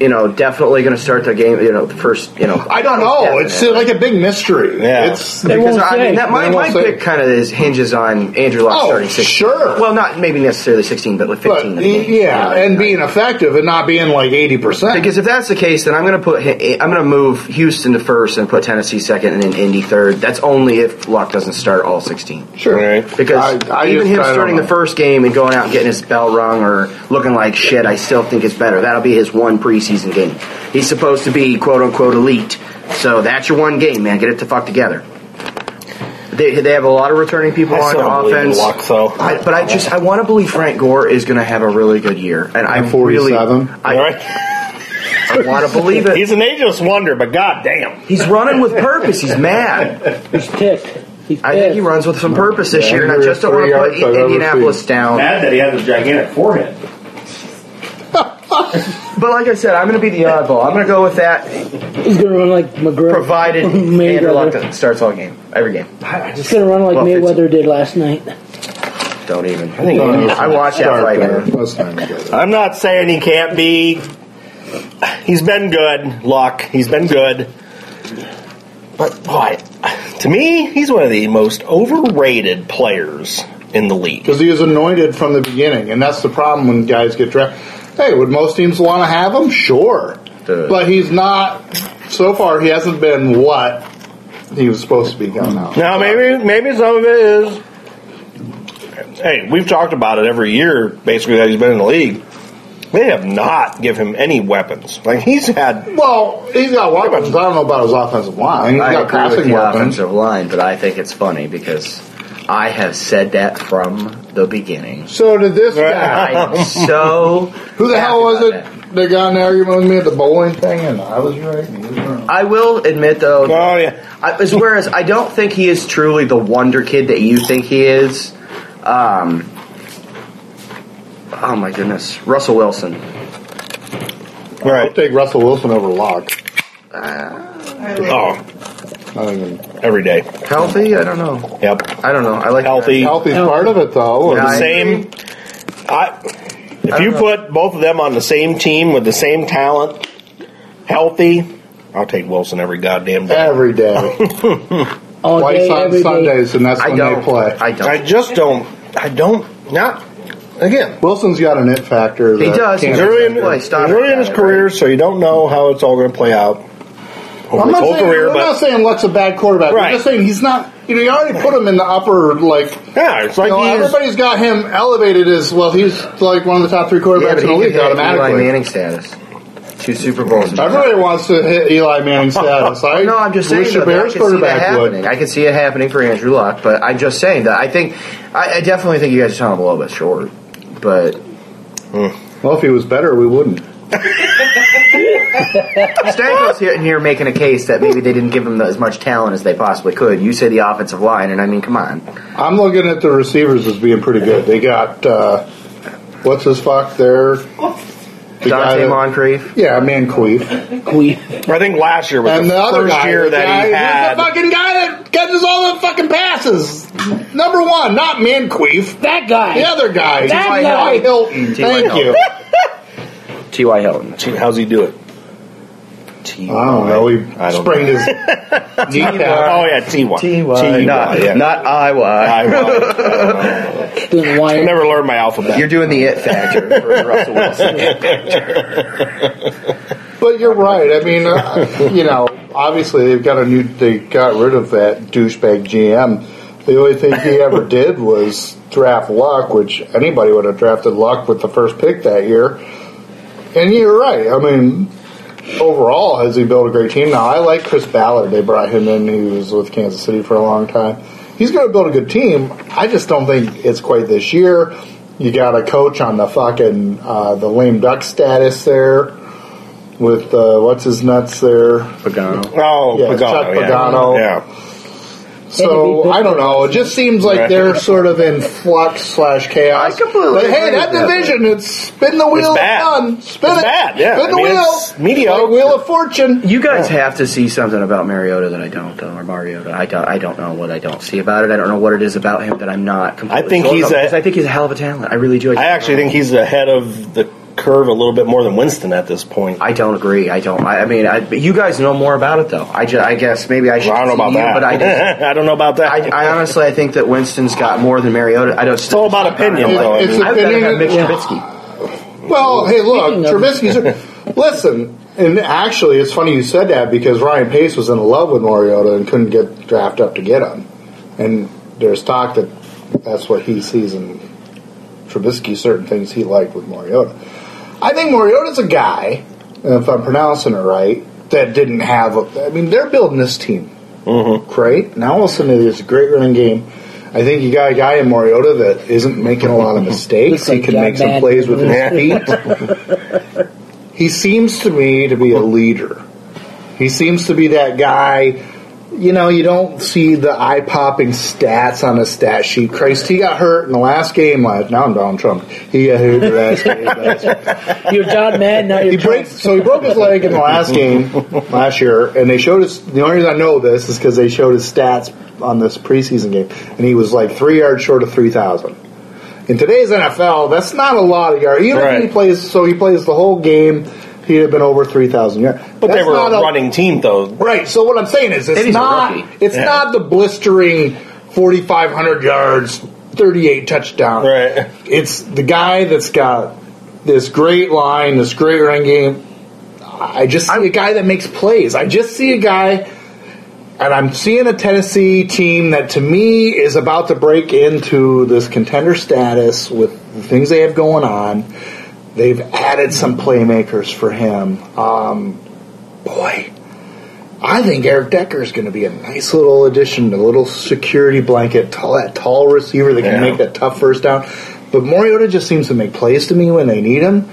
Speaker 5: you know, definitely going to start the game, you know, the first, you know,
Speaker 3: I don't know. It's uh,
Speaker 5: Definitely.
Speaker 3: like a big mystery.
Speaker 2: Yeah.
Speaker 3: It's
Speaker 1: They
Speaker 5: Because
Speaker 1: won't
Speaker 5: I mean
Speaker 1: say.
Speaker 5: that my,
Speaker 3: They
Speaker 5: my
Speaker 3: won't say.
Speaker 5: pick kind of is hinges on Andrew Luck
Speaker 3: Oh,
Speaker 5: starting sixteen.
Speaker 3: sure.
Speaker 5: Well, not maybe necessarily sixteen, but like
Speaker 3: but,
Speaker 5: fifteen. in the game. You know,
Speaker 3: yeah,
Speaker 5: like,
Speaker 3: and
Speaker 5: like-
Speaker 3: being effective and not being like eighty percent.
Speaker 5: Because if that's the case, then I'm going to put hi- I'm going to move Houston to first and put Tennessee second and then Indy third. That's only if Luck doesn't start all sixteen.
Speaker 3: Sure.
Speaker 2: Right.
Speaker 5: Because
Speaker 3: I- I just- I
Speaker 5: even him
Speaker 3: don't
Speaker 5: starting the
Speaker 3: know.
Speaker 5: first game and going out and getting his bell rung or looking like shit, I still think it's better. That'll be his one preseason game. He's supposed to be quote unquote elite. So that's your one game, man. Get it the fuck together. They, they have a lot of returning people
Speaker 2: I
Speaker 5: on
Speaker 2: still don't believe in
Speaker 5: offense.
Speaker 2: Luck, though.
Speaker 5: I, but I just I want to believe Frank Gore is going to have a really good year, and I really
Speaker 3: 47?
Speaker 5: I,
Speaker 2: right?
Speaker 5: I want to believe it.
Speaker 2: He's an ageless wonder, but goddamn.
Speaker 5: He's running with purpose. He's mad.
Speaker 1: He's ticked. He's
Speaker 5: I think he
Speaker 1: pissed.
Speaker 5: runs with some purpose this
Speaker 3: Yeah,
Speaker 5: year, and I
Speaker 3: you're
Speaker 5: just don't want
Speaker 3: three
Speaker 5: to
Speaker 3: yards I've
Speaker 5: put
Speaker 3: ever
Speaker 5: Indianapolis
Speaker 3: seen.
Speaker 5: down.
Speaker 2: Mad that he has a gigantic forehead.
Speaker 5: But like I said, I'm going to be the oddball. I'm going to go with that,
Speaker 1: He's gonna run like McGregor.
Speaker 5: provided Andrew Luck
Speaker 1: Mayweather.
Speaker 5: doesn't- starts all game, every game.
Speaker 1: He's gonna run like
Speaker 5: Well, if it's-
Speaker 1: Mayweather did last night.
Speaker 5: Don't even.
Speaker 2: think he needs
Speaker 5: I watched that
Speaker 3: Start
Speaker 5: fight.
Speaker 3: there.
Speaker 5: man.
Speaker 3: Let's not get it.
Speaker 2: I'm not saying he can't be. He's been good, Luck. He's been good. But boy, to me, he's one of the most overrated players in the league.
Speaker 3: because he was anointed from the beginning, and that's the problem when guys get drafted. Hey, would most teams want to have him? Sure,
Speaker 5: Duh.
Speaker 3: but he's not. So far, he hasn't been what he was supposed to be going out.
Speaker 2: Now, maybe maybe some of it is. Hey, we've talked about it every year, basically that he's been in the league. They have not give him any weapons. Like he's had.
Speaker 3: Well, he's got weapons. I don't know about his offensive line. He's
Speaker 5: I
Speaker 3: got
Speaker 5: agree with
Speaker 3: passing
Speaker 5: the
Speaker 3: weapons.
Speaker 5: offensive line, but I think it's funny because I have said that from the beginning.
Speaker 3: So did this
Speaker 5: I
Speaker 3: guy.
Speaker 5: am so.
Speaker 3: Who the hell was
Speaker 5: happy about that.
Speaker 3: it that got in an argument with me at the bowling thing, and I was right and he was wrong?
Speaker 5: I will admit though,
Speaker 2: Oh yeah,
Speaker 5: I, as whereas I don't think he is truly the wonder kid that you think he is. Um, oh my goodness, Russell Wilson.
Speaker 3: I'll
Speaker 2: right.
Speaker 3: take Russell Wilson over Locke.
Speaker 2: Oh,
Speaker 3: Not even
Speaker 2: every day.
Speaker 5: Healthy? I don't know.
Speaker 2: Yep.
Speaker 5: I don't know. I like
Speaker 2: Healthy.
Speaker 3: healthy's part of it, though.
Speaker 5: Yeah,
Speaker 2: the
Speaker 5: I
Speaker 2: same. I, if you put both of them on the same team with the same talent, healthy, I'll take Wilson every goddamn day.
Speaker 3: Every day.
Speaker 1: All
Speaker 3: White's
Speaker 1: day,
Speaker 3: on
Speaker 1: every day.
Speaker 3: Sundays, and that's
Speaker 5: I
Speaker 3: when
Speaker 5: don't.
Speaker 3: they play.
Speaker 5: I don't.
Speaker 2: I just don't. I don't. Not again.
Speaker 3: Wilson's got an it factor.
Speaker 5: He
Speaker 3: that
Speaker 5: does.
Speaker 3: can't-
Speaker 2: He's
Speaker 5: He's
Speaker 2: early in,
Speaker 5: Boy,
Speaker 2: he's
Speaker 5: stop
Speaker 2: early
Speaker 5: it,
Speaker 2: in his
Speaker 5: right?
Speaker 2: career, so you don't know how it's all going to play out over
Speaker 3: I'm
Speaker 2: his
Speaker 3: not,
Speaker 2: whole
Speaker 3: saying,
Speaker 2: career.
Speaker 3: I'm not
Speaker 2: But
Speaker 3: saying Luck's a bad quarterback.
Speaker 2: Right.
Speaker 3: I'm just saying he's not. You know, you already put him in the upper like.
Speaker 2: yeah, it's
Speaker 3: You
Speaker 2: like
Speaker 3: know,
Speaker 2: he's.
Speaker 3: everybody's got him elevated as well. He's like one of the top three
Speaker 5: yeah,
Speaker 3: quarterbacks in
Speaker 5: but he
Speaker 3: the
Speaker 5: could
Speaker 3: league
Speaker 5: hit Eli
Speaker 3: automatically.
Speaker 5: Manning status. Two Super Bowls.
Speaker 3: Everybody wants to hit Eli Manning status. I
Speaker 5: No, I'm just saying.
Speaker 3: Wish
Speaker 5: though,
Speaker 3: the
Speaker 5: that
Speaker 3: Bears
Speaker 5: I can see that
Speaker 3: quarterback would.
Speaker 5: happening. I can see it happening for Andrew Luck, but I'm just saying that I think I, I definitely think you guys are selling him a little bit short. But
Speaker 3: Well, if he was better, we wouldn't.
Speaker 5: Stanko's here, here making a case that maybe they didn't give him as much talent as they possibly could. You say the offensive line, and I mean, come on.
Speaker 3: I'm looking at the receivers as being pretty good. They got uh, what's his fuck there? The guy
Speaker 5: Dante
Speaker 3: that-
Speaker 5: Moncrief.
Speaker 3: Yeah, Manqueef.
Speaker 2: I think last year was
Speaker 3: And
Speaker 2: the,
Speaker 3: the other
Speaker 2: first
Speaker 3: guy,
Speaker 2: year
Speaker 3: the
Speaker 2: that
Speaker 3: guy,
Speaker 2: he
Speaker 3: who's
Speaker 2: had.
Speaker 3: the fucking guy that catches all the fucking passes. Number one, not Manqueef.
Speaker 1: That guy.
Speaker 3: The other guy,
Speaker 1: That
Speaker 3: T.Y.
Speaker 1: guy.
Speaker 3: Hilton.
Speaker 5: T.Y.
Speaker 3: Thank
Speaker 5: Hilton.
Speaker 3: you.
Speaker 5: T.Y. Hilton.
Speaker 2: Gee, How's he do it? T.
Speaker 3: I don't know. He
Speaker 2: I don't
Speaker 3: sprained his kneecap.
Speaker 2: Oh yeah, T Y.
Speaker 5: Not,
Speaker 2: yeah.
Speaker 5: not I.
Speaker 2: I, I
Speaker 1: Then why-
Speaker 2: never learned my alphabet.
Speaker 5: You're doing the it factor for Russell Wilson.
Speaker 3: But you're right. I mean, uh, you know, obviously they've got a new. They got rid of that douchebag GM. The only thing he ever did was draft Luck, which anybody would have drafted Luck with the first pick that year. And you're right. I mean, overall, has he built a great team? Now I like Chris Ballard. They brought him in. He was with Kansas City for a long time. He's going to build a good team. I just don't think it's quite this year. You got a coach on the fucking uh, the lame duck status there with uh, what's his nuts there.
Speaker 5: Pagano.
Speaker 2: oh,
Speaker 3: Yeah,
Speaker 2: Pagano,
Speaker 3: Chuck
Speaker 2: yeah.
Speaker 3: Pagano.
Speaker 2: Yeah.
Speaker 3: So I don't know. It just seems like they're sort of in flux slash chaos.
Speaker 5: I completely
Speaker 3: But hey,
Speaker 5: agree
Speaker 3: that
Speaker 5: with that.
Speaker 3: division, it's spin the wheel.
Speaker 2: bad.
Speaker 3: Of fun. Spin
Speaker 2: It's
Speaker 3: it.
Speaker 2: bad, yeah.
Speaker 3: Spin
Speaker 2: I
Speaker 3: the
Speaker 2: mean,
Speaker 3: wheel.
Speaker 2: it's mediocre.
Speaker 3: Like wheel of fortune.
Speaker 5: You guys
Speaker 2: Oh.
Speaker 5: have to see something about Mariota that I don't, though, or Mariota. I don't, I don't know what I don't see about it. I don't know what it is about him that I'm not. Completely
Speaker 2: I think
Speaker 5: sold
Speaker 2: he's
Speaker 5: on,
Speaker 2: a-
Speaker 5: 'cause I think he's a hell of a talent. I really do.
Speaker 2: I actually think he's ahead of the curve a little bit more than Winston at this point.
Speaker 5: I don't agree. I don't. I, I mean, I, but you guys know more about it, though. I, ju- I guess maybe I should.
Speaker 2: Well, I don't know
Speaker 5: see
Speaker 2: about
Speaker 5: you,
Speaker 2: that.
Speaker 5: but I just.
Speaker 2: I don't know about that.
Speaker 5: I, I honestly, I think that Winston's got more than Mariota. I don't.
Speaker 2: it's all about opinion,
Speaker 3: It-
Speaker 2: though. I
Speaker 3: it's
Speaker 2: mean,
Speaker 3: a-
Speaker 5: I'd rather have Mitch
Speaker 3: Yeah.
Speaker 5: Trubisky.
Speaker 3: Well, hey, look,
Speaker 1: Speaking of-
Speaker 3: Trubisky's. listen, and actually, it's funny you said that because Ryan Pace was in love with Mariota and couldn't get draft up to get him, and there's talk that that's what he sees in Trubisky. Certain things he liked with Mariota. I think Mariota's a guy, if I'm pronouncing it right, that didn't have. A, I mean, they're building this team great. Now all of a sudden there's a great running game. I think you got a guy in Mariota that isn't making a lot of mistakes.
Speaker 1: Looks like
Speaker 3: he can
Speaker 1: Jack
Speaker 3: make some
Speaker 1: Madden.
Speaker 3: plays with his feet. he seems to me to be a leader. He seems to be that guy. You know, you don't see the eye popping stats on a stat sheet. Christ, he got hurt in the last game last. Now I'm Donald Trump. He got hurt in the last game last
Speaker 1: You're John Madden, not
Speaker 3: he
Speaker 1: your
Speaker 3: breaks. So he broke his leg in the last game last year, and they showed us. The only reason I know this is because they showed his stats on this preseason game, and he was like three yards short of three thousand. In today's NFL, that's not a lot of yards. Even if he
Speaker 2: Right.
Speaker 3: plays, so he plays the whole game. He'd have been over three thousand yards.
Speaker 2: but they
Speaker 3: That's
Speaker 2: were
Speaker 3: not
Speaker 2: a
Speaker 3: a-
Speaker 2: running team, though.
Speaker 3: Right. So what I'm saying is,
Speaker 5: And
Speaker 3: it's
Speaker 5: he's a
Speaker 3: not
Speaker 5: rookie.
Speaker 3: it's
Speaker 2: Yeah.
Speaker 3: not the blistering 4,500 yards, 38 touchdowns.
Speaker 2: Right.
Speaker 3: It's the guy that's got this great line, this great running game. I just see a guy that makes plays. I just see a guy, and I'm seeing a Tennessee team that to me is about to break into this contender status with the things they have going on. They've added some playmakers for him. Um, boy, I think Eric Decker is going to be a nice little addition, a little security blanket, tall, that tall receiver that can
Speaker 2: Yeah.
Speaker 3: make that tough first down. But Mariota just seems to make plays to me when they need him.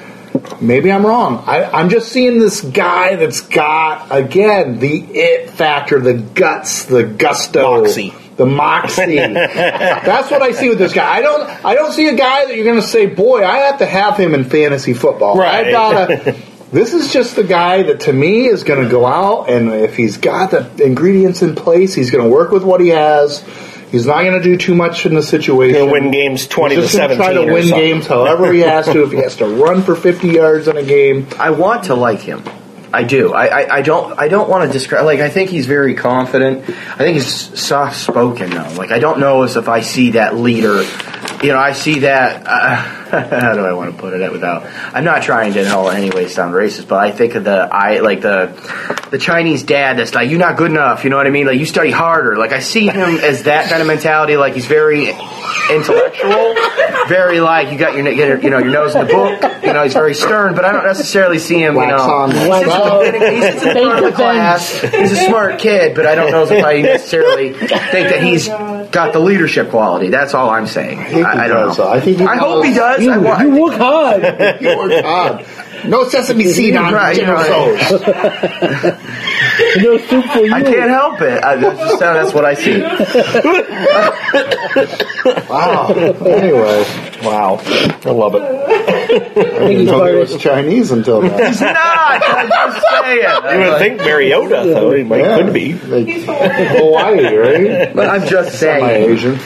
Speaker 3: Maybe I'm wrong. I, I'm just seeing this guy that's got again the it factor, the guts, the gusto,
Speaker 2: Moxie.
Speaker 3: the moxie. that's what I see with this guy. I don't. I don't see a guy that you're going to say, "Boy, I have to have him in fantasy football."
Speaker 2: Right.
Speaker 3: I gotta. This is just the guy that to me is going to go out, and if he's got the ingredients in place, he's going to work with what he has. He's not going to do too much in the situation.
Speaker 2: He'll win games 20
Speaker 3: He's just
Speaker 2: to
Speaker 3: gonna
Speaker 2: 17
Speaker 3: Try to
Speaker 2: or
Speaker 3: win
Speaker 2: something.
Speaker 3: games however he has to. If he has to run for fifty yards in a game,
Speaker 5: I want to like him. I do. I, I, I don't. I don't want to describe. Like I think he's very confident. I think he's soft spoken though. Like I don't know as if I see that leader. You know, I see that. Uh, how do I want to put it without? I'm not trying to in all anyway sound racist, but I think of the I like the the Chinese dad that's like you're not good enough. You know what I mean? Like you study harder. Like I see him as that kind of mentality. Like he's very intellectual, very like you got your, get your you know your nose in the book. You know he's very stern, but I don't necessarily see him.
Speaker 3: wax
Speaker 5: you know,
Speaker 3: on,
Speaker 5: he
Speaker 3: wax
Speaker 5: sits,
Speaker 3: off.
Speaker 5: in the beginning- he sits in the front of the class. He's a smart kid, but I don't know if I necessarily think that he's got the leadership quality. That's all I'm saying.
Speaker 3: think
Speaker 5: I,
Speaker 3: he
Speaker 5: I don't
Speaker 3: does,
Speaker 5: know.
Speaker 3: though. I think he
Speaker 5: I hope
Speaker 3: does.
Speaker 5: he does. I want,
Speaker 1: You work hard.
Speaker 3: you work hard. No sesame seed on
Speaker 5: Right,
Speaker 3: General
Speaker 5: right.
Speaker 3: Tso's.
Speaker 1: No soup for you.
Speaker 5: I can't help it. I, that's, just, that's what I see.
Speaker 3: Wow. Ah, anyway,
Speaker 2: Wow, I love it.
Speaker 1: I think he's
Speaker 3: Nobody
Speaker 1: part
Speaker 3: was
Speaker 1: of
Speaker 3: Chinese until now.
Speaker 5: He's not. I'm just saying.
Speaker 2: You would think Mariota though. He might,
Speaker 3: Yeah.
Speaker 2: could be.
Speaker 3: Like
Speaker 4: He's the one.
Speaker 3: Hawaii, right?
Speaker 5: But I'm just
Speaker 3: My
Speaker 5: saying.
Speaker 3: Asian.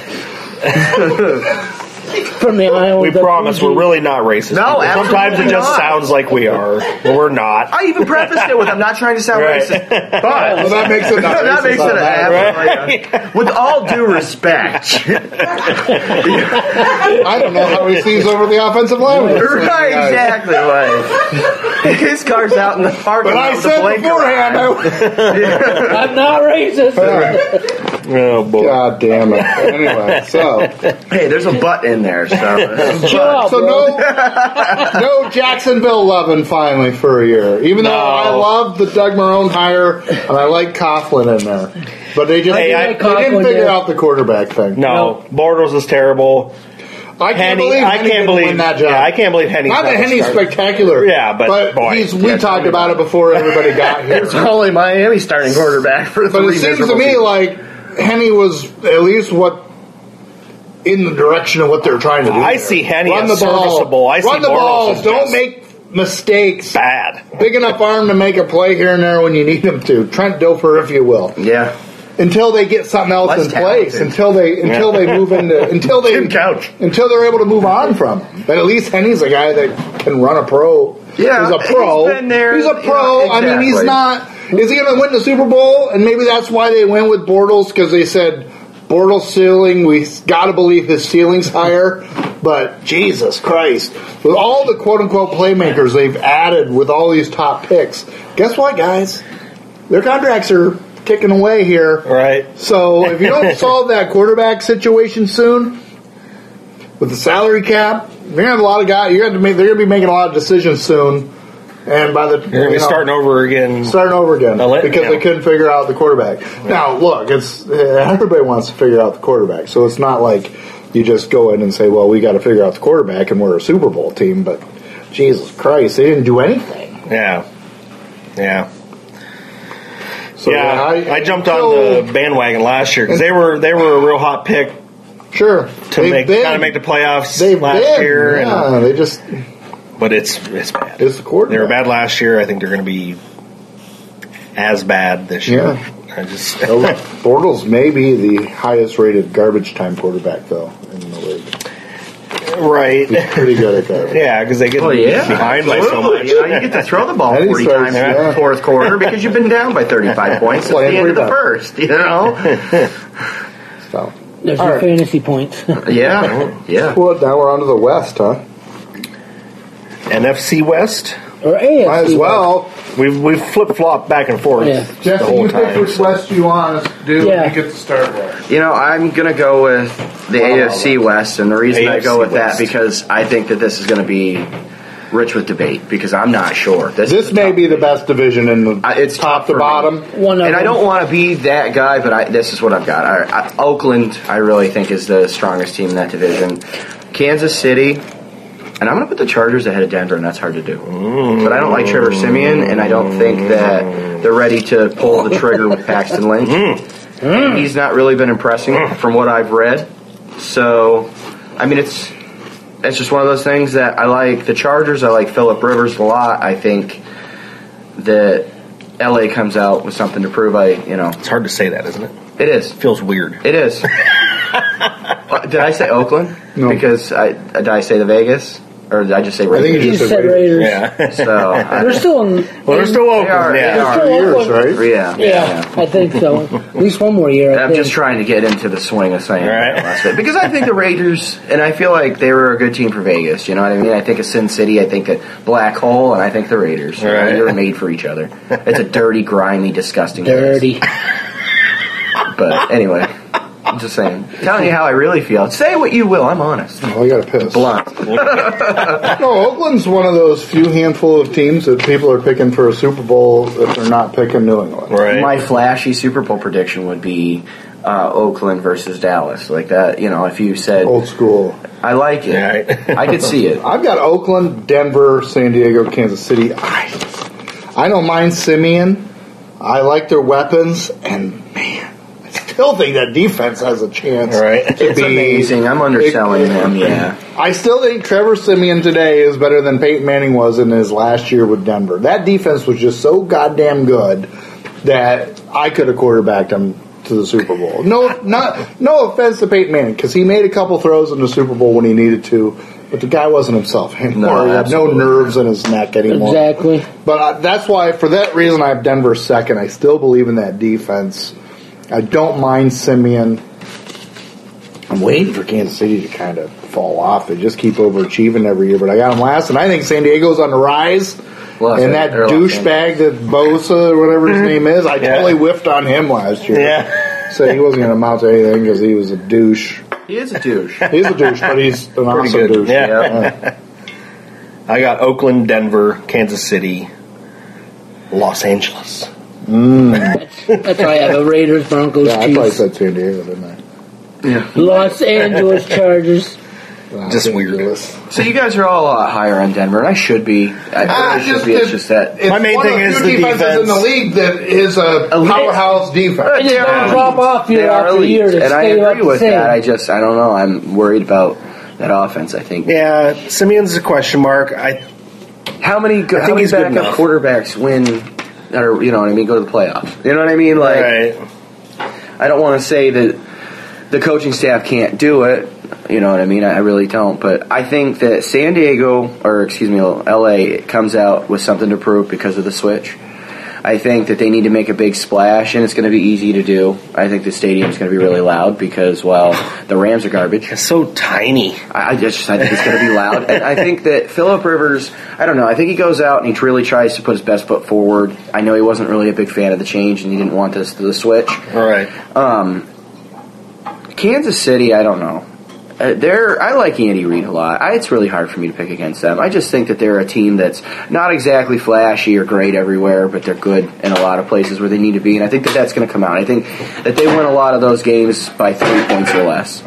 Speaker 1: from the island.
Speaker 2: We
Speaker 1: that-
Speaker 2: promise we're really not racist.
Speaker 5: No,
Speaker 2: people. sometimes it
Speaker 5: absolutely
Speaker 2: just
Speaker 5: not.
Speaker 2: sounds like we are, but we're not.
Speaker 5: I even prefaced it with I'm not trying to sound
Speaker 2: Right.
Speaker 5: racist, but
Speaker 3: Well, that makes it not
Speaker 5: that
Speaker 3: racist
Speaker 5: makes it a
Speaker 2: automatic,
Speaker 5: half. With all due respect,
Speaker 3: I don't know how he sees over the offensive line. with those
Speaker 5: right?
Speaker 3: guys.
Speaker 5: Exactly. Like his car's out in the parking
Speaker 3: But
Speaker 5: lot
Speaker 3: I
Speaker 5: with the
Speaker 3: said
Speaker 5: blinker
Speaker 3: beforehand.
Speaker 5: on.
Speaker 3: I,
Speaker 1: I'm not racist.
Speaker 2: Oh boy.
Speaker 3: God damn it. Anyway, so
Speaker 5: Hey, there's a butt in there, so
Speaker 1: Chill
Speaker 2: Oh,
Speaker 1: out,
Speaker 3: so
Speaker 1: bro.
Speaker 3: no, no Jacksonville loving finally for a year. Even though I love the Doug Marone hire and I like Coughlin in there, but they just
Speaker 2: Hey,
Speaker 3: they,
Speaker 2: I-
Speaker 3: didn't
Speaker 1: Coughlin,
Speaker 3: figure
Speaker 1: yeah.
Speaker 3: out the quarterback thing.
Speaker 2: No, Bortles is terrible.
Speaker 3: I can't
Speaker 2: Henny,
Speaker 3: believe
Speaker 2: I
Speaker 3: Henny
Speaker 2: can't
Speaker 3: didn't
Speaker 2: believe
Speaker 3: win that job.
Speaker 2: Yeah, I can't believe Henny.
Speaker 3: not that Henny's spectacular.
Speaker 2: Yeah, but boy,
Speaker 3: he's, we
Speaker 5: yeah,
Speaker 3: talked about it before everybody got here.
Speaker 5: it's only Miami starting quarterback for
Speaker 3: But
Speaker 5: three
Speaker 3: it seems to
Speaker 5: miserable
Speaker 3: me
Speaker 5: people.
Speaker 3: like Henny was at least what in the direction of what they're trying to do.
Speaker 2: I
Speaker 3: there.
Speaker 2: see Henny
Speaker 3: run
Speaker 2: as
Speaker 3: the ball,
Speaker 2: serviceable. I see
Speaker 3: run the
Speaker 2: Bortles
Speaker 3: balls.
Speaker 2: as
Speaker 3: Don't
Speaker 2: just-
Speaker 3: make mistakes.
Speaker 2: bad.
Speaker 3: Big enough arm to make a play here and there when you need him to. Trent Dilfer, if you will,
Speaker 5: yeah,
Speaker 3: until they get something else
Speaker 5: Less
Speaker 3: in
Speaker 5: talented.
Speaker 3: place. Until they until they move into until they
Speaker 5: Tim Couch.
Speaker 3: until they're able to move on from. Him. But at least Henny's a guy that can run a pro.
Speaker 5: Yeah,
Speaker 3: he's a pro.
Speaker 5: he's been there.
Speaker 3: He's a pro.
Speaker 5: Yeah,
Speaker 3: I mean, he's
Speaker 5: exactly.
Speaker 3: not. Is he going to win the Super Bowl? And maybe that's why they went with Bortles because they said Bortles ceiling. We got to believe his ceiling's higher. But Jesus Christ, with all the quote unquote playmakers they've added with all these top picks, guess what, guys? Their contracts are ticking away here.
Speaker 2: Right.
Speaker 3: So if you don't solve that quarterback situation soon, with the salary cap, you're gonna have a lot of guys. You're gonna have to make. They're gonna be making a lot of decisions soon, and by the
Speaker 2: You're gonna
Speaker 3: you
Speaker 2: be
Speaker 3: know,
Speaker 2: starting over again.
Speaker 3: starting over again
Speaker 2: A lit-
Speaker 3: because
Speaker 2: yeah.
Speaker 3: they couldn't figure out the quarterback. Now look, it's everybody wants to figure out the quarterback, so it's not like you just go in and say, "Well, we got to figure out the quarterback," and we're a Super Bowl team. But Jesus Christ, they didn't do anything.
Speaker 2: Yeah. Yeah.
Speaker 3: So
Speaker 2: yeah, I, jumped on the bandwagon last year because they were they were a real hot pick
Speaker 3: the sure
Speaker 2: to make kind of make the playoffs
Speaker 3: They've
Speaker 2: last
Speaker 3: been,
Speaker 2: year,
Speaker 3: yeah, they just
Speaker 2: and, but it's it's bad.
Speaker 3: it's the quarterback.
Speaker 2: they were bad last year. I think they're going to be as bad this year.
Speaker 3: Yeah. Oh,
Speaker 2: I just
Speaker 3: So, Bortles may be the highest rated garbage time quarterback though in the league.
Speaker 2: right.
Speaker 3: He's pretty good at garbage.
Speaker 2: Yeah, because they get
Speaker 5: Oh yeah,
Speaker 2: behind by so
Speaker 5: Absolutely.
Speaker 2: much.
Speaker 5: You, know, you get to throw the ball
Speaker 3: And he
Speaker 5: forty
Speaker 3: starts,
Speaker 5: times in
Speaker 3: yeah.
Speaker 5: the fourth quarter because you've been down by thirty-five points at the
Speaker 3: Playing
Speaker 5: end of the
Speaker 3: rebound.
Speaker 5: first. You know,
Speaker 3: So,
Speaker 1: There's
Speaker 3: All
Speaker 1: your
Speaker 3: right.
Speaker 1: fantasy points.
Speaker 5: yeah, yeah.
Speaker 3: well, now we're on to the West, huh?
Speaker 2: NFC West.
Speaker 1: or AFC.
Speaker 3: Might as well.
Speaker 2: We've we've flip flopped back and forth
Speaker 1: Yeah.
Speaker 2: the whole time. so-
Speaker 3: West you want us to do.
Speaker 1: Yeah. you get
Speaker 3: to start with.
Speaker 5: You know, I'm gonna go with the AFC West, and the reason I go
Speaker 2: AFC
Speaker 5: with
Speaker 2: West.
Speaker 5: that because I think that this is gonna be rich with debate because I'm not sure. This,
Speaker 3: This
Speaker 5: is the
Speaker 3: may
Speaker 5: top-
Speaker 3: be the best division in the
Speaker 5: I- it's
Speaker 3: top
Speaker 5: tough
Speaker 3: to
Speaker 5: for me.
Speaker 3: bottom.
Speaker 1: One of
Speaker 5: and I
Speaker 1: them.
Speaker 5: don't want to be that guy, but I, this is what I've got. I, I, Oakland, I really think, is the strongest team in that division. Kansas City, and I'm going to put the Chargers ahead of Denver, and that's hard to do. But I don't like Trevor Simeon, and I don't think that they're ready to pull the trigger with Paxton Lynch. And He's not really been impressing from what I've read. So, I mean, it's it's just one of those things that I like the Chargers. I like Philip Rivers a lot. I think that LA comes out with something to prove. I, you know,
Speaker 2: It's hard to say that, isn't it?
Speaker 5: it is.
Speaker 2: Feels weird.
Speaker 5: It is. Uh, did I say Oakland?
Speaker 3: No.
Speaker 5: Because I did I say the Vegas, or did I just say
Speaker 3: I think
Speaker 5: Raiders?
Speaker 3: you
Speaker 1: You
Speaker 3: just
Speaker 1: said
Speaker 3: Raiders.
Speaker 1: Raiders.
Speaker 2: Yeah.
Speaker 5: so I,
Speaker 1: They're still in.
Speaker 2: well, they're still open.
Speaker 5: are,
Speaker 2: yeah.
Speaker 5: they are.
Speaker 1: still
Speaker 3: Years,
Speaker 1: open.
Speaker 3: right?
Speaker 5: yeah,
Speaker 1: Yeah, I think so. At least one more year. I
Speaker 5: I'm
Speaker 1: think.
Speaker 5: just trying to get into the swing of saying
Speaker 2: Right.
Speaker 5: that last bit. because I think the Raiders, and I feel like they were a good team for Vegas. You know what I mean? I think of Sin City, I think of Black Hole, and I think the Raiders. You know,
Speaker 2: Right.
Speaker 5: They're made for each other. It's a dirty, grimy, disgusting. place.
Speaker 1: Dirty.
Speaker 5: But anyway, I'm just saying, telling you how I really feel. Say what you will. I'm honest,
Speaker 3: Oh, I got to piss.
Speaker 5: blunt.
Speaker 3: No, Oakland's one of those few handful of teams that people are picking for a Super Bowl if they're not picking New England.
Speaker 2: Right.
Speaker 5: My flashy Super Bowl prediction would be. Uh, Oakland versus Dallas, like that. You know, if you said
Speaker 3: Old school.
Speaker 5: I like it,
Speaker 2: Yeah.
Speaker 5: I could see it.
Speaker 3: I've got Oakland, Denver, San Diego, Kansas City. I, I don't mind Simeon. I like their weapons, and man, I still think that defense has a chance.
Speaker 2: Right.
Speaker 3: to
Speaker 5: It's
Speaker 3: be-
Speaker 5: amazing. I'm underselling him. Yeah.
Speaker 3: I still think Trevor Simeon today is better than Peyton Manning was in his last year with Denver. That defense was just so goddamn good that I could have quarterbacked him to the Super Bowl. No, not no offense to Peyton Manning because he made a couple throws in the Super Bowl when he needed to, but the guy wasn't himself anymore.
Speaker 5: No,
Speaker 3: he had no
Speaker 5: absolutely.
Speaker 3: nerves in his neck anymore.
Speaker 1: Exactly.
Speaker 3: But I, that's why, for that reason, I have Denver second. I still believe in that defense. I don't mind Simeon. I'm waiting for Kansas City to kind of fall off. They just keep overachieving every year, but I got them last, and I think San Diego's on the rise.
Speaker 5: Well, that's
Speaker 3: and
Speaker 5: right.
Speaker 3: that
Speaker 5: They're locked in.
Speaker 3: douchebag that Bosa, or whatever his name is, I
Speaker 2: Yeah.
Speaker 3: totally whiffed on him last year.
Speaker 2: Yeah.
Speaker 3: Said he wasn't going to amount to anything because he was a douche.
Speaker 5: He is a douche.
Speaker 3: He's a douche, but he's an awesome
Speaker 2: good,
Speaker 3: douche.
Speaker 2: yeah.
Speaker 3: Yeah.
Speaker 2: I got Oakland, Denver, Kansas City, Los Angeles.
Speaker 1: That's all I have. The Raiders, Broncos,
Speaker 3: Yeah, I probably
Speaker 1: Chiefs,
Speaker 3: said San Diego, didn't I?
Speaker 1: Los Angeles Chargers.
Speaker 2: Just weird.
Speaker 5: So you guys are all a lot higher on Denver, and I should be. I
Speaker 3: Ah,
Speaker 5: really
Speaker 3: just
Speaker 5: should be. It's
Speaker 3: it-
Speaker 5: just that.
Speaker 3: it's
Speaker 2: My main
Speaker 3: one
Speaker 2: thing
Speaker 3: of
Speaker 2: is
Speaker 3: two
Speaker 2: the
Speaker 3: defenses in the
Speaker 2: defense.
Speaker 3: league that is a
Speaker 5: Elite.
Speaker 3: powerhouse
Speaker 1: And
Speaker 3: defense.
Speaker 1: it's gonna drop off year
Speaker 5: They are
Speaker 1: after
Speaker 5: elite,
Speaker 1: year to
Speaker 5: and I
Speaker 1: stay up
Speaker 5: agree
Speaker 1: the
Speaker 5: with
Speaker 1: same.
Speaker 5: that. I just, I don't know. I'm worried about that offense. I think.
Speaker 2: Yeah, Simeon's a question mark. I
Speaker 5: How many? Go, how
Speaker 2: think
Speaker 5: many
Speaker 2: he's good
Speaker 5: backup
Speaker 2: enough.
Speaker 5: quarterbacks win? Or you know what I mean? Go to the playoffs. You know what I mean? Like,
Speaker 2: right.
Speaker 5: I don't want to say that the coaching staff can't do it. You know what I mean? I I really don't. But I think that San Diego, or excuse me, LA, comes out with something to prove because of the switch. I think that they need to make a big splash, and it's going to be easy to do. I think the stadium's going to be really loud because, well, the Rams are garbage.
Speaker 2: It's so tiny.
Speaker 5: I I just I think it's going to be loud, and I think that Philip Rivers, I don't know, I think he goes out and he really tries to put his best foot forward. I know he wasn't really a big fan of the change, and he didn't want this to the switch.
Speaker 2: All right.
Speaker 5: Um, Kansas City, I don't know. Uh, they're I like Andy Reid a lot. I, it's really hard for me to pick against them. I just think that they're a team that's not exactly flashy or great everywhere, but they're good in a lot of places where they need to be, and I think that that's going to come out. I think that they win a lot of those games by three points or less.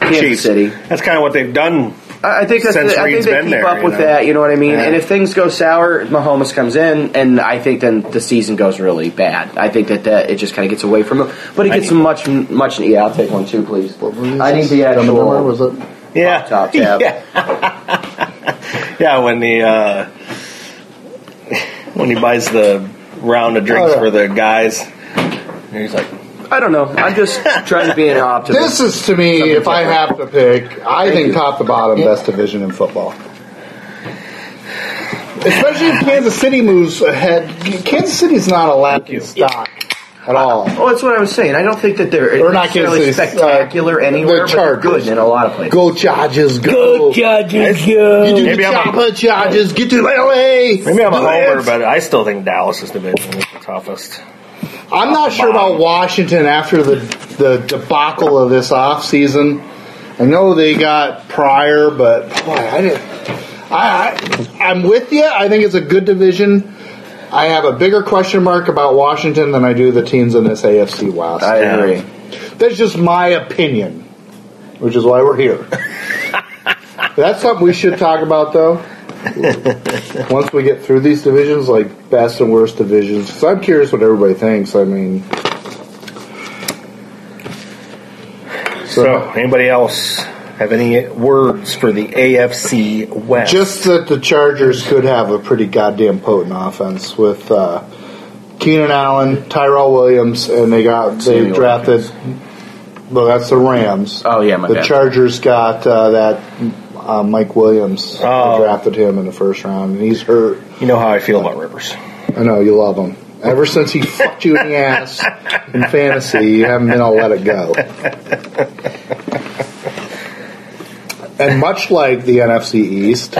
Speaker 5: Kansas
Speaker 2: Chiefs.
Speaker 5: City.
Speaker 2: That's kind of what they've done.
Speaker 5: I I think that's
Speaker 2: Since
Speaker 5: the, I think
Speaker 2: Reed's
Speaker 5: they
Speaker 2: been
Speaker 5: keep
Speaker 2: there,
Speaker 5: up
Speaker 2: you
Speaker 5: with
Speaker 2: know.
Speaker 5: that. You know what I mean?
Speaker 2: Yeah.
Speaker 5: And if things go sour, Mahomes comes in, and I think then the season goes really bad. I think that, that it just kind of gets away from him. But it
Speaker 2: I
Speaker 5: gets
Speaker 2: need-
Speaker 5: much much. Yeah, I'll take one too, please.
Speaker 3: was
Speaker 5: I need the
Speaker 3: Where
Speaker 5: actual.
Speaker 3: was it?
Speaker 2: Yeah.
Speaker 5: Top tab.
Speaker 2: Yeah. yeah, when the uh, when he buys the round of drinks
Speaker 3: Oh, yeah.
Speaker 2: for the guys, and he's like,
Speaker 5: I don't know. I'm just trying to be an
Speaker 3: This
Speaker 5: optimist.
Speaker 3: is to me, if I have to pick, I think top to bottom best division in football. Especially if Kansas City moves ahead. Kansas City's not a laughing stock at all.
Speaker 5: Well, Oh, that's what I was saying. I don't think that they're
Speaker 3: Or not
Speaker 5: necessarily
Speaker 3: Kansas City,
Speaker 5: spectacular
Speaker 3: uh,
Speaker 5: anywhere,
Speaker 3: the
Speaker 5: but they're
Speaker 3: Chargers.
Speaker 5: good in a lot of places.
Speaker 3: Go Chargers, go!
Speaker 1: Good Chargers,
Speaker 3: Oh. You do
Speaker 1: go.
Speaker 2: Maybe
Speaker 3: the
Speaker 2: I'm a-
Speaker 3: chopper Chargers, get to L.A.
Speaker 2: maybe I'm a
Speaker 3: Do
Speaker 2: homer,
Speaker 3: it.
Speaker 2: but I still think Dallas's division is the toughest.
Speaker 3: I'm not sure about Washington after the the debacle of this offseason. I know they got Pryor, but boy, I didn't. I, I I'm with you. I think it's a good division. I have a bigger question mark about Washington than I do the teams in this AFC West.
Speaker 5: I agree.
Speaker 3: That's just my opinion, which is why we're here. That's something we should talk about, though. Once we get through these divisions, like best and worst divisions, because I'm curious what everybody thinks. I mean,
Speaker 2: So, anybody else have any words for the AFC West?
Speaker 3: just that the Chargers could have a pretty goddamn potent offense with uh, Keenan Allen, Tyrell Williams, and they got they
Speaker 5: Samuel
Speaker 3: drafted. Well, that's the Rams.
Speaker 5: Oh, yeah, my
Speaker 3: The
Speaker 5: bad.
Speaker 3: Chargers got uh, that uh, Mike Williams. They
Speaker 2: Oh.
Speaker 3: drafted him in the first round, and he's hurt.
Speaker 2: you know how I feel about Rivers.
Speaker 3: I know you love him. Ever since he fucked you in the ass in fantasy, you haven't been all let it go. And much like the NFC East,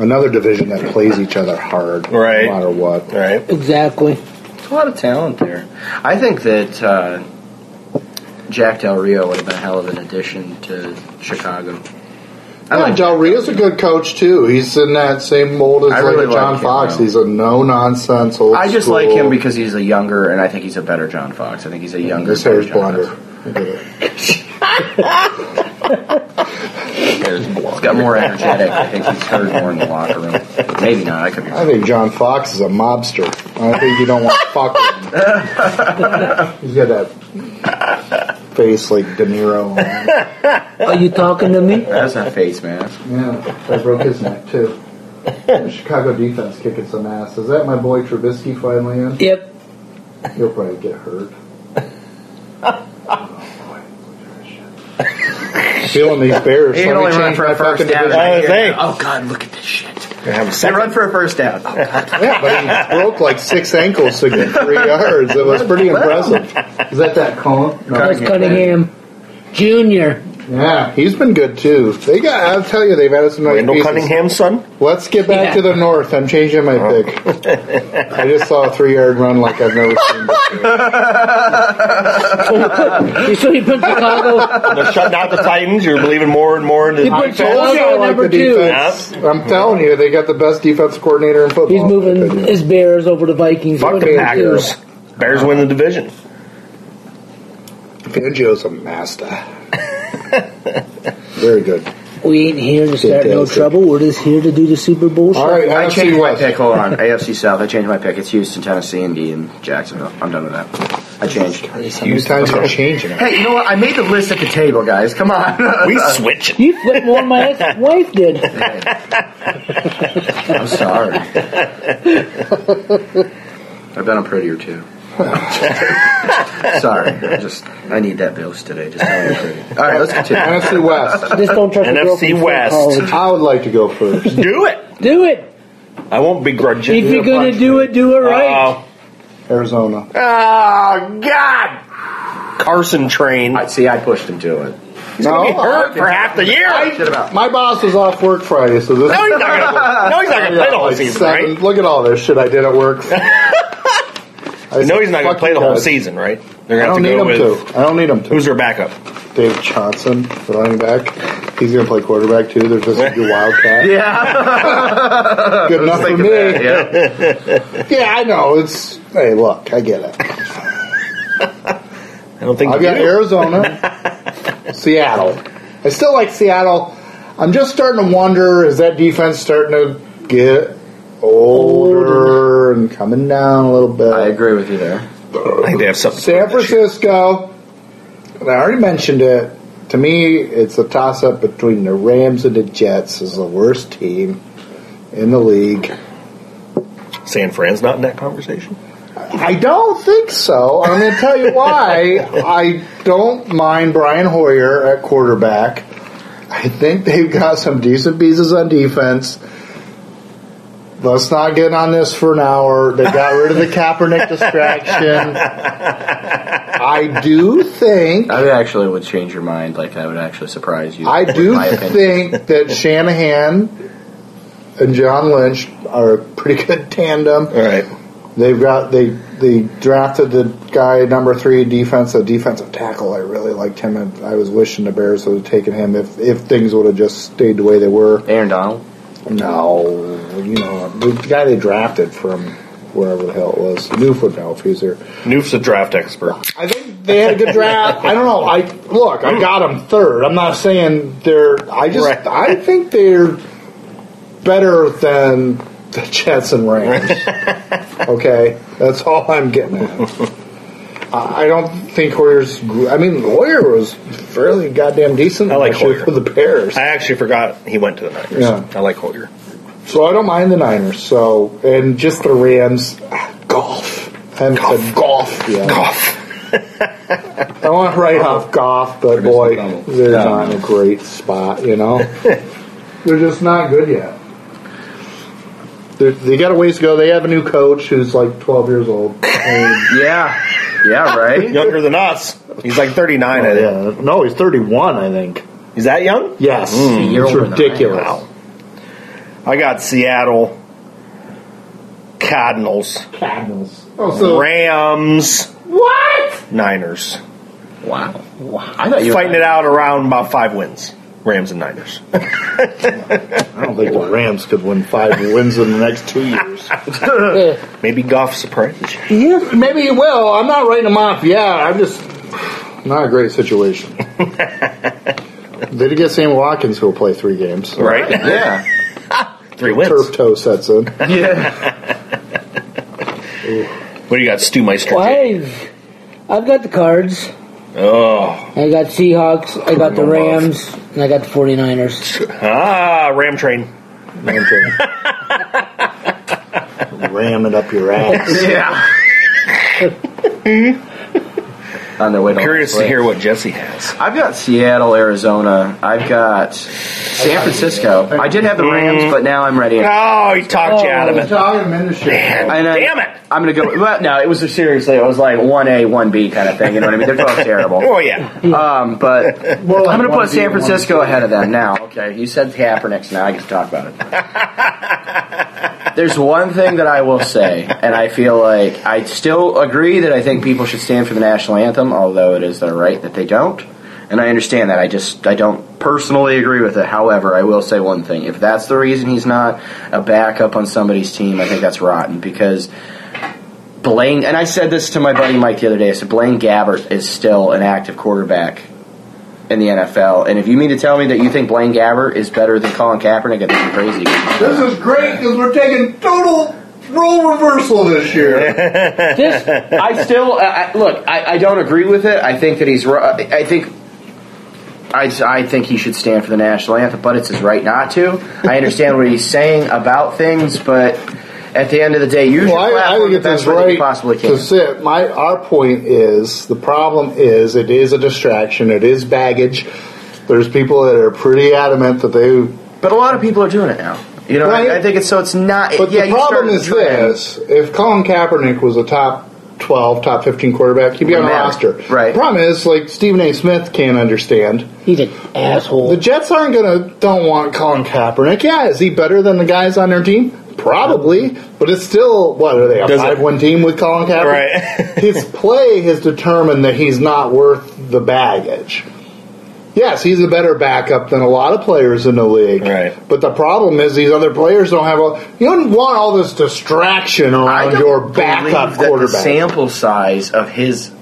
Speaker 3: another division that plays each other hard,
Speaker 2: Right.
Speaker 3: no matter what.
Speaker 2: All right.
Speaker 1: Exactly.
Speaker 5: There's a lot of talent there. I think that uh, Jack Del Rio would have been a hell of an addition to Chicago. I
Speaker 3: Yeah,
Speaker 5: like
Speaker 3: Del Rio's a good coach too. He's in that same mold as
Speaker 5: I
Speaker 3: like
Speaker 5: really like
Speaker 3: John
Speaker 5: him,
Speaker 3: Fox.
Speaker 5: though.
Speaker 3: He's a no nonsense old.
Speaker 5: I just
Speaker 3: school-
Speaker 5: like him because he's a younger, and I think he's a better John Fox. I think he's a younger.
Speaker 3: his hair's
Speaker 5: better John
Speaker 3: blonder.
Speaker 5: Fox.
Speaker 3: Look at it.
Speaker 5: He's got more energetic. I think he's heard more in the locker room. Maybe not. I could be
Speaker 3: I
Speaker 5: wrong.
Speaker 3: think John Fox is a mobster. I think you don't want to fuck with him. He's got that face like De Niro.
Speaker 1: Are you talking to me?
Speaker 5: That's not face, man.
Speaker 6: Yeah, I broke his neck too. The Chicago defense kicking some ass. Is that my boy Trubisky finally in?
Speaker 1: Yep.
Speaker 6: He'll probably get hurt.
Speaker 3: Feeling these Bears. Let
Speaker 5: He can
Speaker 3: me
Speaker 5: only run
Speaker 3: change
Speaker 5: for
Speaker 3: my
Speaker 5: a first
Speaker 3: fucking
Speaker 5: down.
Speaker 3: division.
Speaker 5: right
Speaker 2: I
Speaker 5: here.
Speaker 2: think.
Speaker 5: Oh God, look at this shit.
Speaker 2: Gonna have a
Speaker 5: They
Speaker 2: second.
Speaker 5: run for a first down. Oh, God.
Speaker 3: Yeah, but he broke like six ankles to get three yards. It was pretty impressive.
Speaker 6: Is that that cone? No,
Speaker 1: That's Cunningham Junior.
Speaker 6: Yeah.
Speaker 3: He's been good too. They got. I'll tell you, they've added some nice
Speaker 2: Randall
Speaker 3: pieces.
Speaker 2: Cunningham's son.
Speaker 3: Let's get back
Speaker 1: Yeah.
Speaker 3: to the north. I'm changing my pick. I just saw a three yard run like I've never seen before.
Speaker 1: So you put Chicago.
Speaker 2: They're shutting out the Titans. You're believing more and more into
Speaker 1: He
Speaker 2: the
Speaker 1: put
Speaker 2: defense.
Speaker 1: Chicago at number two.
Speaker 3: defense. I'm telling you, they got the best defense coordinator in football.
Speaker 1: He's
Speaker 3: in my
Speaker 1: moving
Speaker 3: opinion.
Speaker 1: his Bears over the Vikings.
Speaker 2: Fuck the
Speaker 1: Fangio.
Speaker 2: Packers. Bears win the division.
Speaker 3: Fangio's a master. Very good.
Speaker 1: We ain't here to start no
Speaker 3: Fantastic.
Speaker 1: trouble. We're just here to do the Super Bowl.
Speaker 3: All right,
Speaker 5: I
Speaker 3: NFC
Speaker 5: changed my
Speaker 3: West.
Speaker 5: pick. Hold on, AFC South. I changed my pick. It's Houston, Tennessee, Indy, and Jacksonville. I'm done with that. I changed.
Speaker 3: You times are changing. it.
Speaker 5: Hey, you know what? I made the list at the table, guys. Come on.
Speaker 2: We switch.
Speaker 1: You flipped one my ex-wife did.
Speaker 5: I'm sorry. I bet I'm prettier too. sorry, I just I need that boost today. Just tell me I'm pretty. All right, let's continue.
Speaker 3: NFC West.
Speaker 1: Just don't trust
Speaker 2: NFC
Speaker 1: a girl from Fort
Speaker 2: West.
Speaker 1: Collins.
Speaker 3: I would like to go first.
Speaker 2: Do it.
Speaker 1: Do it.
Speaker 2: I won't begrudge
Speaker 1: If
Speaker 2: you.
Speaker 1: you're gonna do it, do it right.
Speaker 2: Oh,
Speaker 3: Arizona.
Speaker 2: oh, God. Carson train.
Speaker 5: I, see, I pushed him to it.
Speaker 3: No,
Speaker 2: He hurt for half the year.
Speaker 5: Shit about.
Speaker 3: my boss was off work Friday, so this.
Speaker 2: No, he's not gonna. No, he's not gonna play the whole
Speaker 3: Like
Speaker 2: season,
Speaker 3: seven-
Speaker 2: right?
Speaker 3: Look at all this shit I did at work. I
Speaker 2: No, he's not gonna
Speaker 3: fucking
Speaker 2: play the whole
Speaker 3: guys.
Speaker 2: season, right? They're
Speaker 3: I
Speaker 2: gonna
Speaker 3: don't need
Speaker 2: have to
Speaker 3: him
Speaker 2: go with
Speaker 3: to. I don't need him to.
Speaker 2: who's their backup.
Speaker 3: Dave Johnson, the running back? He's going to play quarterback too. There's just a wildcat.
Speaker 5: Yeah,
Speaker 3: Good enough for
Speaker 5: Think
Speaker 3: me.
Speaker 5: of that, yeah.
Speaker 3: Yeah, I know. It's hey, look, I get it.
Speaker 2: I don't think.
Speaker 3: I've
Speaker 2: you
Speaker 3: got
Speaker 2: do.
Speaker 3: Arizona, Seattle. I still like Seattle. I'm just starting to wonder: is that defense starting to get older and coming down a little bit?
Speaker 5: I agree with you there.
Speaker 2: I think they have something.
Speaker 3: San Francisco. And I already mentioned it. To me, it's a toss-up between the Rams and the Jets. Is the worst team in the league.
Speaker 2: San Fran's not in that conversation.
Speaker 3: I don't think so. I'm going to tell you why. I don't mind Brian Hoyer at quarterback. I think they've got some decent pieces on defense. Let's not get on this for an hour. They got rid of the Kaepernick distraction. I do think
Speaker 5: I would actually would change your mind. Like I would actually surprise you.
Speaker 3: I
Speaker 5: with
Speaker 3: do
Speaker 5: my opinion.
Speaker 3: think that Shanahan and John Lynch are a pretty good tandem.
Speaker 2: All right.
Speaker 3: They've got they they drafted the guy number three defense, a defensive tackle. I really liked him, and I was wishing the Bears would have taken him if if things would have just stayed the way they were.
Speaker 5: Aaron Donald.
Speaker 3: No, you know the guy they drafted from wherever the hell it was, Newfoundland. now, if he's there.
Speaker 2: Noof's a draft expert.
Speaker 3: I think they had a good draft. I don't know. I look, I got them third. I'm not saying they're. I just
Speaker 2: Right.
Speaker 3: I think they're better than the Jets and Rams. okay, that's all I'm getting at. I I don't think Hoyer's. gr- I mean, Hoyer was fairly goddamn decent.
Speaker 2: I like
Speaker 3: last year
Speaker 2: Hoyer.
Speaker 3: for the Bears,
Speaker 2: I actually forgot he went to the Niners.
Speaker 3: Yeah.
Speaker 2: I like Hoyer.
Speaker 3: so I don't mind the Niners. So and just the Rams, ah, golf. I haven't said golf. yet.
Speaker 2: Goff.
Speaker 3: I want to write off Goff, but boy,
Speaker 5: McDonald.
Speaker 3: they're
Speaker 5: Yeah.
Speaker 3: not in a great spot, you know? they're just not good yet. They're, they got a ways to go. They have a new coach who's like 12 years old. And-
Speaker 5: Yeah, yeah, right.
Speaker 2: Younger than us. He's like 39, I think.
Speaker 3: yeah. No, he's 31, I think. Mm.
Speaker 2: He's that young?
Speaker 3: Yes.
Speaker 5: You're
Speaker 3: It's
Speaker 5: older than I am.
Speaker 3: ridiculous.
Speaker 2: Wow. I got Seattle, Cardinals,
Speaker 3: Cardinals. Oh, so
Speaker 2: Rams. What? Niners.
Speaker 5: Wow. wow. I thought you were
Speaker 2: Fighting it out around about five wins. Rams and Niners.
Speaker 3: I don't think the Rams could win five wins in the next two years.
Speaker 2: Maybe Goff surprises you.
Speaker 3: yeah, maybe he will. I'm not writing them off. Yeah, I'm just not a great situation. they did get Sam Watkins who will play three games.
Speaker 2: Right?
Speaker 5: Yeah.
Speaker 2: Three wins.
Speaker 3: Turf toe sets in.
Speaker 5: Yeah.
Speaker 2: What do you got, Stu Meister?
Speaker 1: Well, I've, I've got the cards.
Speaker 2: Oh,
Speaker 1: I got Seahawks. I got the Rams. And I got the 49ers.
Speaker 2: ah, Ram Train.
Speaker 6: Ram it up your ass.
Speaker 5: yeah. On their way to
Speaker 2: Curious to hear what Jesse has.
Speaker 5: I've got Seattle, Arizona. I've got San Francisco. I did have the Rams, but now I'm ready.
Speaker 2: Oh, he talked you out of it.
Speaker 6: Talking him into shit.
Speaker 5: And I-
Speaker 2: Damn it.
Speaker 5: I'm gonna go. Well, no, it was seriously. It was like one A, one B kind of thing. You know what I mean? They're both terrible.
Speaker 2: Oh yeah.
Speaker 5: Um, but
Speaker 6: More like
Speaker 5: I'm gonna
Speaker 6: one
Speaker 5: put
Speaker 6: B
Speaker 5: San
Speaker 6: and one
Speaker 5: Francisco ahead of them now. Okay, you said Kaepernick's now. I get to talk about it. There's one thing that I will say, and I feel like I still agree that I think people should stand for the national anthem, although it is their right that they don't. And I understand that. I just I don't personally agree with it. However, I will say one thing: if that's the reason he's not a backup on somebody's team, I think that's rotten because Blaine, and I said this to my buddy Mike the other day. I said Blaine Gabbert is still an active quarterback in the NFL, and if you mean to tell me that you think Blaine Gabbert is better than Colin Kaepernick, I think you're crazy.
Speaker 6: This is great because we're taking total role reversal this year.
Speaker 1: This,
Speaker 5: I still I, I- look. I, I don't agree with it. I think that he's. ru- I think. I, I think he should stand for the national anthem, but it's his right not to. I understand what he's saying about things, but at the end of the day, use
Speaker 3: Well,
Speaker 5: your
Speaker 3: I, I
Speaker 5: platform
Speaker 3: think
Speaker 5: the
Speaker 3: it's
Speaker 5: best
Speaker 3: his
Speaker 5: way that you
Speaker 3: right
Speaker 5: possibly can.
Speaker 3: to sit. My our point is the problem is it is a distraction. It is baggage. There's people that are pretty adamant that they
Speaker 5: But a lot of people are doing it now. You know,
Speaker 3: Right.
Speaker 5: I, I think it's so it's not.
Speaker 3: But
Speaker 5: yeah,
Speaker 3: the
Speaker 5: you
Speaker 3: problem
Speaker 5: started
Speaker 3: is
Speaker 5: the trend.
Speaker 3: this: if Colin Kaepernick was a top twelve, top fifteen quarterback, he'd be on the
Speaker 5: Wouldn't matter.
Speaker 3: roster.
Speaker 5: Right.
Speaker 3: The problem is, like Stephen A. Smith can't understand.
Speaker 1: he's an asshole.
Speaker 3: The Jets aren't gonna don't want Colin Kaepernick. Yeah, is he better than the guys on their team? Probably, but it's still what are they a
Speaker 2: Does it-
Speaker 3: five one team with Colin Kaepernick?
Speaker 2: Right.
Speaker 3: his play has determined that he's not worth the baggage. Yes, he's a better backup than a lot of players in the league.
Speaker 2: Right.
Speaker 3: But the problem is these other players don't have all. You don't want all this distraction
Speaker 5: I
Speaker 3: around
Speaker 5: don't
Speaker 3: your
Speaker 5: believe
Speaker 3: backup
Speaker 5: that the
Speaker 3: quarterback.
Speaker 5: sample size of his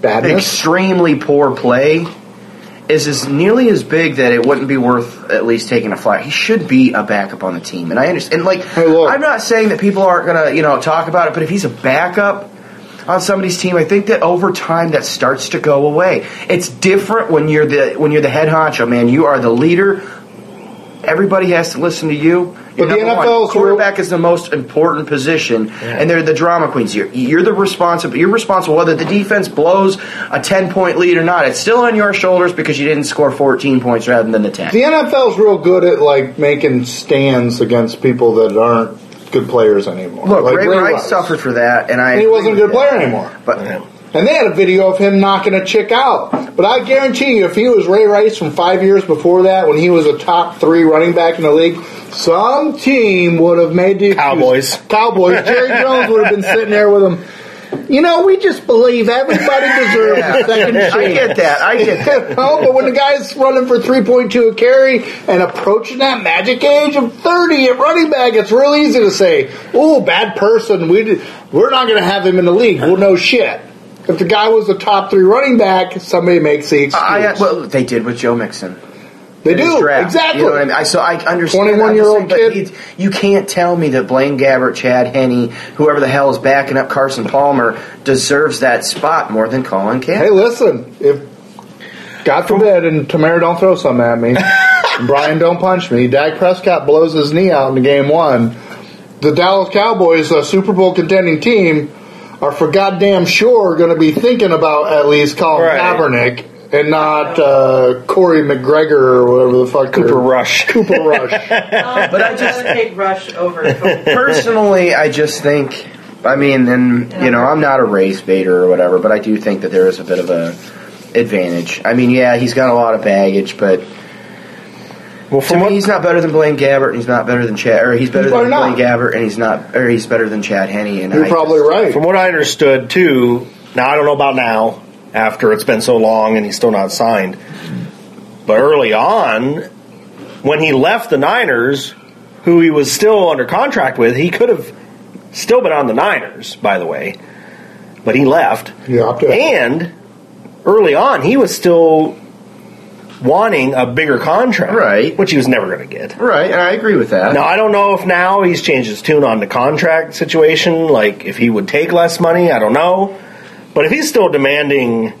Speaker 3: Badness.
Speaker 5: extremely poor play is as nearly as big that it wouldn't be worth at least taking a flyer. He should be a backup on the team, and I understand. And like,
Speaker 3: Hey, look.
Speaker 5: I'm not saying that people aren't gonna you know talk about it, but if he's a backup on somebody's team, I think that over time that starts to go away. It's different when you're the when you're the head honcho, man. You are the leader. Everybody has to listen to you. You're
Speaker 3: But the
Speaker 5: number one.
Speaker 3: NFL's rule-
Speaker 5: quarterback is the most important position, and they're the drama queens. You're, you're the responsible. You're responsible whether the defense blows a ten point lead or not. It's still on your shoulders because you didn't score fourteen points rather than the ten.
Speaker 3: The NFL's real good at like making stands against people that aren't good players anymore.
Speaker 5: Look,
Speaker 3: like
Speaker 5: Ray, Rice, suffered for that, and I
Speaker 3: And he wasn't a
Speaker 5: agree
Speaker 3: good
Speaker 5: with that.
Speaker 3: player anymore.
Speaker 5: But
Speaker 3: And they had a video of him knocking a chick out. But I guarantee you, if he was Ray Rice from five years before that, when he was a top three running back in the league, some team would have made the
Speaker 2: Cowboys.
Speaker 3: Cowboys. Jerry Jones would have been sitting there with him. You know, we just believe everybody deserves a second chance.
Speaker 5: I get that. I get that.
Speaker 3: You know, Oh, but when the guy's running for 3.2 a carry and approaching that magic age of 30 at running back, it's real easy to say, "Oh, bad person. We did, we're not going to have him in the league." Well, no shit. If the guy was the top three running back, somebody makes the excuse.
Speaker 5: I, well, they did with Joe Mixon.
Speaker 3: they
Speaker 5: in his
Speaker 3: do
Speaker 5: draft.
Speaker 3: exactly.
Speaker 5: You know what I mean? I, so I understand.
Speaker 3: 21-year-old
Speaker 5: that, but
Speaker 3: kid.
Speaker 5: he- You can't tell me that Blaine Gabbert, Chad Henney, whoever the hell is backing up Carson Palmer, deserves that spot more than Colin Kaepernick.
Speaker 3: Hey, listen, if God forbid, and Tamara don't throw something at me, and Brian don't punch me, Dak Prescott blows his knee out in game one. The Dallas Cowboys, a Super Bowl contending team, are for goddamn sure going to be thinking about at least Colin
Speaker 2: Right.
Speaker 3: Kaepernick and not uh, Corey McGregor or whatever the fuck.
Speaker 2: Cooper
Speaker 3: their-
Speaker 2: Rush.
Speaker 3: Cooper Rush.
Speaker 5: But I just-
Speaker 4: would take Rush over.
Speaker 5: personally, I just think, I mean, and you know, I'm not a race baiter or whatever, but I do think that there is a bit of a advantage. I mean, yeah, he's got a lot of baggage, but
Speaker 2: Well,
Speaker 5: to
Speaker 2: from
Speaker 5: me,
Speaker 2: what
Speaker 5: he's not better than Blaine Gabbert, and he's not better than Chad, or he's better
Speaker 3: He's
Speaker 5: than
Speaker 3: probably
Speaker 5: Blaine
Speaker 3: not.
Speaker 5: Gabbert, and he's not, or he's better than Chad Henney. And
Speaker 3: You're
Speaker 5: I
Speaker 3: probably
Speaker 5: just-
Speaker 3: right.
Speaker 2: from what I understood too, now I don't know about now after it's been so long and he's still not signed. But early on, when he left the Niners, who he was still under contract with, he could have still been on the Niners, by the way. But he left.
Speaker 3: You opt out.
Speaker 2: And early on, he was still wanting a bigger contract,
Speaker 5: Right.
Speaker 2: Which he was never going to get.
Speaker 5: Right, and I agree with that.
Speaker 2: Now I don't know if now he's changed his tune on the contract situation, like if he would take less money. I don't know, but if he's still demanding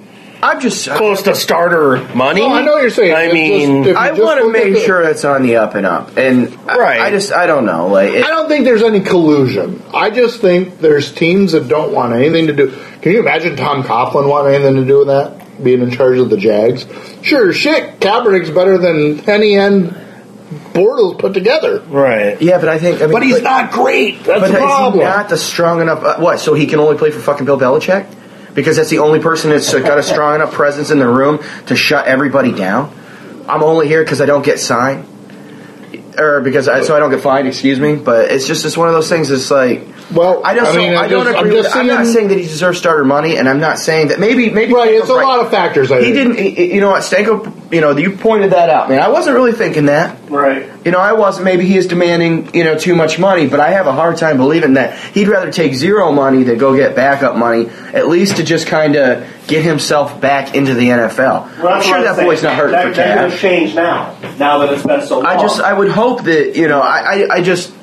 Speaker 5: I'm just.
Speaker 2: close to starter money,
Speaker 3: Well, I know what you're saying.
Speaker 2: Oh, I
Speaker 3: It's
Speaker 2: mean,
Speaker 3: just- if-
Speaker 5: I
Speaker 3: You just
Speaker 5: want to
Speaker 3: look at
Speaker 5: make
Speaker 3: the-
Speaker 5: sure that's on the up and up, and I-
Speaker 2: Right.
Speaker 5: I, just I don't know. Like, it,
Speaker 3: I don't think there's any collusion. I just think there's teams that don't want anything to do. Can you imagine Tom Coughlin wanting anything to do with that? Being in charge of the Jags? Sure, shit, Kaepernick's better than Penny and Bortles put together.
Speaker 2: right?
Speaker 5: yeah, but I think. I mean,
Speaker 2: But he's
Speaker 5: like-
Speaker 2: not great. That's
Speaker 5: but
Speaker 2: the
Speaker 5: is he
Speaker 2: problem.
Speaker 5: not the strong enough. Uh, what? So he can only play for fucking Bill Belichick because that's the only person that's got a strong enough presence in the room to shut everybody down. I'm only here because I don't get signed, or because I, so I don't get fined. Excuse me, but it's just it's one of those things. It's like.
Speaker 3: Well,
Speaker 5: I just
Speaker 3: mean,
Speaker 5: don't, I don't
Speaker 3: just-
Speaker 5: agree.
Speaker 3: I'm
Speaker 5: with,
Speaker 3: just
Speaker 5: I'm not
Speaker 3: seeing-
Speaker 5: saying that he deserves starter money, and I'm not saying that maybe maybe
Speaker 3: right, it's a
Speaker 5: Right.
Speaker 3: lot of factors. I
Speaker 5: He
Speaker 3: think.
Speaker 5: didn't. he- he- You know what, Stanko? You know, you pointed that out, man. I wasn't really thinking that.
Speaker 2: Right.
Speaker 5: You know, I wasn't. Maybe he is demanding, you know, too much money, but I have a hard time believing that he'd rather take zero money than go get backup money, at least to just kind of get himself back into the NFL. I'm sure that boy's not hurting for cash.
Speaker 2: change now. Now that it's been so long.
Speaker 5: I just, I would hope that, you know, I, I, I just.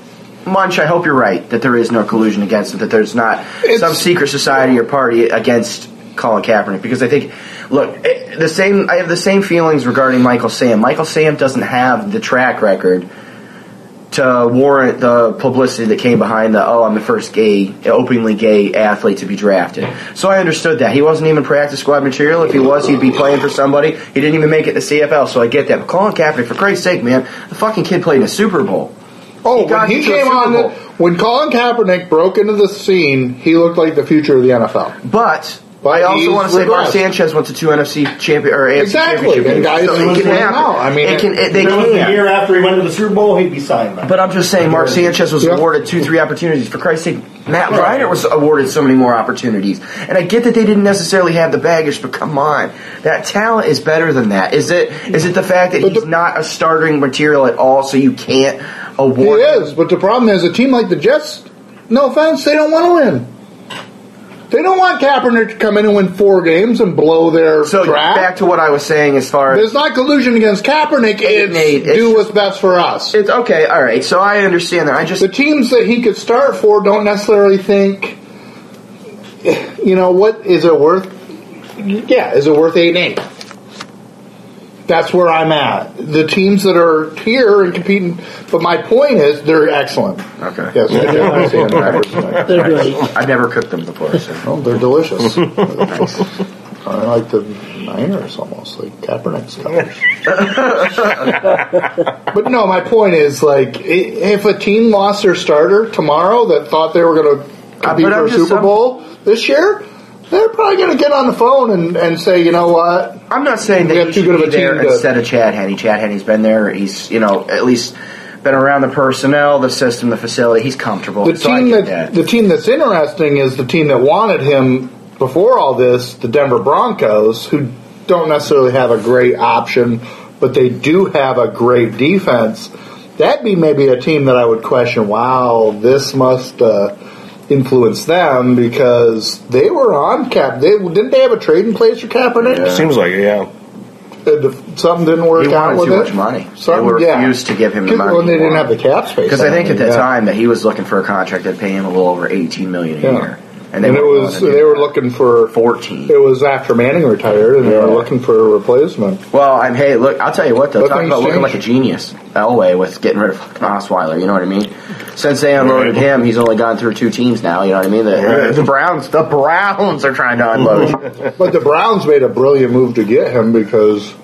Speaker 5: Munch, I hope you're right that there is no collusion against it, that there's not some secret society or party against Colin Kaepernick, because I think, look, it, the same. I have the same feelings regarding Michael Sam. Michael Sam doesn't have the track record to warrant the publicity that came behind the oh I'm the first gay openly gay athlete to be drafted. So I understood that he wasn't even practice squad material. If he was, he'd be playing for somebody. He didn't even make it to CFL, so I get that. But Colin Kaepernick, for Christ's sake, man, the fucking kid played in a Super Bowl.
Speaker 3: Oh,
Speaker 5: He
Speaker 3: when
Speaker 5: got
Speaker 3: he
Speaker 5: into a
Speaker 3: came
Speaker 5: Super
Speaker 3: on, the,
Speaker 5: Bowl.
Speaker 3: when Colin Kaepernick broke into the scene, he looked like the future of the NFL.
Speaker 5: But,
Speaker 3: But
Speaker 5: I
Speaker 3: he's
Speaker 5: also want to say Mark
Speaker 3: regressed.
Speaker 5: Sanchez went to two NFC champion or AFC
Speaker 3: Exactly,
Speaker 5: championship
Speaker 3: and
Speaker 5: games.
Speaker 3: guys
Speaker 5: so
Speaker 3: who
Speaker 5: it
Speaker 3: was
Speaker 5: can
Speaker 3: winning
Speaker 5: happen.
Speaker 3: now, I mean,
Speaker 5: it can, it, they
Speaker 2: If it was the
Speaker 5: can.
Speaker 2: year after he went to the Super Bowl, he'd be signed by.
Speaker 5: But I'm just saying, Mark Sanchez was
Speaker 3: Yeah.
Speaker 5: awarded two, three opportunities. For Christ's sake, Matt Ryder was awarded so many more opportunities. And I get that they didn't necessarily have the baggage, but come on, that talent is better than that. Is it? Is it the fact that
Speaker 3: But
Speaker 5: he's
Speaker 3: the-
Speaker 5: not a starting material at all, so you can't
Speaker 3: He
Speaker 5: award? him?
Speaker 3: is, but the problem is a team like the Jets. No offense, they don't want to win. They don't want Kaepernick to come in and win four games and blow their
Speaker 5: So
Speaker 3: draft.
Speaker 5: back to what I was saying, as far as
Speaker 3: There's not collusion against Kaepernick.
Speaker 5: Eight
Speaker 3: It's
Speaker 5: and eight. It's
Speaker 3: do
Speaker 5: just-
Speaker 3: what's best for us.
Speaker 5: it's okay, all right. So I understand that. I just
Speaker 3: The teams that he could start for don't necessarily think, you know, what is it worth? Yeah, is it worth eight and eight? That's where I'm at. The teams that are here and competing, but my point is they're excellent.
Speaker 5: okay.
Speaker 3: Yes, I do understand that.
Speaker 1: They're great.
Speaker 5: I've never cooked them before. So.
Speaker 3: Well, Oh, they're delicious. I like the Niners almost, like Kaepernick's colors. but no, my point is like i- if a team lost their starter tomorrow that thought they were going to compete
Speaker 5: Uh, but
Speaker 3: for
Speaker 5: I'm
Speaker 3: a
Speaker 5: just-
Speaker 3: Super
Speaker 5: I'm-
Speaker 3: Bowl this year, they're probably going to get on the phone and, and say, you know what?
Speaker 5: I'm not saying
Speaker 3: We
Speaker 5: that
Speaker 3: have
Speaker 5: he
Speaker 3: too
Speaker 5: should
Speaker 3: good of
Speaker 5: be
Speaker 3: a team
Speaker 5: there
Speaker 3: to-
Speaker 5: instead of Chad Henney. Chad Henney's been there. He's you know at least been around the personnel, the system, the facility. He's comfortable.
Speaker 3: The
Speaker 5: so I
Speaker 3: team
Speaker 5: get
Speaker 3: that,
Speaker 5: that.
Speaker 3: the team that's interesting is the team that wanted him before all this, the Denver Broncos, who don't necessarily have a great option, but they do have a great defense. That'd be maybe a team that I would question. Wow, this must uh, influence them because they were on cap. They didn't they have a trade in place for Kaepernick?
Speaker 2: Seems like it, yeah.
Speaker 3: And if something didn't work
Speaker 5: he
Speaker 3: out
Speaker 5: wanted
Speaker 3: with
Speaker 5: too
Speaker 3: it.
Speaker 5: much money.
Speaker 3: Something-
Speaker 5: they were
Speaker 3: yeah.
Speaker 5: refused to give him the
Speaker 3: Because-
Speaker 5: money.
Speaker 3: well, they didn't have the cap space.
Speaker 5: because I think at
Speaker 3: mean,
Speaker 5: that
Speaker 3: yeah.
Speaker 5: time that he was looking for a contract that'd pay him a little over 18 million a
Speaker 3: Yeah.
Speaker 5: year,
Speaker 3: and,
Speaker 5: they
Speaker 3: it
Speaker 5: weren't
Speaker 3: was
Speaker 5: willing to do
Speaker 3: they were
Speaker 5: that.
Speaker 3: looking for
Speaker 5: 14.
Speaker 3: It was after Manning retired, and they were
Speaker 5: Yeah.
Speaker 3: looking for a replacement.
Speaker 5: Well, I'm hey, look, I'll tell you what though,
Speaker 3: But
Speaker 5: talk
Speaker 3: things
Speaker 5: about looking
Speaker 3: change.
Speaker 5: like a genius. Elway with getting rid of fucking Osweiler, you know what I mean? Since they unloaded
Speaker 2: Right.
Speaker 5: him, he's only gone through two teams now, you know what I mean? The,
Speaker 2: Right.
Speaker 5: the Browns the Browns are trying to unload.
Speaker 3: But the Browns made a brilliant move to get him because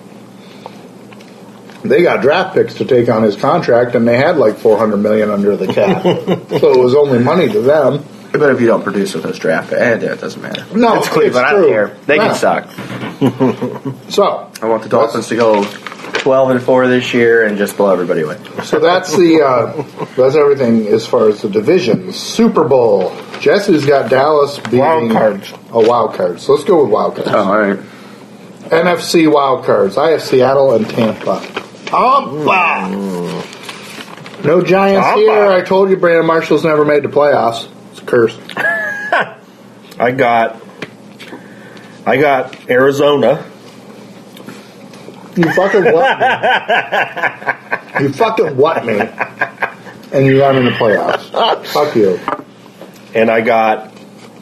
Speaker 3: they got draft picks to take on his contract, and they had like four hundred million under the cap, so it was only money to them.
Speaker 5: but if you don't produce with those draft picks, eh, it doesn't matter.
Speaker 3: No,
Speaker 5: it's Cleveland,
Speaker 3: it's
Speaker 5: I don't
Speaker 3: true.
Speaker 5: care. They
Speaker 3: Yeah.
Speaker 5: can suck.
Speaker 3: So,
Speaker 5: I want the Dolphins to go twelve and four this year and just blow everybody away.
Speaker 3: so that's the uh, that's everything as far as the divisions. Super Bowl. Jesse's got Dallas beating
Speaker 2: Wild cards.
Speaker 3: a wild card. So let's go with wild cards.
Speaker 5: Oh, all right.
Speaker 3: NFC wild cards. I have Seattle and Tampa. Tampa. No Giants
Speaker 2: Tampa.
Speaker 3: here. I told you Brandon Marshall's never made the playoffs. It's a curse.
Speaker 2: I got I got Arizona
Speaker 3: You fucking what me. You fucking what me. And you got in the playoffs. Fuck you.
Speaker 2: and I got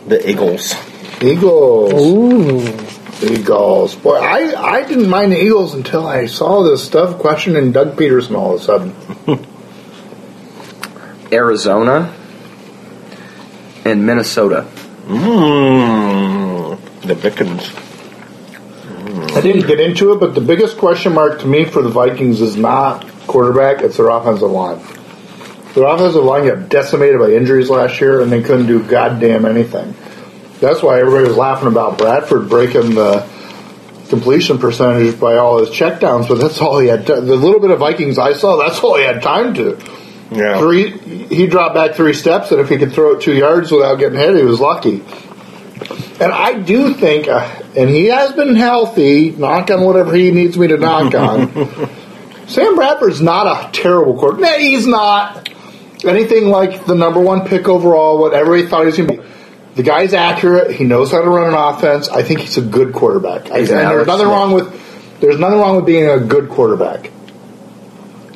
Speaker 2: the Eagles.
Speaker 3: Eagles. Eagles. Boy, I, I didn't mind the Eagles until I saw this stuff questioning Doug Peterson all of a sudden.
Speaker 5: Arizona, and Minnesota.
Speaker 2: Mmm, the Vikings.
Speaker 3: I didn't get into it, but the biggest question mark to me for the Vikings is not quarterback, it's their offensive line. Their offensive line got decimated by injuries last year and they couldn't do goddamn anything. That's why everybody was laughing about Bradford breaking the completion percentage by all his checkdowns, but that's all he had. To, the little bit of Vikings I saw, that's all he had time to.
Speaker 2: Yeah.
Speaker 3: Three, he dropped back three steps, and if he could throw it two yards without getting hit, he was lucky. And I do think, uh, and he has been healthy, knock on whatever he needs me to knock on. Sam Bradford's not a terrible quarterback. No, he's not anything like the number one pick overall, whatever he thought he was going to be. The guy's accurate. He knows how to run an offense. I think he's a good quarterback. I, and
Speaker 5: He's an
Speaker 3: there's
Speaker 5: Alex
Speaker 3: nothing
Speaker 5: Smith.
Speaker 3: wrong with there's nothing wrong with being a good quarterback.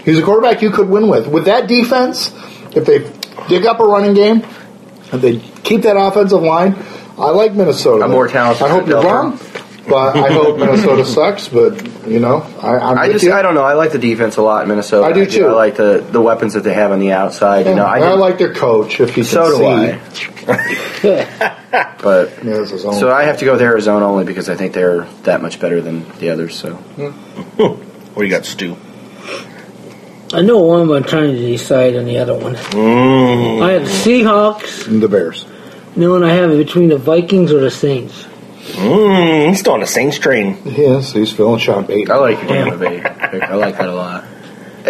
Speaker 3: He's a quarterback you could win with. With that defense, if they dig up a running game, if they keep that offensive line, I like Minnesota.
Speaker 5: I'm more talented
Speaker 3: I hope
Speaker 5: than
Speaker 3: you're
Speaker 5: Delta.
Speaker 3: wrong, but I hope Minnesota sucks. But you know, I, I'm
Speaker 5: I
Speaker 3: with
Speaker 5: just
Speaker 3: you.
Speaker 5: I don't know. I like the defense a lot in Minnesota.
Speaker 3: I do too.
Speaker 5: I like the, the weapons that they have on the outside. You know, I,
Speaker 3: And I
Speaker 5: did-
Speaker 3: like their coach if he
Speaker 5: so
Speaker 3: can
Speaker 5: do
Speaker 3: see.
Speaker 5: I. but
Speaker 3: Yeah, it's his own.
Speaker 5: so I have to go with Arizona only because I think they're that much better than the others. So
Speaker 2: What do you got, Stu?
Speaker 1: I know one, but I'm trying to decide on the other one.
Speaker 2: Mmm.
Speaker 1: I have Seahawks,
Speaker 3: the Bears.
Speaker 1: and the one I have is between the Vikings or the Saints.
Speaker 2: Mmm. He's still on the Saints train.
Speaker 3: Yes, he's feeling shot bait.
Speaker 5: I like your Tampa Bay. pick. I like that a lot.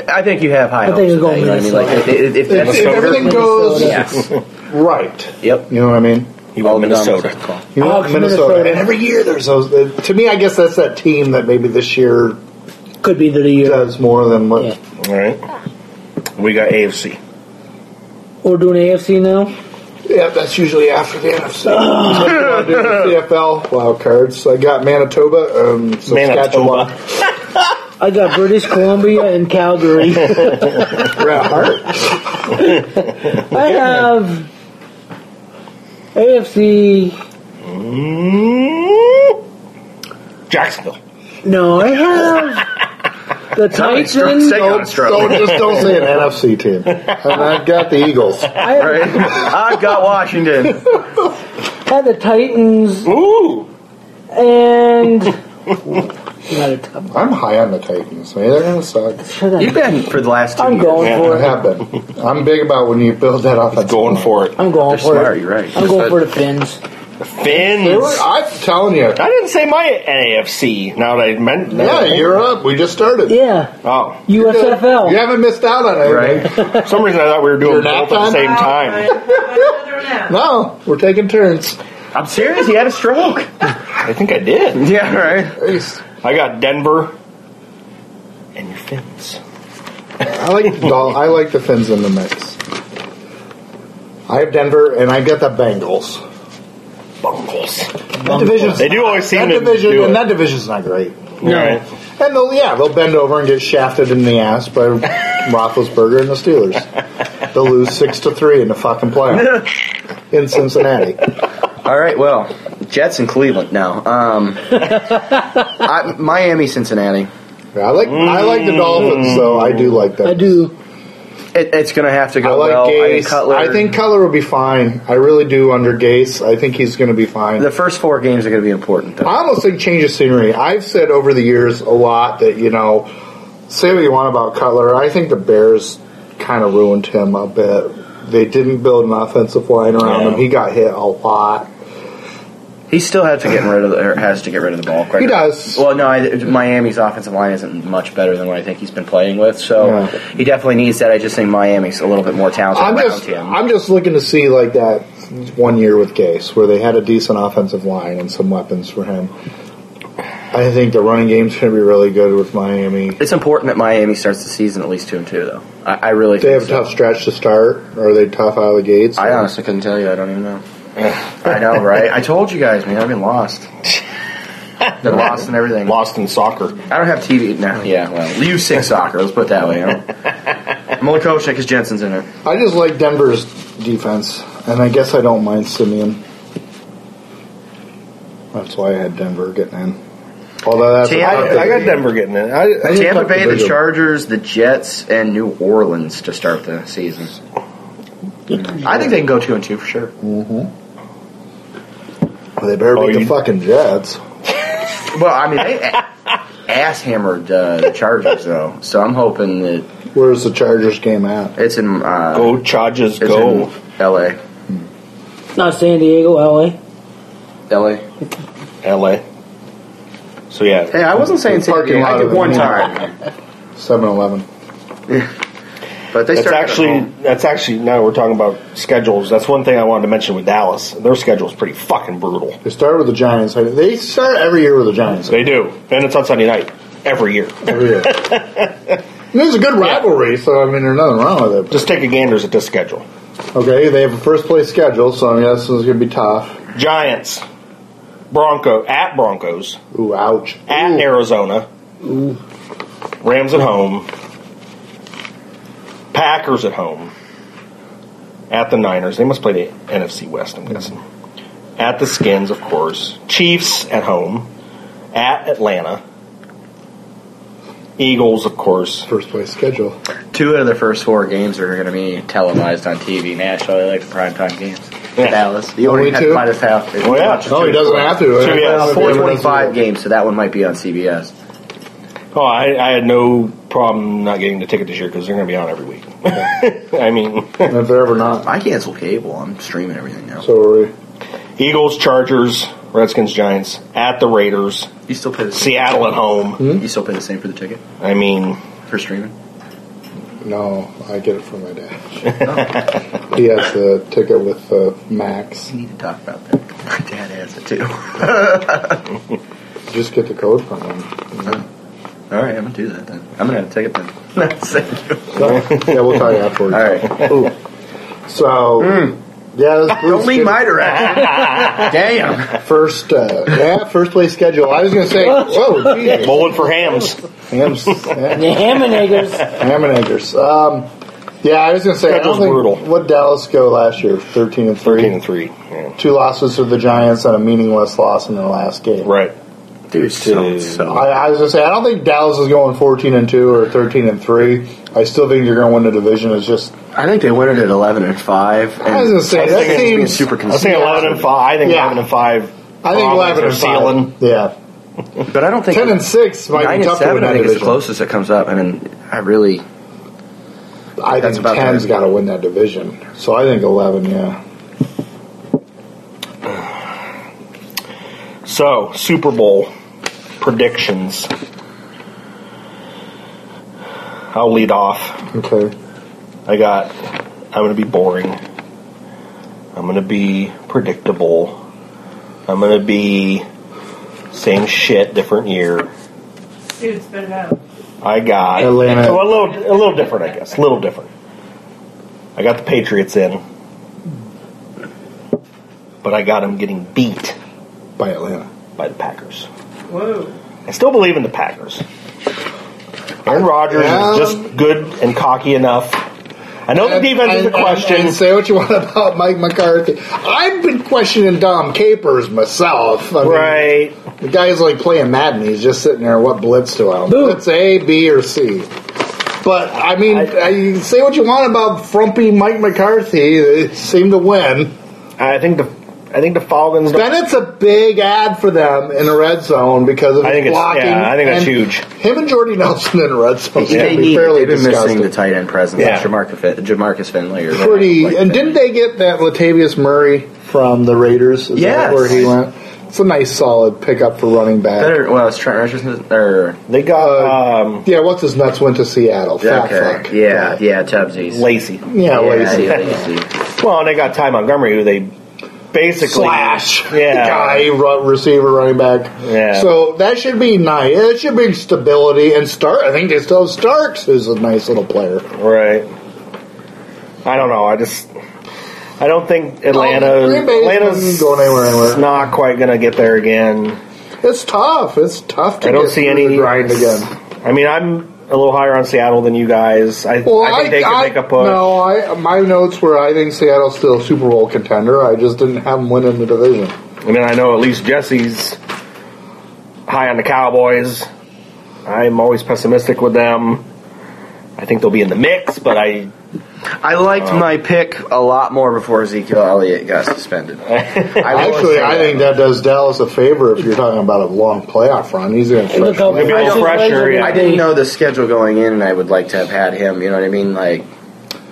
Speaker 5: I think you have high
Speaker 1: I
Speaker 5: hopes.
Speaker 1: think it's
Speaker 5: of that,
Speaker 1: going
Speaker 5: you know what I
Speaker 1: Minnesota.
Speaker 5: mean? Like if, if, if
Speaker 3: If,
Speaker 5: that's
Speaker 3: if everything goes
Speaker 5: yes,
Speaker 3: right,
Speaker 5: yep.
Speaker 3: you know what I mean.
Speaker 2: He went Minnesota.
Speaker 3: You
Speaker 1: I
Speaker 3: want Minnesota.
Speaker 1: like Oh, Minnesota.
Speaker 3: and every year there's those. uh, To me, I guess that's that team that maybe this year
Speaker 1: Could be the uh, year.
Speaker 3: does more than what.
Speaker 1: Yeah.
Speaker 2: All right. We got AFC.
Speaker 1: We're doing AFC now.
Speaker 3: Yeah, that's usually after the NFC. So if you wanna do the CFL wild cards. So I got Manitoba, um, Saskatchewan.
Speaker 2: Manitoba.
Speaker 1: I got British Columbia and Calgary.
Speaker 3: Red Heart.
Speaker 1: I have AFC.
Speaker 2: Mmm. Jacksonville.
Speaker 1: No, I have the Titans.
Speaker 5: Second
Speaker 3: Don't just don't say an NFC team. And I've got the Eagles.
Speaker 1: I have,
Speaker 5: Right? I've got Washington.
Speaker 1: I have the Titans
Speaker 2: Ooh.
Speaker 1: and. Not a tough
Speaker 3: I'm high on the Titans. Man, they're gonna suck.
Speaker 5: You've been for the last two
Speaker 1: I'm
Speaker 5: years.
Speaker 1: going
Speaker 2: Yeah.
Speaker 3: I
Speaker 1: for it.
Speaker 3: have been. I'm big about when you build that offense.
Speaker 2: Going for it.
Speaker 1: I'm going
Speaker 5: They're
Speaker 1: for
Speaker 5: smart,
Speaker 1: it.
Speaker 5: you're right.
Speaker 1: I'm going for the Finns.
Speaker 3: They
Speaker 2: Fins.
Speaker 3: were- I'm telling you.
Speaker 2: I didn't say my AFC. Now that I meant.
Speaker 3: Yeah, you're up. We just started.
Speaker 1: Yeah,
Speaker 2: Oh,
Speaker 1: USFL.
Speaker 3: You haven't missed out on anything.
Speaker 5: Right?
Speaker 2: for some reason I thought we were
Speaker 3: Your
Speaker 2: doing both at the
Speaker 3: nap
Speaker 2: same
Speaker 4: Wow,
Speaker 2: time.
Speaker 4: I'm- I'm another nap.
Speaker 3: No, we're taking turns.
Speaker 5: I'm serious. He had a stroke.
Speaker 2: I think I did.
Speaker 5: Yeah, right.
Speaker 2: I got Denver and your Fins.
Speaker 3: I like the doll. I like the Finns in the mix. I have Denver, and I get the Bengals.
Speaker 2: Bungles.
Speaker 3: That division's
Speaker 2: They do always seem
Speaker 3: that
Speaker 2: to
Speaker 3: division,
Speaker 2: do it.
Speaker 3: and that division's not great.
Speaker 2: All right.
Speaker 3: And they'll yeah, they'll bend over and get shafted in the ass by Roethlisberger and the Steelers. They'll lose six to three in the fucking playoff in Cincinnati.
Speaker 5: All right. Well, Jets and Cleveland now. Um, I, Miami, Cincinnati.
Speaker 3: I like I like the Dolphins, though. I do like them.
Speaker 1: I do.
Speaker 5: It, it's going to have to go
Speaker 3: I like
Speaker 5: well. I think
Speaker 3: Gase.
Speaker 5: Cutler.
Speaker 3: I think Cutler will be fine. I really do under Gase. I think he's going to be fine.
Speaker 5: the first four games are going to be important. Though.
Speaker 3: I almost think change of scenery. I've said over the years a lot that you know, say what you want about Cutler. I think the Bears kind of ruined him a bit. They didn't build an offensive line around
Speaker 2: Yeah.
Speaker 3: him. He got hit a lot.
Speaker 5: He still has to get rid of the, or has to get rid of the ball. Quicker.
Speaker 3: He does.
Speaker 5: Well, no, I, Miami's offensive line isn't much better than what I think he's been playing with. So
Speaker 3: Yeah.
Speaker 5: he definitely needs that. I just think Miami's a little bit more talented
Speaker 3: I'm
Speaker 5: around
Speaker 3: just
Speaker 5: him.
Speaker 3: I'm just looking to see like that one year with Gase where they had a decent offensive line and some weapons for him. I think the running game's going to be really good with Miami.
Speaker 5: it's important that Miami starts the season at least two and two, though. I, I really
Speaker 3: They have
Speaker 5: think
Speaker 3: a
Speaker 5: so.
Speaker 3: tough stretch to start. Are they tough out of the gates?
Speaker 5: I honestly couldn't tell you. I don't even know. I know, right? I told you guys, man. I've been lost. They're lost and everything.
Speaker 2: Lost in soccer.
Speaker 5: I don't have TV now. Yeah, well, you sick soccer. Let's put it that way. You know? I'm only coached because Jensen's in it.
Speaker 3: I just like Denver's defense, and I guess I don't mind Simeon. That's why I had Denver getting in. Although that's
Speaker 2: I,
Speaker 5: Tampa-
Speaker 2: I got Denver getting in. I, I just
Speaker 5: Tampa
Speaker 2: like
Speaker 5: Bay, the
Speaker 2: division.
Speaker 5: Chargers, the Jets, and New Orleans to start the season. I think they can go two and two for sure.
Speaker 3: they better
Speaker 2: Oh,
Speaker 3: beat the
Speaker 2: you-
Speaker 3: fucking Jets.
Speaker 5: Well, I mean, they a- ass hammered uh, the Chargers though, so I'm hoping that
Speaker 3: Where's the Chargers game at?
Speaker 5: it's in uh,
Speaker 2: Go Chargers,
Speaker 5: it's
Speaker 2: go.
Speaker 5: in L.A.
Speaker 1: Not San Diego, LA.
Speaker 5: L.A.
Speaker 2: LA. So yeah,
Speaker 5: Hey, I wasn't saying San
Speaker 3: Parking
Speaker 5: Diego.
Speaker 3: lot
Speaker 5: I did
Speaker 3: of-
Speaker 5: one time,
Speaker 3: 7-Eleven.
Speaker 5: but they
Speaker 2: that's
Speaker 5: started at
Speaker 2: actually
Speaker 5: home.
Speaker 2: that's actually now we're talking about schedules. That's one thing I wanted to mention with Dallas. Their schedule's pretty fucking brutal.
Speaker 3: They start with the Giants. They start every year with the Giants.
Speaker 2: They do, and it's on Sunday night every year.
Speaker 3: Every year. And There's a good rivalry, so I mean, there's nothing wrong with it.
Speaker 2: Just take a ganders at this schedule.
Speaker 3: Okay, they have a first place schedule, so I mean, this one's gonna be tough.
Speaker 2: Giants, Bronco at Broncos
Speaker 3: Ooh, ouch.
Speaker 2: at Arizona, Rams at home, Packers at home, at the Niners. They must play the NFC West, I'm guessing. At the Skins, of course. Chiefs at home, at Atlanta, Eagles, of course.
Speaker 3: First place schedule.
Speaker 5: Two out of the first four games are going to be televised on TV nationally, like the primetime games.
Speaker 2: Yeah.
Speaker 5: Dallas, you
Speaker 3: Only
Speaker 5: already had
Speaker 3: two?
Speaker 5: to find us half.
Speaker 2: Oh, yeah.
Speaker 3: No, he doesn't have to.
Speaker 2: Two, yeah.
Speaker 5: Well,
Speaker 2: Yes.
Speaker 5: four twenty-five games, so that one might be on CBS.
Speaker 2: Oh, I, I had no problem not getting the ticket this year because they're going to be on every week. I mean,
Speaker 3: And if they're ever not,
Speaker 5: I cancel cable. I'm streaming everything now.
Speaker 3: so are we.
Speaker 2: Eagles, Chargers, Redskins, Giants, at the Raiders,
Speaker 5: you still pay the same.
Speaker 2: Seattle at home.
Speaker 5: You still pay the same for the ticket
Speaker 2: I mean,
Speaker 5: for streaming.
Speaker 3: No, I get it from my dad. he has the ticket with uh, Max.
Speaker 5: You need to talk about that. My dad has it too. All
Speaker 3: Just get the code from him.
Speaker 5: right, I'm gonna do that then. I'm gonna take it then. Thank you.
Speaker 3: yeah, we'll tell you afterwards.
Speaker 5: All right,
Speaker 3: Ooh. So, yeah, this
Speaker 5: don't lead
Speaker 3: schedule-
Speaker 5: my direction. Damn.
Speaker 3: first, uh, yeah, first place schedule. I was gonna say, whoa, geez.
Speaker 2: bowling for hams.
Speaker 3: Hams, ham,
Speaker 1: The Ham and Eggers.
Speaker 3: ham and eggers. Um, yeah, I was gonna say, I
Speaker 2: Schedule's
Speaker 3: don't think,
Speaker 2: brutal.
Speaker 3: what Dallas go last year? Thirteen and three.
Speaker 2: Thirteen and three. Yeah.
Speaker 3: Two losses to the Giants and a meaningless loss in their last game.
Speaker 2: Right.
Speaker 5: Dude, so, so.
Speaker 3: I, I was gonna say I don't think Dallas is going fourteen and two or thirteen and three. I still think you're gonna win the division. It's just
Speaker 5: I think they win it at eleven and five. And
Speaker 3: I was gonna say
Speaker 2: I
Speaker 3: that
Speaker 2: think it's
Speaker 5: being
Speaker 3: seems
Speaker 5: super
Speaker 2: I think
Speaker 5: consistent,
Speaker 2: eleven and five. I think
Speaker 3: Yeah.
Speaker 2: eleven and five.
Speaker 3: I think eleven and
Speaker 2: Broncos are ceiling.
Speaker 3: five. Yeah,
Speaker 5: but I don't think
Speaker 3: ten and six might
Speaker 5: nine
Speaker 3: be
Speaker 5: and
Speaker 3: tough to
Speaker 5: seven.
Speaker 3: win
Speaker 5: I
Speaker 3: that
Speaker 5: think is the
Speaker 3: division.
Speaker 5: closest it comes up. I mean, I really
Speaker 3: I
Speaker 5: That's
Speaker 3: think
Speaker 5: about
Speaker 3: ten's
Speaker 5: right.
Speaker 3: got to win that division. So I think eleven. Yeah,
Speaker 2: So Super Bowl predictions. I'll lead off.
Speaker 3: okay.
Speaker 2: I got. I'm going to be boring. I'm going to be predictable. I'm going to be same shit, different year.
Speaker 4: Dude, spit it out.
Speaker 2: I got
Speaker 3: Atlanta.
Speaker 2: So a little, a little different, I guess. A little different. I got the Patriots in, but I got them getting beat
Speaker 3: By Atlanta.
Speaker 2: by the Packers.
Speaker 4: Whoa.
Speaker 2: I still believe in the Packers. Aaron Rodgers
Speaker 3: Yeah.
Speaker 2: is just good and cocky enough. I know the defense is a question.
Speaker 3: And, and say what you want about Mike McCarthy. I've been questioning Dom Capers myself. I mean,
Speaker 2: right?
Speaker 3: The guy's like playing Madden. He's just sitting there. What blitz do I? want?
Speaker 1: Boo.
Speaker 3: Blitz A, B, or C? But I mean, I, say what you want about frumpy Mike McCarthy. They seem to win.
Speaker 2: I think the I think the Falcons.
Speaker 3: Then it's a big ad for them in the red zone because of
Speaker 2: I
Speaker 3: his
Speaker 2: think it's-
Speaker 3: blocking.
Speaker 2: yeah, I think that's
Speaker 3: and
Speaker 2: huge.
Speaker 3: Him and Jordy Nelson in the red zone is
Speaker 5: they
Speaker 3: going to
Speaker 5: need,
Speaker 3: be fairly
Speaker 5: they've been
Speaker 3: disgusting.
Speaker 5: missing the tight end presence.
Speaker 2: Yeah.
Speaker 5: Jamarcus, fin- Jamarcus Finley. Or
Speaker 3: pretty.
Speaker 5: like
Speaker 3: and
Speaker 5: that.
Speaker 3: didn't they get that Latavius Murray from the Raiders? Is
Speaker 5: Yes.
Speaker 3: that where he went? It's a nice, solid pickup for running back.
Speaker 5: Better, well, it's Trent Richardson or
Speaker 2: They got um,
Speaker 3: Yeah, what's his nuts went to Seattle. Fat
Speaker 5: okay,
Speaker 3: fuck.
Speaker 5: yeah, yeah, Tubbsies.
Speaker 2: Lacey.
Speaker 3: Yeah, lazy.
Speaker 5: Yeah, Lacey.
Speaker 2: Well, and they got Ty Montgomery, who they basically
Speaker 3: Slash
Speaker 2: Yeah,
Speaker 3: guy, ru- receiver, running back.
Speaker 2: Yeah.
Speaker 3: So that should be nice. It should be stability and Stark. I think they still have Starks, who's a nice little player.
Speaker 2: Right. I don't know. I just I don't think Atlanta
Speaker 3: Green Bay's
Speaker 2: Atlanta's
Speaker 3: not going anywhere, anywhere.
Speaker 2: not quite going to get there again.
Speaker 3: It's tough. It's tough to
Speaker 2: I don't
Speaker 3: get
Speaker 2: see
Speaker 3: through
Speaker 2: any
Speaker 3: the grind again.
Speaker 2: I mean, I'm a little higher on Seattle than you guys. I,
Speaker 3: Well,
Speaker 2: I think they could make a push.
Speaker 3: No, I my notes were I think Seattle's still a Super Bowl contender. I just didn't have them winning the division.
Speaker 2: I mean, I know at least Jesse's high on the Cowboys. I'm always pessimistic with them. I think they'll be in the mix, but I
Speaker 5: I liked my pick a lot more before Ezekiel Elliott got suspended. I will
Speaker 3: Actually,
Speaker 5: say
Speaker 3: I
Speaker 5: that.
Speaker 3: think that does Dallas a favor if you're talking about a long playoff run. He's going
Speaker 1: And look
Speaker 3: to.
Speaker 1: how
Speaker 2: Maybe a little pressure, yeah.
Speaker 5: I didn't know the schedule going in, and I would like to have had him. You know what I mean? Like,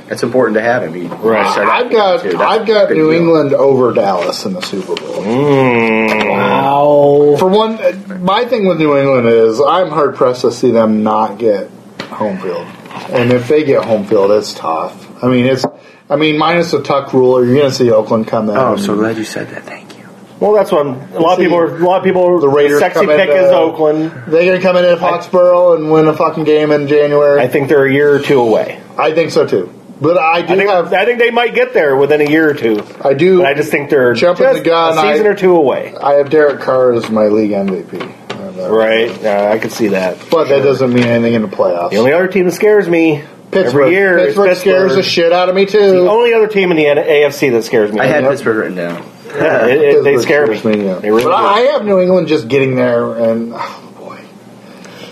Speaker 5: it's important to have him. He
Speaker 2: Right.
Speaker 5: set up
Speaker 3: I've got
Speaker 5: too. That's
Speaker 3: I've
Speaker 5: a
Speaker 3: got
Speaker 5: good
Speaker 3: New
Speaker 5: deal.
Speaker 3: England over Dallas in the Super Bowl.
Speaker 2: mm.
Speaker 1: Wow.
Speaker 3: For one, my thing with New England is I'm hard pressed to see them not get home field, and if they get home field, it's tough. I mean, it's I mean, minus the tuck ruler, you're going to see Oakland come in.
Speaker 5: Oh, so glad you said that. Thank you.
Speaker 2: well, that's what I'm, a lot of people. Are, a lot of people.
Speaker 3: The Raiders
Speaker 2: sexy
Speaker 3: come
Speaker 2: pick
Speaker 3: into-
Speaker 2: is Oakland.
Speaker 3: They're going to come in at Foxborough and win a fucking game in January.
Speaker 2: I think they're a year or two away.
Speaker 3: I think so too. But I do
Speaker 2: I think,
Speaker 3: have
Speaker 2: I think they might get there within a year or two.
Speaker 3: I do
Speaker 2: But I just think they're
Speaker 3: Jump in
Speaker 2: just
Speaker 3: the gun,
Speaker 2: a season
Speaker 3: I-
Speaker 2: or two away.
Speaker 3: I have Derek Carr as my league MVP.
Speaker 2: Right? Yeah, I could see that.
Speaker 3: But that doesn't mean anything in the playoffs.
Speaker 2: The only other team that scares me
Speaker 3: Pittsburgh.
Speaker 2: every year Oh, is
Speaker 3: Pittsburgh scares the shit out of me
Speaker 2: The
Speaker 3: too.
Speaker 2: only other team in the N- AFC that scares me.
Speaker 5: I had
Speaker 3: Yep.
Speaker 5: Pittsburgh written down.
Speaker 2: Yeah, it- it- they
Speaker 3: Pittsburgh
Speaker 2: scare me.
Speaker 3: scares yeah.
Speaker 2: They really
Speaker 3: but
Speaker 2: do.
Speaker 3: I have New England just getting there, and oh boy,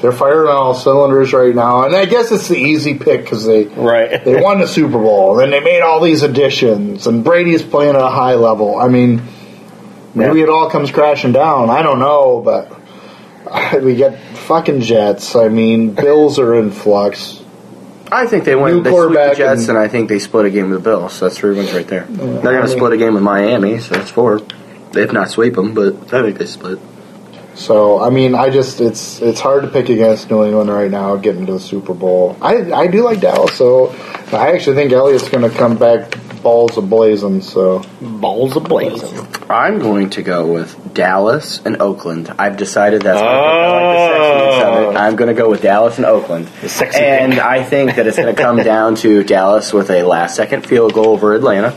Speaker 3: they're firing on all cylinders right now. And I guess it's the easy pick because they
Speaker 2: Right.
Speaker 3: they won the Super Bowl, and they made all these additions, and Brady's playing at a high level. I mean, maybe
Speaker 2: Yeah.
Speaker 3: it all comes crashing down. I don't know, but we get fucking Jets. I mean, Bills are in flux.
Speaker 5: I think they
Speaker 3: New
Speaker 5: went. They sweep the
Speaker 3: quarterback
Speaker 5: Jets,
Speaker 3: and-
Speaker 5: and, Mm. I think they split a game with the Bills. So that's three wins right there. They're going
Speaker 3: I
Speaker 5: to
Speaker 3: mean-
Speaker 5: split a game with Miami, so that's four. If not sweep them, but I think they split.
Speaker 3: So I mean, I just it's it's hard to pick against New England right now getting to the Super Bowl. I I do like Dallas, so I actually think Elliott's going to come back balls ablazing. So
Speaker 2: Balls ablazing.
Speaker 5: I'm going to go with Dallas and Oakland. I've decided that's. I, think I like the sexiness of it. I'm going to go with Dallas and Oakland.
Speaker 2: Oh. The sexy
Speaker 5: and
Speaker 2: pick.
Speaker 5: I think that it's going to come down to Dallas with a last-second field goal over Atlanta.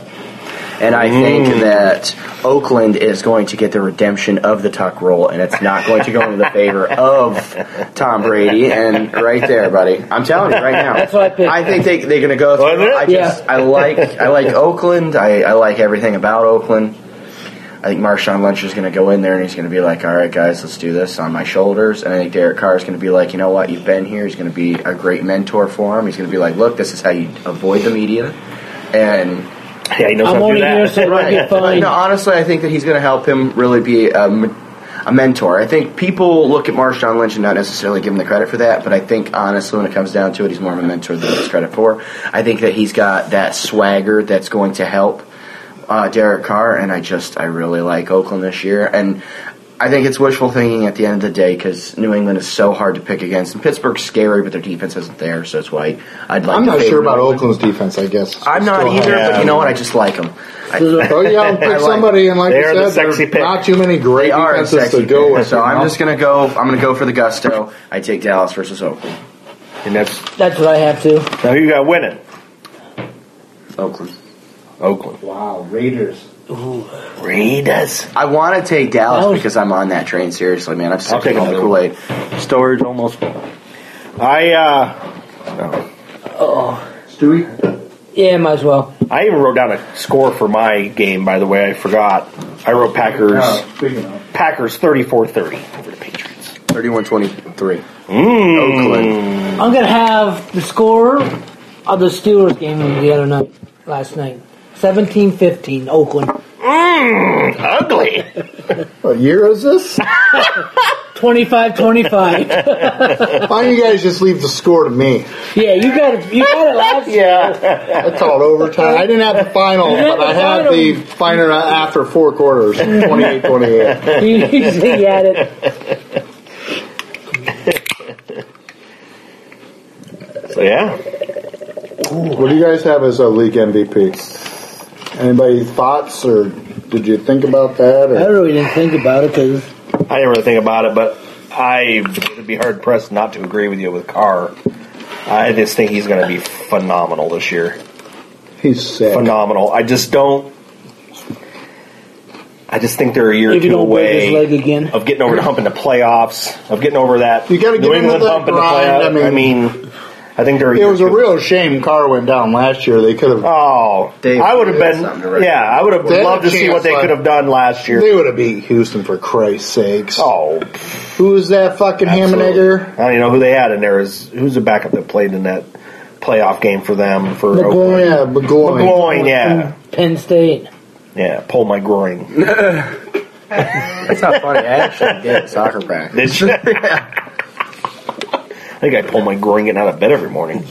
Speaker 5: And I
Speaker 2: Mm.
Speaker 5: think that Oakland is going to get the redemption of the tuck roll, and it's not going to go into the favor of Tom Brady. And right there, buddy, I'm telling you right now,
Speaker 1: That's what I picked.
Speaker 5: think they, they're going to go.
Speaker 2: Wasn't
Speaker 5: Through.
Speaker 2: it?
Speaker 5: I just I like I like Oakland. I, I like everything about Oakland. I think Marshawn Lynch is going to go in there and he's going to be like, "All right, guys, let's do this on my shoulders." And I think Derek Carr is going to be like, "You know what? You've been here." He's going to be a great mentor for him. He's going to be like, "Look, this is how you avoid the media." And
Speaker 2: Yeah, he knows
Speaker 1: I'm
Speaker 2: how to
Speaker 1: only
Speaker 2: do
Speaker 1: here
Speaker 2: that.
Speaker 1: so I
Speaker 5: Right.
Speaker 1: get fined.
Speaker 5: No, honestly, I think that he's going to help him really be a, m- a mentor. I think people look at Marshawn Lynch and not necessarily give him the credit for that, but I think honestly, when it comes down to it, he's more of a mentor than he's credit for. I think that he's got that swagger that's going to help uh, Derek Carr, and I just I really like Oakland this year, and I think it's wishful thinking at the end of the day because New England is so hard to pick against, and Pittsburgh's scary, but their defense isn't there, so it's why I'd like.
Speaker 3: I'm
Speaker 5: to
Speaker 3: not
Speaker 5: favor
Speaker 3: sure about
Speaker 5: New England.
Speaker 3: Oakland's defense. I guess
Speaker 5: I'm not
Speaker 3: Still
Speaker 5: either,
Speaker 3: high.
Speaker 5: but you know what? I just like them.
Speaker 3: Oh yeah, I'll
Speaker 5: I
Speaker 3: pick
Speaker 5: like-
Speaker 3: somebody, and like
Speaker 2: They
Speaker 3: I
Speaker 2: are
Speaker 3: said,
Speaker 2: the sexy
Speaker 3: there are
Speaker 2: pick.
Speaker 3: not too many great
Speaker 5: They are a
Speaker 3: defenses
Speaker 5: sexy
Speaker 3: to go
Speaker 5: team.
Speaker 3: with.
Speaker 5: So
Speaker 3: you
Speaker 5: I'm
Speaker 3: know?
Speaker 5: just gonna go. I'm gonna go for the gusto. I take Dallas versus Oakland.
Speaker 2: And that's
Speaker 1: That's what I have to.
Speaker 2: now who you got winning?
Speaker 5: Oakland.
Speaker 2: Oakland
Speaker 3: wow, Raiders.
Speaker 2: Raiders.
Speaker 5: I want to take Dallas
Speaker 1: Dallas.
Speaker 5: because I'm on that train. Seriously, man, I'm
Speaker 2: I'll
Speaker 5: sick
Speaker 2: take
Speaker 5: of all the
Speaker 2: another
Speaker 5: Kool Aid.
Speaker 2: Storage almost. full. I uh,
Speaker 3: Stewie,
Speaker 1: Yeah, might as well.
Speaker 2: I even wrote down a score for my game. By the way, I forgot. I wrote Packers.
Speaker 3: Oh, speaking of,
Speaker 2: Packers 34-30 over the Patriots.
Speaker 5: 31-23.
Speaker 2: Mm.
Speaker 5: Oakland.
Speaker 1: I'm gonna have the score of the Steelers game the other night, last night. 17-15, Oakland.
Speaker 2: Mm, ugly.
Speaker 3: what year is this?
Speaker 1: 25-25.
Speaker 3: Why don't you guys just leave the score to me?
Speaker 1: yeah, you got it. You got it last.
Speaker 2: yeah.
Speaker 3: I call it overtime. I didn't have the final,
Speaker 1: didn't
Speaker 3: but I
Speaker 1: have
Speaker 3: had
Speaker 1: the
Speaker 3: the final after four quarters, 28-28.
Speaker 1: You, you see, you had it.
Speaker 2: So yeah.
Speaker 3: What do you guys have as a league MVP? Anybody thoughts, or did you think about that?
Speaker 1: I
Speaker 3: Or?
Speaker 1: really didn't think about it because
Speaker 2: I didn't really think about it, but I would be hard pressed not to agree with you with Carr. I just think he's going to be phenomenal this year.
Speaker 3: He's sick.
Speaker 2: Phenomenal. I just don't. I just think they're a year or
Speaker 1: If you
Speaker 2: two
Speaker 1: don't break
Speaker 2: away
Speaker 1: his leg again.
Speaker 2: of getting over the hump in the playoffs, of getting over that
Speaker 3: You gotta get
Speaker 2: New
Speaker 3: over
Speaker 2: England
Speaker 3: that
Speaker 2: hump
Speaker 3: grind,
Speaker 2: in the playoffs.
Speaker 3: I
Speaker 2: I mean, I think they're. a
Speaker 3: It
Speaker 2: year
Speaker 3: was a
Speaker 2: two-
Speaker 3: real shame Carr went down last year. They could have.
Speaker 2: Oh,
Speaker 5: Dave,
Speaker 2: I would have
Speaker 5: that's something to
Speaker 2: been.
Speaker 5: write
Speaker 2: Yeah, I would have
Speaker 3: They had
Speaker 2: loved
Speaker 3: a
Speaker 2: to see
Speaker 3: chance,
Speaker 2: what they
Speaker 3: like-
Speaker 2: could have done last year.
Speaker 3: They would have beat Houston for Christ's sakes.
Speaker 2: Oh,
Speaker 3: Who was that fucking ham and egger?
Speaker 2: I don't even know who they had in there. Is who's the backup that played in that playoff game for them for
Speaker 3: McGloin,
Speaker 2: Oakland?
Speaker 3: yeah, Mm-hmm. McGloin.
Speaker 2: McGloin, yeah,
Speaker 1: Penn State.
Speaker 2: yeah. Pull my groin.
Speaker 5: That's not funny. I actually get a soccer practice.
Speaker 2: Did you? I think I pull my groin getting out of bed every morning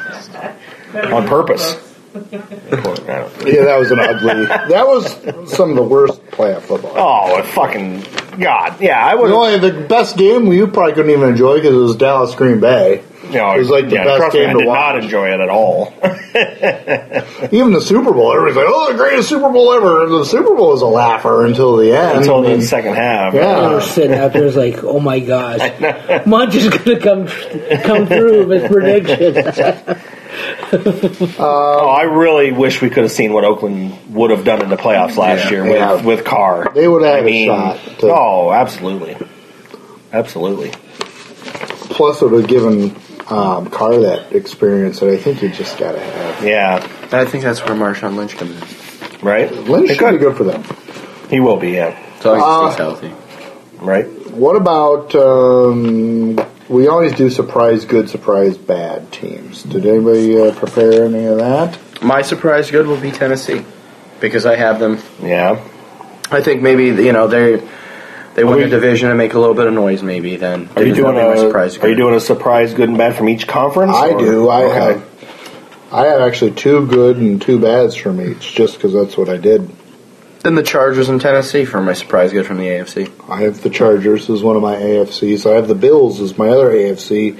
Speaker 2: on purpose. I don't-
Speaker 3: Yeah, that was an ugly. that was some of the worst playoff football.
Speaker 2: Oh, it fucking god! Yeah, I would.
Speaker 3: The only the best game you probably couldn't even enjoy because it was Dallas Green Bay.
Speaker 2: No,
Speaker 3: it was like the
Speaker 2: yeah,
Speaker 3: best
Speaker 2: trust me,
Speaker 3: game
Speaker 2: I
Speaker 3: to
Speaker 2: did
Speaker 3: watch.
Speaker 2: not enjoy it at all.
Speaker 3: Even the Super Bowl, everybody's like, "Oh, the greatest Super Bowl ever!" The Super Bowl is a laugher until the end.
Speaker 2: until the second half.
Speaker 1: I
Speaker 3: Mm-hmm. yeah,
Speaker 1: was sitting out there, I was like, oh my gosh, Munch is gonna come come through with his prediction.
Speaker 2: Oh, I really wish we could have seen what Oakland would have done in the playoffs last
Speaker 5: Yeah.
Speaker 2: year with
Speaker 3: Yeah.
Speaker 2: with Carr.
Speaker 3: They would have
Speaker 2: I
Speaker 3: had a
Speaker 2: mean,
Speaker 3: shot to-
Speaker 2: Oh, absolutely, absolutely.
Speaker 3: plus it would have given um, Carr that experience that I think you just gotta have.
Speaker 2: Yeah,
Speaker 5: I think that's where Marshawn Lynch comes in.
Speaker 2: right.
Speaker 3: Lynch
Speaker 2: They
Speaker 3: should be good
Speaker 2: could.
Speaker 3: for them.
Speaker 2: He will be. Yeah,
Speaker 5: As long
Speaker 3: Uh,
Speaker 5: as he's healthy.
Speaker 2: right.
Speaker 3: What about um, we always do surprise good, surprise bad teams? Did anybody uh, prepare any of that?
Speaker 5: My surprise good will be Tennessee because I have them.
Speaker 2: Yeah,
Speaker 5: I think maybe you know they they win the division and make a little bit of noise. Maybe then.
Speaker 2: Are you
Speaker 5: Then that'll
Speaker 2: doing
Speaker 5: be my
Speaker 2: a
Speaker 5: surprise
Speaker 2: Are you
Speaker 5: good.
Speaker 2: doing a surprise good and bad from each conference?
Speaker 3: I
Speaker 2: or-
Speaker 3: do. I
Speaker 2: okay.
Speaker 3: have. I have actually two good and two bads from each, just because that's what I did.
Speaker 5: Then the Chargers in Tennessee for my surprise good from the AFC.
Speaker 3: I have the Chargers as one of my AFCs. I have the Bills as my other AFC.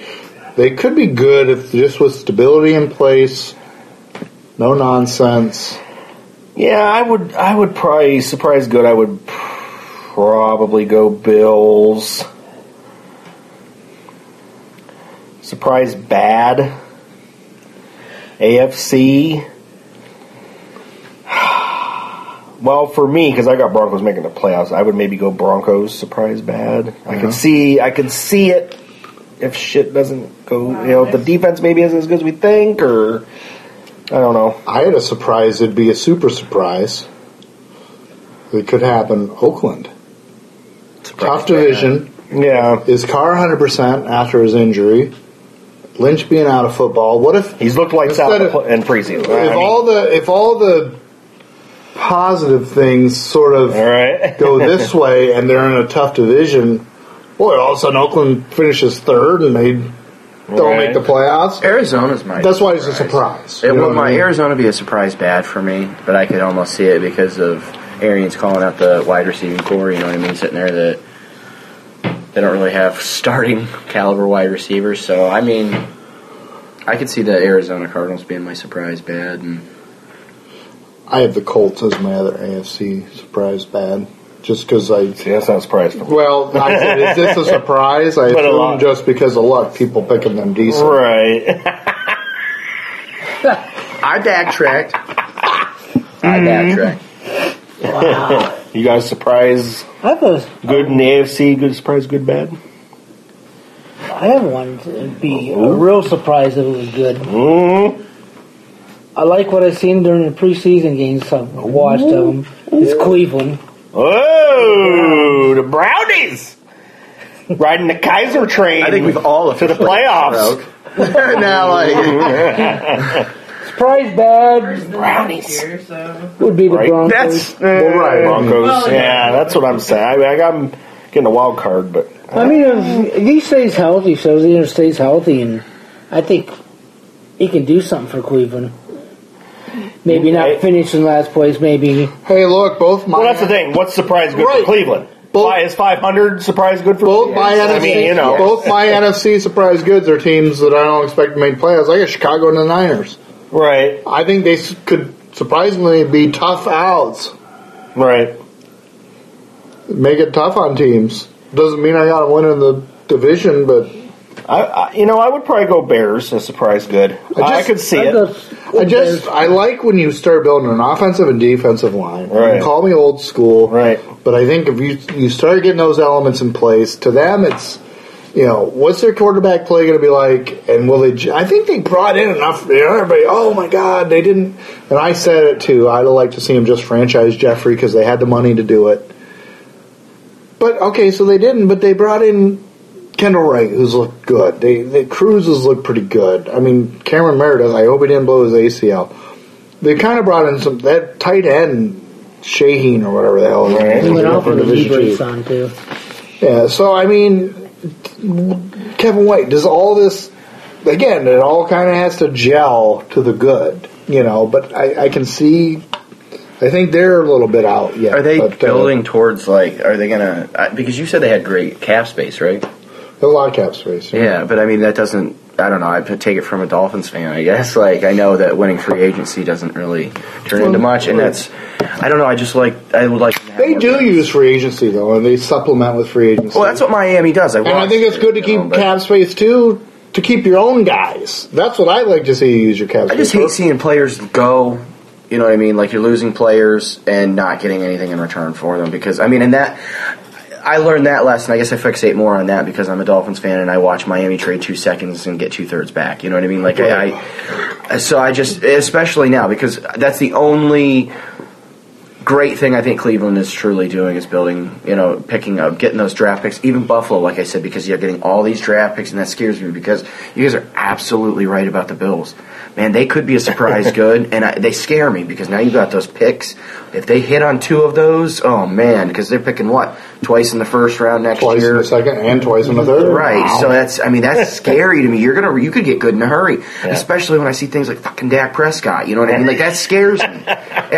Speaker 3: They could be good if just with stability in place, no nonsense.
Speaker 2: Yeah, I would. I would probably surprise good. I would probably go Bills. Surprise bad. AFC. Well, for me, because I got Broncos making the playoffs, I would maybe go Broncos. Surprise bad. I could see. I could see it. If shit doesn't go, you know, if the defense maybe isn't as good as we think, or I don't know.
Speaker 3: I had a surprise. It'd be a super surprise. It could happen. Oakland, tough division.
Speaker 2: Yeah.
Speaker 3: Is Carr 100 percent after his injury? Lynch being out of football. What if
Speaker 2: He's looked lights out
Speaker 3: Instead
Speaker 2: in
Speaker 3: of-
Speaker 2: pl- in preseason. I
Speaker 3: if
Speaker 2: mean,
Speaker 3: all the if all the positive things sort of
Speaker 2: all right.
Speaker 3: go this way and they're in a tough division, boy, all of a sudden Oakland finishes third and they don't
Speaker 2: Right.
Speaker 3: make the playoffs.
Speaker 5: Arizona's my.
Speaker 3: That's why it's a surprise.
Speaker 5: It
Speaker 3: You know
Speaker 5: would
Speaker 3: what
Speaker 5: my
Speaker 3: I mean?
Speaker 5: Arizona be a surprise bad for me, but I could almost see it because of Arians calling out the wide receiving core. You know what I mean? Sitting there that they don't really have starting caliber wide receivers. So I mean, I could see the Arizona Cardinals being my surprise bad. And
Speaker 3: I have the Colts as my other AFC surprise bad, just because I.
Speaker 2: See, that's not a surprise for me.
Speaker 3: Well, I said, is this a surprise? I
Speaker 2: But a
Speaker 3: assume
Speaker 2: lot.
Speaker 3: just because of luck, people picking them decent.
Speaker 2: Right.
Speaker 5: I backtracked. I
Speaker 3: Mm-hmm.
Speaker 5: backtracked.
Speaker 2: You guys surprise
Speaker 1: I was,
Speaker 2: good in the AFC, good surprise, good bad?
Speaker 1: I have one. It'd be a real surprise if it was good.
Speaker 2: Mm.
Speaker 1: I like what I've seen during the preseason games. I watched of them. It's Cleveland.
Speaker 2: Oh, the brownies. Riding the Kaiser train.
Speaker 5: I think we've all
Speaker 2: to the
Speaker 5: officially
Speaker 2: playoffs.
Speaker 5: broke. now, like
Speaker 1: Surprise bad
Speaker 4: First this
Speaker 2: Brownies.
Speaker 4: Year, so.
Speaker 1: would be the
Speaker 2: Right.
Speaker 1: Broncos.
Speaker 5: that's
Speaker 2: Well, right. Broncos.
Speaker 4: Well,
Speaker 2: yeah.
Speaker 4: yeah.
Speaker 2: that's what I'm saying. I, mean, I got 'em getting a wild card, but
Speaker 1: I mean, if, if he stays healthy, so if he stays healthy, and I think he can do something for Cleveland. Maybe
Speaker 2: Okay.
Speaker 1: not finish in last place. Maybe
Speaker 3: Hey, look, both my
Speaker 2: well, that's the thing. What's surprise good
Speaker 3: Right.
Speaker 2: for Cleveland?
Speaker 3: Both-
Speaker 2: Why is 500 surprise good for
Speaker 3: Both my
Speaker 2: I
Speaker 3: NFC,
Speaker 2: mean, you know.
Speaker 3: both my NFC surprise goods are teams that I don't expect to make playoffs. I got Chicago and the Niners.
Speaker 2: Right.
Speaker 3: I think they s- could surprisingly be tough outs,
Speaker 2: Right.
Speaker 3: make it tough on teams. Doesn't mean I got to win in the division, but
Speaker 2: I, I, you know, I would probably go Bears as surprise good. I,
Speaker 3: I just-
Speaker 2: could see
Speaker 1: I
Speaker 2: it.
Speaker 1: go-
Speaker 3: I just I like when you start building an offensive and defensive line. You
Speaker 2: Right.
Speaker 3: can Call me old school,
Speaker 2: Right.
Speaker 3: But I think if you you start getting those elements in place, to them it's you know what's their quarterback play going to be like, and will they? ju- I think they brought in enough. You know, everybody, oh my god, they didn't. And I said it too. I'd like to see them just franchise Jeffrey because they had the money to do it. But okay, so they didn't. But they brought in Kendall Wright, who's looked good. They, they Cruz has looked pretty good. I mean, Cameron Meredith. I hope he didn't blow his ACL. They kind of brought in some that tight end Shaheen or whatever the hell. his name is,
Speaker 1: He went off
Speaker 3: from
Speaker 1: with a knee
Speaker 3: Division
Speaker 1: brace
Speaker 3: two.
Speaker 1: on too.
Speaker 3: Yeah. So I mean, Kevin White does all this again. It all kind of has to gel to the good, you know. But I, I can see. I think they're a little bit out yet.
Speaker 5: Are they
Speaker 3: but, uh,
Speaker 5: building towards like? Are they gonna? I- Because you said they had great cap space, right?
Speaker 3: a lot of cap space?
Speaker 5: Yeah, but I mean that doesn't. I don't know. I take it from a Dolphins fan, I guess. Like I know that winning free agency doesn't really turn into much, and that's. I don't know. I just like. I would like. to have
Speaker 3: They
Speaker 5: more
Speaker 3: do
Speaker 5: balance.
Speaker 3: use free agency though, and they supplement with free agency.
Speaker 5: Well, that's what Miami does. I
Speaker 3: And I think it's good to keep cap space too, to keep your own guys. That's what I like to see you use your cap
Speaker 5: I
Speaker 3: space.
Speaker 5: just
Speaker 3: for.
Speaker 5: hate seeing players go. You know what I mean? Like you're losing players and not getting anything in return for them. Because I mean, and that I learned that lesson. I guess I fixate more on that because I'm a Dolphins fan and I watch Miami trade two seconds and get two thirds back. You know what I mean? Like I, I, so I just especially now because that's the only great thing I think Cleveland is truly doing is building, you know, picking up, getting those draft picks. Even Buffalo, like I said, because you're getting all these draft picks, and that scares me because you guys are absolutely right about the Bills. Man, they could be a surprise good, and I, they scare me because now you got those picks. If they hit on two of those, oh man, because they're picking what twice in the first round next
Speaker 3: twice in
Speaker 5: year.
Speaker 3: the second and twice in the third.
Speaker 5: Right, so that's I mean that's scary to me. You're gonna you could get good in a hurry,
Speaker 2: Yeah.
Speaker 5: especially when I see things like fucking Dak Prescott. You know what I mean? Like that scares me. It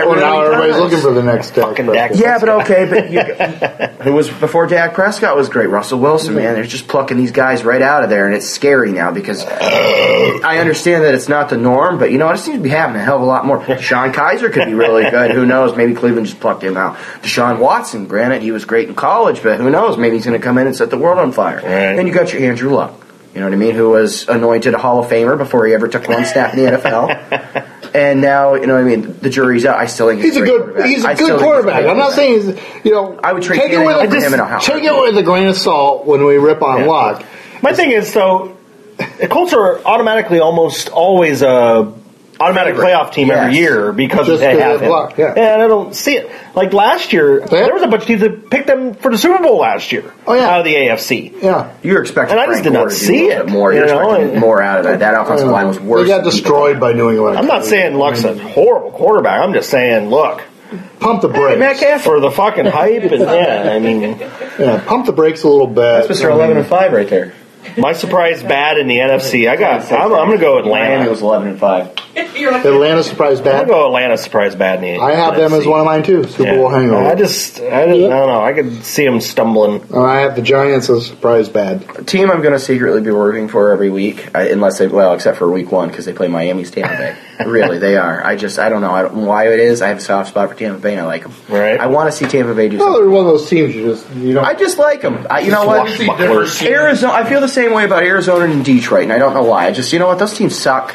Speaker 3: Well, now
Speaker 5: really
Speaker 3: everybody's
Speaker 5: does.
Speaker 3: looking for the next Dak
Speaker 2: Fucking
Speaker 3: Prescott.
Speaker 2: Dak.
Speaker 5: Yeah, but okay, but you, it was before Dak Prescott was great. Russell Wilson, man, they're just plucking these guys right out of there, and it's scary now because I understand that it's not the norm, but you know it seems to be happening a hell of a lot more. Sean Kaiser could be really good. Who knows? Maybe Cleveland just plucked him out. Deshaun Watson, granted, he was great in college, but who knows? Maybe he's going to come in and set the world on fire.
Speaker 2: Right.
Speaker 5: Then you got your Andrew Luck. You know what I mean? Who was anointed a Hall of Famer before he ever took one snap in the NFL. And now, you know what I mean? The jury's out. I still think
Speaker 3: He's a
Speaker 5: great
Speaker 3: good
Speaker 5: quarterback.
Speaker 3: he's a
Speaker 5: I still
Speaker 3: good
Speaker 5: think he's a
Speaker 3: quarterback. I'm not saying he's you know
Speaker 5: I would trade
Speaker 3: take it
Speaker 5: Tannehill
Speaker 3: with
Speaker 5: for him and a
Speaker 3: a,
Speaker 5: Howard.
Speaker 3: take it with a grain of salt when we rip on
Speaker 2: Yeah.
Speaker 3: Luck.
Speaker 2: My thing is though, the Colts are automatically almost always a automatic
Speaker 5: Favorite.
Speaker 2: playoff team every
Speaker 5: Yes.
Speaker 2: year because
Speaker 3: Just
Speaker 2: they
Speaker 3: because
Speaker 2: have
Speaker 3: of
Speaker 2: him.
Speaker 3: luck, yeah.
Speaker 2: And I don't see it. Like last year, there was a bunch of teams that picked them for the Super Bowl last year.
Speaker 3: Oh, yeah.
Speaker 2: out of the AFC.
Speaker 3: Yeah.
Speaker 5: You're expecting
Speaker 2: And I just
Speaker 5: Frank
Speaker 2: did not
Speaker 5: Gore to do a
Speaker 2: see
Speaker 5: little
Speaker 2: it,
Speaker 5: bit more. You're
Speaker 2: you know,
Speaker 5: expecting
Speaker 2: and-
Speaker 5: more out of that. That offensive line was worse.
Speaker 3: They got
Speaker 5: than people
Speaker 3: destroyed by New England.
Speaker 2: I'm not saying Luck's a horrible quarterback. I'm just saying, look,
Speaker 3: pump the
Speaker 2: hey,
Speaker 3: brakes.
Speaker 2: for the fucking hype, and yeah, I mean,
Speaker 3: Yeah, pump the brakes a little bit.
Speaker 5: thought. That's Mr. Eleven and Five right there.
Speaker 2: my surprise bad in the NFC. I got. I'm, I'm gonna go
Speaker 5: Miami
Speaker 2: Atlanta.
Speaker 5: was eleven and five.
Speaker 4: You're like,
Speaker 3: Atlanta surprise
Speaker 2: I'm
Speaker 3: bad.
Speaker 2: gonna go Atlanta surprise bad in the
Speaker 3: I have them as
Speaker 2: NFC.
Speaker 3: one of mine too. Super
Speaker 2: Yeah.
Speaker 3: Bowl hangover.
Speaker 2: I just, I, didn't, I don't know. I could see him stumbling.
Speaker 3: And I have the Giants as a surprise bad.
Speaker 5: A team I'm going to secretly be working for every week, I, unless they well, except for week one because they play Miami's Tampa Bay. really, they are. I just I don't know I don't, why it is. I have a soft spot for Tampa Bay. and I like them.
Speaker 2: Right.
Speaker 5: I want to see Tampa Bay do
Speaker 3: Well,
Speaker 5: something.
Speaker 3: they're one of those teams you just you don't.
Speaker 5: I just like them. I, you know what? Arizona. I feel the same way about Arizona and Detroit, and I don't know why. I just, you know what? Those teams suck.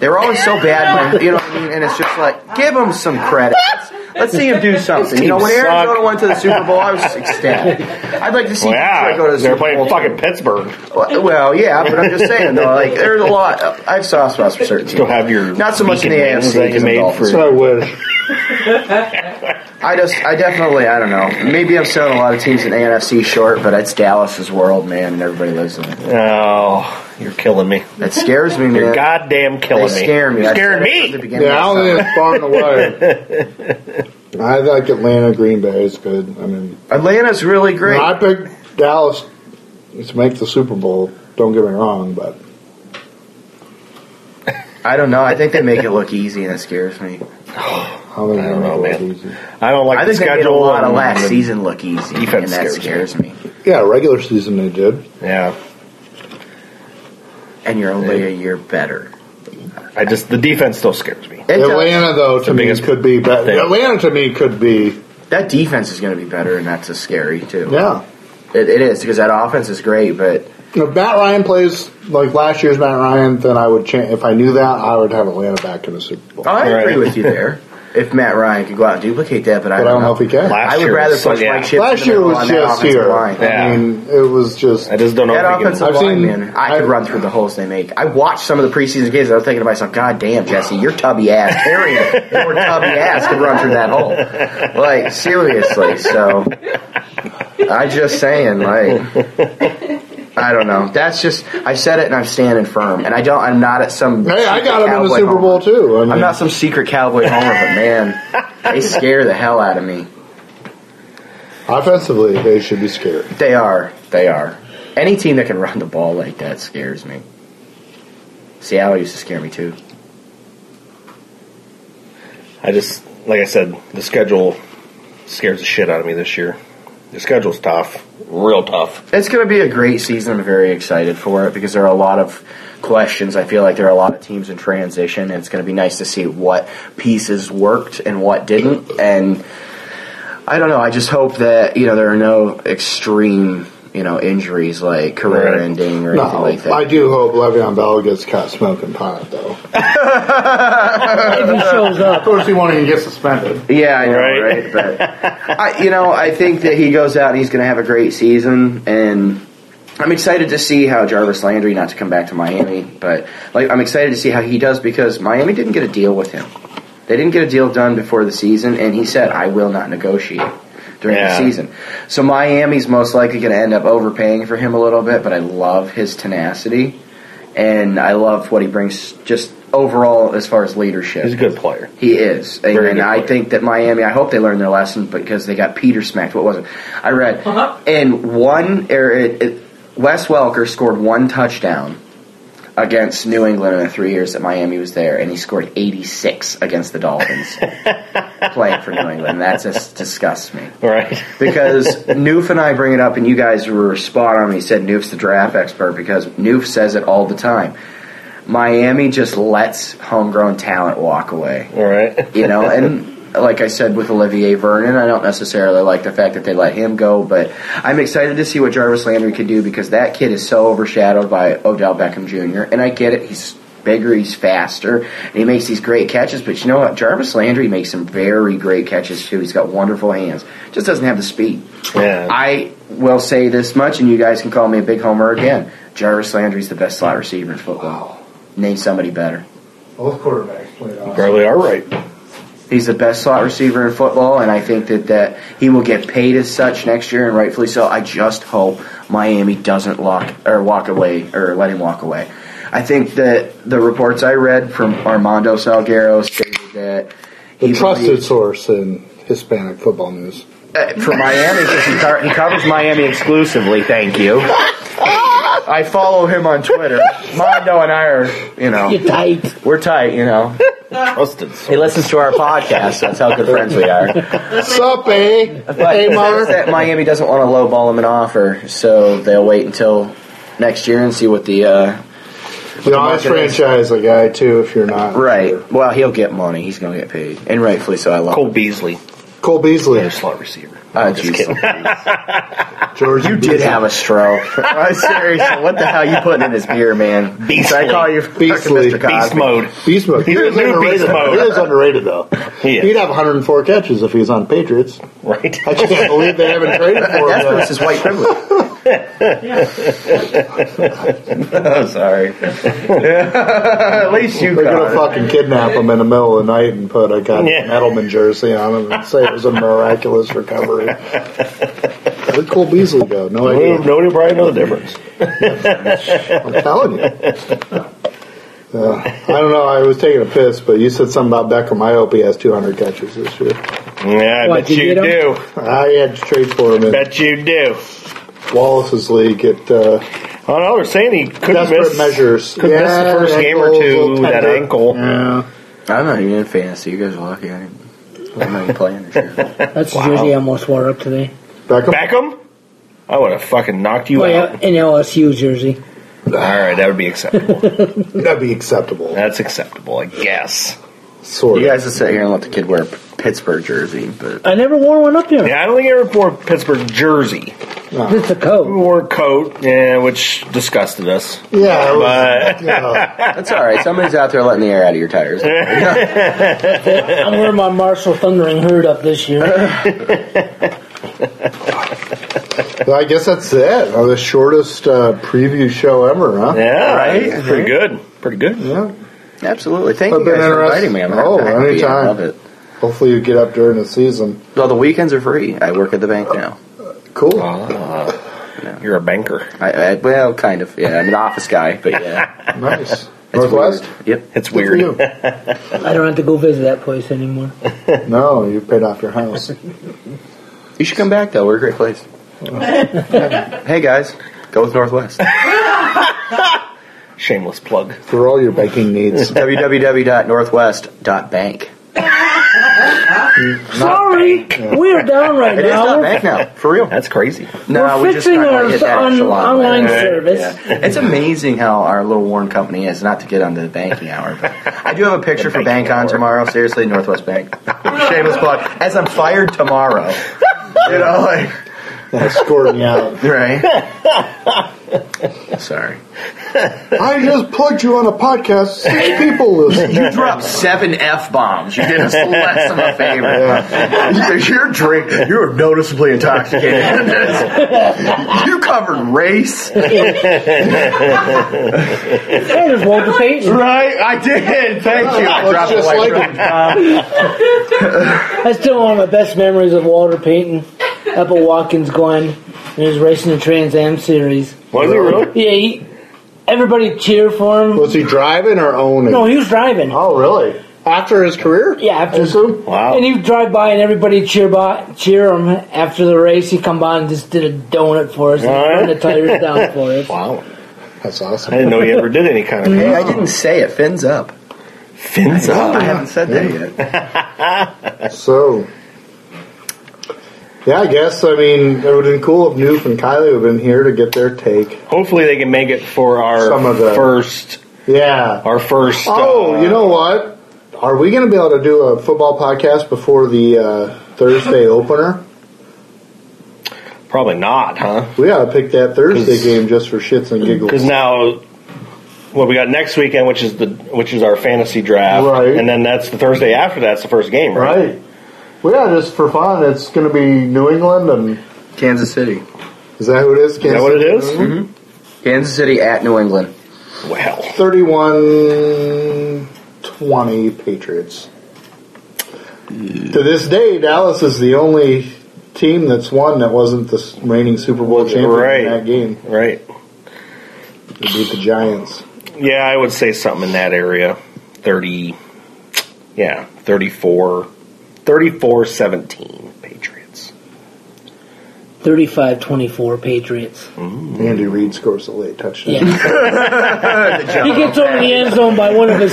Speaker 5: They were always so bad, when, you know what I mean? And it's just like, give them some credit. Let's, let's see them do something. You know, when
Speaker 2: Teams suck.
Speaker 5: Arizona went to the Super Bowl, I was ecstatic. I'd like to see
Speaker 2: Well,
Speaker 5: Detroit go to
Speaker 2: yeah, they're
Speaker 5: the Super Bowl.
Speaker 2: playing fucking Pittsburgh.
Speaker 5: Well, well, yeah, but I'm just saying though, like there's a lot. I have soft spots for certain
Speaker 2: Still
Speaker 5: teams.
Speaker 2: have your
Speaker 5: Not so much in the
Speaker 2: beacon hands
Speaker 5: AFC
Speaker 2: that you
Speaker 5: because of
Speaker 2: made
Speaker 5: Dolphins.
Speaker 3: I
Speaker 2: for.
Speaker 3: wish.
Speaker 5: I just, I definitely, I don't know. Maybe I'm selling a lot of teams in AFC short, but it's Dallas's world, man, and everybody lives in it.
Speaker 2: Oh, you're killing me.
Speaker 5: That scares me, man.
Speaker 2: You're goddamn
Speaker 5: They
Speaker 2: killing me.
Speaker 5: scare me.
Speaker 2: You're
Speaker 5: I said
Speaker 2: scaring
Speaker 5: it from the
Speaker 2: me.
Speaker 5: beginning
Speaker 3: Yeah, I
Speaker 5: of
Speaker 3: don't
Speaker 5: the
Speaker 3: think
Speaker 5: summer.
Speaker 3: it's far and away. I like Atlanta. Green Bay is good. I mean,
Speaker 5: Atlanta's really great.
Speaker 3: when I picked Dallas to make the Super Bowl. Don't get me wrong, but
Speaker 5: I don't know. I think they make it look easy, and it scares me.
Speaker 3: how many
Speaker 2: don't know,
Speaker 3: are make it
Speaker 2: man.
Speaker 3: look easy?
Speaker 2: I don't like
Speaker 5: I
Speaker 2: the
Speaker 5: think they made a
Speaker 2: schedule.
Speaker 5: lot of
Speaker 2: and-
Speaker 5: last season look easy, and
Speaker 2: Defense
Speaker 5: that
Speaker 2: scares
Speaker 5: scares me.
Speaker 3: Yeah, regular season they did.
Speaker 2: Yeah,
Speaker 5: And you're only a year better.
Speaker 2: I just the defense still scares me.
Speaker 5: It does.
Speaker 3: Atlanta though to
Speaker 2: the
Speaker 3: me
Speaker 2: biggest
Speaker 3: could be better.
Speaker 2: thing.
Speaker 3: Atlanta to me could be
Speaker 5: That defense is going to be better, and that's a scary too.
Speaker 3: yeah.
Speaker 5: It, it is because that offense is great, but
Speaker 3: If Matt Ryan plays like last year's Matt Ryan, then I would change. If I knew that, I would have Atlanta back in the Super Bowl.
Speaker 5: I
Speaker 2: Right.
Speaker 5: agree with you there. If Matt Ryan could go out and duplicate that, but I
Speaker 3: But I don't
Speaker 5: don't,
Speaker 3: know if he can.
Speaker 2: Last
Speaker 5: I would
Speaker 2: year
Speaker 5: rather
Speaker 2: was so-
Speaker 5: push
Speaker 2: yeah.
Speaker 5: my chips
Speaker 3: Last
Speaker 5: in the
Speaker 3: year
Speaker 5: middle
Speaker 3: was
Speaker 5: on that
Speaker 3: just
Speaker 5: offensive
Speaker 3: here.
Speaker 5: line.
Speaker 2: Yeah.
Speaker 3: I mean, it was just.
Speaker 2: I just don't know.
Speaker 5: That
Speaker 2: if he
Speaker 5: offensive
Speaker 2: can,
Speaker 3: I've
Speaker 5: line,
Speaker 3: seen-
Speaker 5: man, I could
Speaker 3: I've-
Speaker 5: run through the holes they make. I watched some of the preseason games. And I was thinking to myself, "God damn, Jesse, your tubby ass, carrying your tubby ass could run through that hole." Like seriously, so I just saying, like, I don't know. That's just I said it, and I'm standing firm, and I don't. I'm not at some.
Speaker 3: Hey, I
Speaker 5: secret
Speaker 3: got him in the
Speaker 5: cowboy
Speaker 3: Super Bowl
Speaker 5: homer.
Speaker 3: too. I mean,
Speaker 5: I'm not some secret cowboy homer, but man, they scare the hell out of me.
Speaker 3: offensively, they should be scared.
Speaker 5: They are. They are. Any team that can run the ball like that scares me. Seattle used to scare me too.
Speaker 2: I just, like I said, the schedule scares the shit out of me this year. The schedule's tough, real tough.
Speaker 5: It's going to be a great season. I'm very excited for it because there are a lot of questions. I feel like there are a lot of teams in transition, and it's going to be nice to see what pieces worked and what didn't. And I don't know. I just hope that you know there are no extreme you know injuries like career
Speaker 2: Right.
Speaker 5: ending or anything
Speaker 3: No,
Speaker 5: like that.
Speaker 3: I do hope Le'Veon Bell gets caught smoking pot though.
Speaker 1: If he shows
Speaker 3: Of
Speaker 1: up,
Speaker 3: course, he won't even get suspended.
Speaker 5: Yeah, I know,
Speaker 2: Right?
Speaker 5: right? But I, you know, I think that he goes out and he's going to have a great season, and I'm excited to see how Jarvis Landry, not to come back to Miami, but like I'm excited to see how he does because Miami didn't get a deal with him. They didn't get a deal done before the season, and he said, "I will not negotiate." During
Speaker 2: Yeah.
Speaker 5: the season, so Miami's most likely going to end up overpaying for him a little bit, but I love his tenacity, and I love what he brings just overall as far as leadership.
Speaker 2: He's a good player.
Speaker 5: He is, and,
Speaker 2: Very
Speaker 5: and
Speaker 2: good
Speaker 5: I
Speaker 2: player.
Speaker 5: think that Miami. I hope they learned their lesson because they got Peter smacked. What was it? I read,
Speaker 4: Uh-huh.
Speaker 5: and one er, it, it, Wes Welker scored one touchdown against New England in the three years that Miami was there, and he scored eighty six against the Dolphins playing for New England. That just disgusts me
Speaker 2: Right.
Speaker 5: because Noof and I bring it up, and you guys were spot on. when You said Noof's the draft expert because Noof says it all the time. Miami just lets homegrown talent walk away
Speaker 2: All right.
Speaker 5: you know, and like I said with Olivier Vernon, I don't necessarily like the fact that they let him go, but I'm excited to see what Jarvis Landry can do because that kid is so overshadowed by Odell Beckham Jr. And I get it, he's bigger, he's faster, and he makes these great catches, but you know what? Jarvis Landry makes some very great catches too. He's got wonderful hands, just doesn't have the speed.
Speaker 2: Yeah.
Speaker 5: I will say this much, and you guys can call me a big homer again. Jarvis Landry's the best slot receiver in football. Name somebody better.
Speaker 3: Both quarterbacks played off.
Speaker 2: Probably all right.
Speaker 5: He's the best slot receiver in football, and I think that, that he will get paid as such next year, and rightfully so. I just hope Miami doesn't lock or walk away or let him walk away. I think that the reports I read from Armando Salguero stated that
Speaker 3: The
Speaker 5: he
Speaker 3: trusted source in Hispanic football news.
Speaker 5: uh, for Miami because he, car- he covers Miami exclusively. Thank you. I follow him on Twitter. Mondo and I are, you know,
Speaker 1: you're tight.
Speaker 5: we're tight. You know,
Speaker 2: Busted.
Speaker 5: he listens to our podcast. That's how good friends we are.
Speaker 3: Sup, eh?
Speaker 5: But
Speaker 3: Hey,
Speaker 5: the
Speaker 3: Mark.
Speaker 5: fact that Miami doesn't want to lowball him an offer, so they'll wait until next year and see what the uh,
Speaker 3: You always franchise a guy too if you're not sure.
Speaker 5: right. Well, he'll get money. He's gonna get paid, and rightfully so. I love.
Speaker 2: Cole Beasley,
Speaker 3: Cole Beasley,
Speaker 2: their slot receiver.
Speaker 5: Uh, just kidding.
Speaker 3: George.
Speaker 5: You did have a stroke. Uh, Seriously, what the hell you putting in his beer, man?
Speaker 2: Beastly.
Speaker 5: Should I call you fucking
Speaker 3: Beastly.
Speaker 5: Mr. Cosby?
Speaker 2: Beast mode.
Speaker 3: beast mode. He
Speaker 2: He's
Speaker 3: is
Speaker 2: a new
Speaker 3: underrated.
Speaker 2: beast mode.
Speaker 3: He is underrated though.
Speaker 2: He is.
Speaker 3: He'd have 104 catches if he was on Patriots.
Speaker 2: Right.
Speaker 3: I can't believe they haven't traded for
Speaker 5: That's
Speaker 3: him.
Speaker 5: because it's white privilege.
Speaker 4: Yeah.
Speaker 5: I'm sorry. At least you
Speaker 3: They're
Speaker 5: got
Speaker 3: gonna
Speaker 5: it.
Speaker 3: fucking kidnap him in the middle of the night and put a goddamn
Speaker 2: Yeah.
Speaker 3: Edelman jersey on him and say it was a miraculous recovery. Where'd Cole Beasley go? No
Speaker 2: Nobody,
Speaker 3: idea.
Speaker 2: nobody probably know the difference.
Speaker 3: I'm telling you. Uh, I don't know. I was taking a piss, but you said something about Beckham. I hope he has 200 catches this year.
Speaker 2: Yeah, I
Speaker 1: What,
Speaker 2: bet
Speaker 1: you
Speaker 2: you
Speaker 1: get 'em?
Speaker 2: do.
Speaker 3: I had to trade for him in
Speaker 2: Bet you do.
Speaker 3: Wallace's league at uh,
Speaker 2: I don't know. They're saying he couldn't
Speaker 3: Desperate
Speaker 2: miss.
Speaker 3: Measures.
Speaker 2: Could miss the first game or
Speaker 3: ankle,
Speaker 2: two.
Speaker 3: little
Speaker 2: That
Speaker 3: tender.
Speaker 2: ankle.
Speaker 3: Yeah.
Speaker 5: I'm not even in fantasy. You guys are lucky. I didn't- I'm not even playing this year.
Speaker 1: That's the jersey I almost wore up today.
Speaker 3: Beckham.
Speaker 2: Beckham. I would have fucking knocked you
Speaker 1: Well,
Speaker 2: out.
Speaker 1: yeah, an LSU jersey.
Speaker 2: All right, that would be acceptable.
Speaker 3: That'd be acceptable.
Speaker 2: That's acceptable, I guess.
Speaker 3: Sort
Speaker 5: You
Speaker 3: of.
Speaker 5: guys just sit here and let the kid wear a Pittsburgh jersey, but
Speaker 1: I never wore one up there.
Speaker 2: Yeah, I don't think I ever wore a Pittsburgh jersey.
Speaker 1: It's a coat.
Speaker 2: Wore a coat, yeah, which disgusted us.
Speaker 3: Yeah, it was,
Speaker 2: But
Speaker 3: Oh, yeah.
Speaker 5: That's all right. Somebody's out there letting the air out of your tires.
Speaker 1: I'm wearing my Marshall Thundering Herd up this year.
Speaker 3: Well, I guess that's it. Uh, the shortest uh, preview show ever, huh?
Speaker 2: yeah,
Speaker 5: Right?
Speaker 2: it's pretty good. Pretty good.
Speaker 3: Yeah.
Speaker 5: Absolutely. Thank
Speaker 3: I've
Speaker 5: you
Speaker 3: been
Speaker 5: guys for
Speaker 3: interested-
Speaker 5: inviting me. I'm
Speaker 3: Oh,
Speaker 5: happy to be here. I
Speaker 3: anytime.
Speaker 5: love it.
Speaker 3: Hopefully you get up during the season.
Speaker 5: Well, the weekends are free. I work at the bank now.
Speaker 3: Cool.
Speaker 2: Ah, you're a banker.
Speaker 5: I, I well, kind of. Yeah, I'm an office guy, but yeah.
Speaker 3: nice.
Speaker 5: It's
Speaker 3: Northwest?
Speaker 5: weird. Yep.
Speaker 2: It's
Speaker 3: Good for
Speaker 2: weird.
Speaker 3: you.
Speaker 1: I don't have to go visit that place anymore.
Speaker 3: No, you paid off your house.
Speaker 5: You should come back though. We're a great place. hey guys, go with Northwest.
Speaker 2: Shameless plug.
Speaker 3: For all your banking needs.
Speaker 5: www.northwest.bank.
Speaker 1: Sorry, we are down right
Speaker 5: It is
Speaker 1: now.
Speaker 5: not
Speaker 1: We're,
Speaker 5: bank now, for real.
Speaker 2: That's crazy.
Speaker 5: No,
Speaker 1: we're
Speaker 5: we just
Speaker 1: fixing
Speaker 5: kinda
Speaker 1: our
Speaker 5: hit that
Speaker 1: on,
Speaker 5: echelon level.
Speaker 1: online
Speaker 2: Right,
Speaker 1: service.
Speaker 5: It's amazing how our little Warren company is. Not to get on the banking hour, but I do have a picture for
Speaker 2: banking
Speaker 5: Bank On
Speaker 2: hour.
Speaker 5: tomorrow. Seriously, Northwest Bank. Shameless plug. As I'm fired tomorrow. You know, like,
Speaker 3: That's scored me out.
Speaker 5: right? Sorry.
Speaker 3: I just plugged you on a podcast. Six people listen.
Speaker 5: You dropped seven F bombs. You did us less of a favor. Your drink, you were noticeably intoxicated. you covered race.
Speaker 1: Hey, there's Walter Payton.
Speaker 5: Right? I did. Thank you. I
Speaker 3: Looks
Speaker 5: dropped the
Speaker 3: just
Speaker 5: white
Speaker 3: like
Speaker 5: drink.
Speaker 1: That's still one of my best memories of Walter Payton up at Watkins Glen and his racing the Trans Am series.
Speaker 2: Was it really?
Speaker 1: Yeah, he, everybody cheered for him.
Speaker 3: Was he driving or owning?
Speaker 1: No, he was driving.
Speaker 3: Oh, really? After his career?
Speaker 1: Yeah, after-
Speaker 3: I assume?
Speaker 2: Wow.
Speaker 1: And he'd drive by and everybody cheer by, cheer him after the race. He'd come by and just did a donut for us and
Speaker 2: Alright.
Speaker 1: turned the tires down for us.
Speaker 2: Wow.
Speaker 3: That's
Speaker 2: I
Speaker 3: awesome.
Speaker 2: didn't know he ever did any kind of
Speaker 3: Mm-hmm.
Speaker 5: Hey, I didn't say it. Fins up.
Speaker 2: fins up.
Speaker 5: I haven't said that yet.
Speaker 3: So, yeah, I guess, I mean, it would have been cool if Noof and Kylie would have been here to get their take.
Speaker 2: Hopefully they can make it for our
Speaker 3: Some of the-
Speaker 2: first
Speaker 3: Yeah.
Speaker 2: our first
Speaker 3: Oh,
Speaker 2: uh,
Speaker 3: you know what? Are we going to be able to do a football podcast before the uh, Thursday opener?
Speaker 2: probably not, huh?
Speaker 3: We got to pick that Thursday
Speaker 2: 'Cause-
Speaker 3: game just for shits and
Speaker 2: Cuz
Speaker 3: giggles.
Speaker 2: now what we got next weekend which is the which is our fantasy draft
Speaker 3: Right.
Speaker 2: and then that's the Thursday after that's the first game, right?
Speaker 3: Right. Well, yeah, just for fun. It's going to be New England, and
Speaker 5: Kansas City.
Speaker 3: is that who it is? Mm-hmm.
Speaker 2: Is that what it is?
Speaker 5: Kansas City at New England.
Speaker 2: Well,
Speaker 3: 31 20 Patriots. To this day, Dallas is the only team that's won that wasn't the reigning Super Bowl champion
Speaker 2: Right.
Speaker 3: in that game.
Speaker 2: right.
Speaker 3: They beat the Giants.
Speaker 2: Yeah, I would say something in that area. 30 Yeah, 34 34-17 Patriots.
Speaker 1: 35-24 Patriots.
Speaker 3: Andy Reid scores a late touchdown.
Speaker 1: Yeah. he gets over the end zone by one of his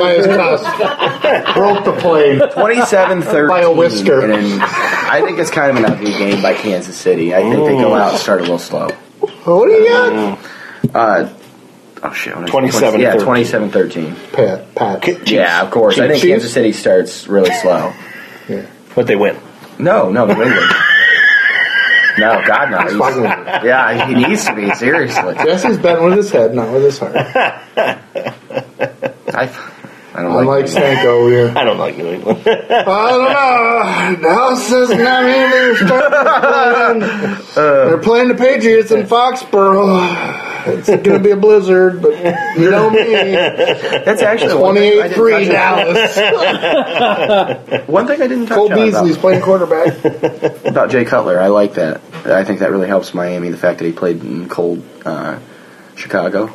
Speaker 3: by his cuss. Broke the plane.
Speaker 5: 27 13.
Speaker 3: By a whisker.
Speaker 5: I think it's kind of an ugly game by Kansas City. I think they go out and start a little slow.
Speaker 3: What do you got?
Speaker 5: Uh, oh, shit. what is it?
Speaker 2: 27,
Speaker 5: Yeah,
Speaker 2: 13.
Speaker 5: 27 13.
Speaker 3: Pat. Pat.
Speaker 5: Yeah, of course. I think
Speaker 3: Chiefs?
Speaker 5: Kansas City starts really slow.
Speaker 3: Yeah.
Speaker 2: But they win.
Speaker 5: No, no, New England. No, God, no.
Speaker 3: It's fucking with
Speaker 5: He's- Yeah, he needs to be, seriously.
Speaker 3: Jesse's bent with his head, not with his heart.
Speaker 5: I, I don't like,
Speaker 3: Unlike Stanko here.
Speaker 2: I don't like New England.
Speaker 3: I don't know. Dallas doesn't have anything to start with. They're playing the Patriots in Foxborough. It's going to be a blizzard, but you know me.
Speaker 5: That's actually one thing
Speaker 3: 28
Speaker 5: I
Speaker 3: 3
Speaker 5: didn't touch on.
Speaker 3: Dallas.
Speaker 5: One thing I didn't touch
Speaker 3: Cole
Speaker 5: on about-
Speaker 3: Beasley's playing quarterback.
Speaker 5: about Jay Cutler. I like that. I think that really helps Miami. The fact that he played in cold uh, Chicago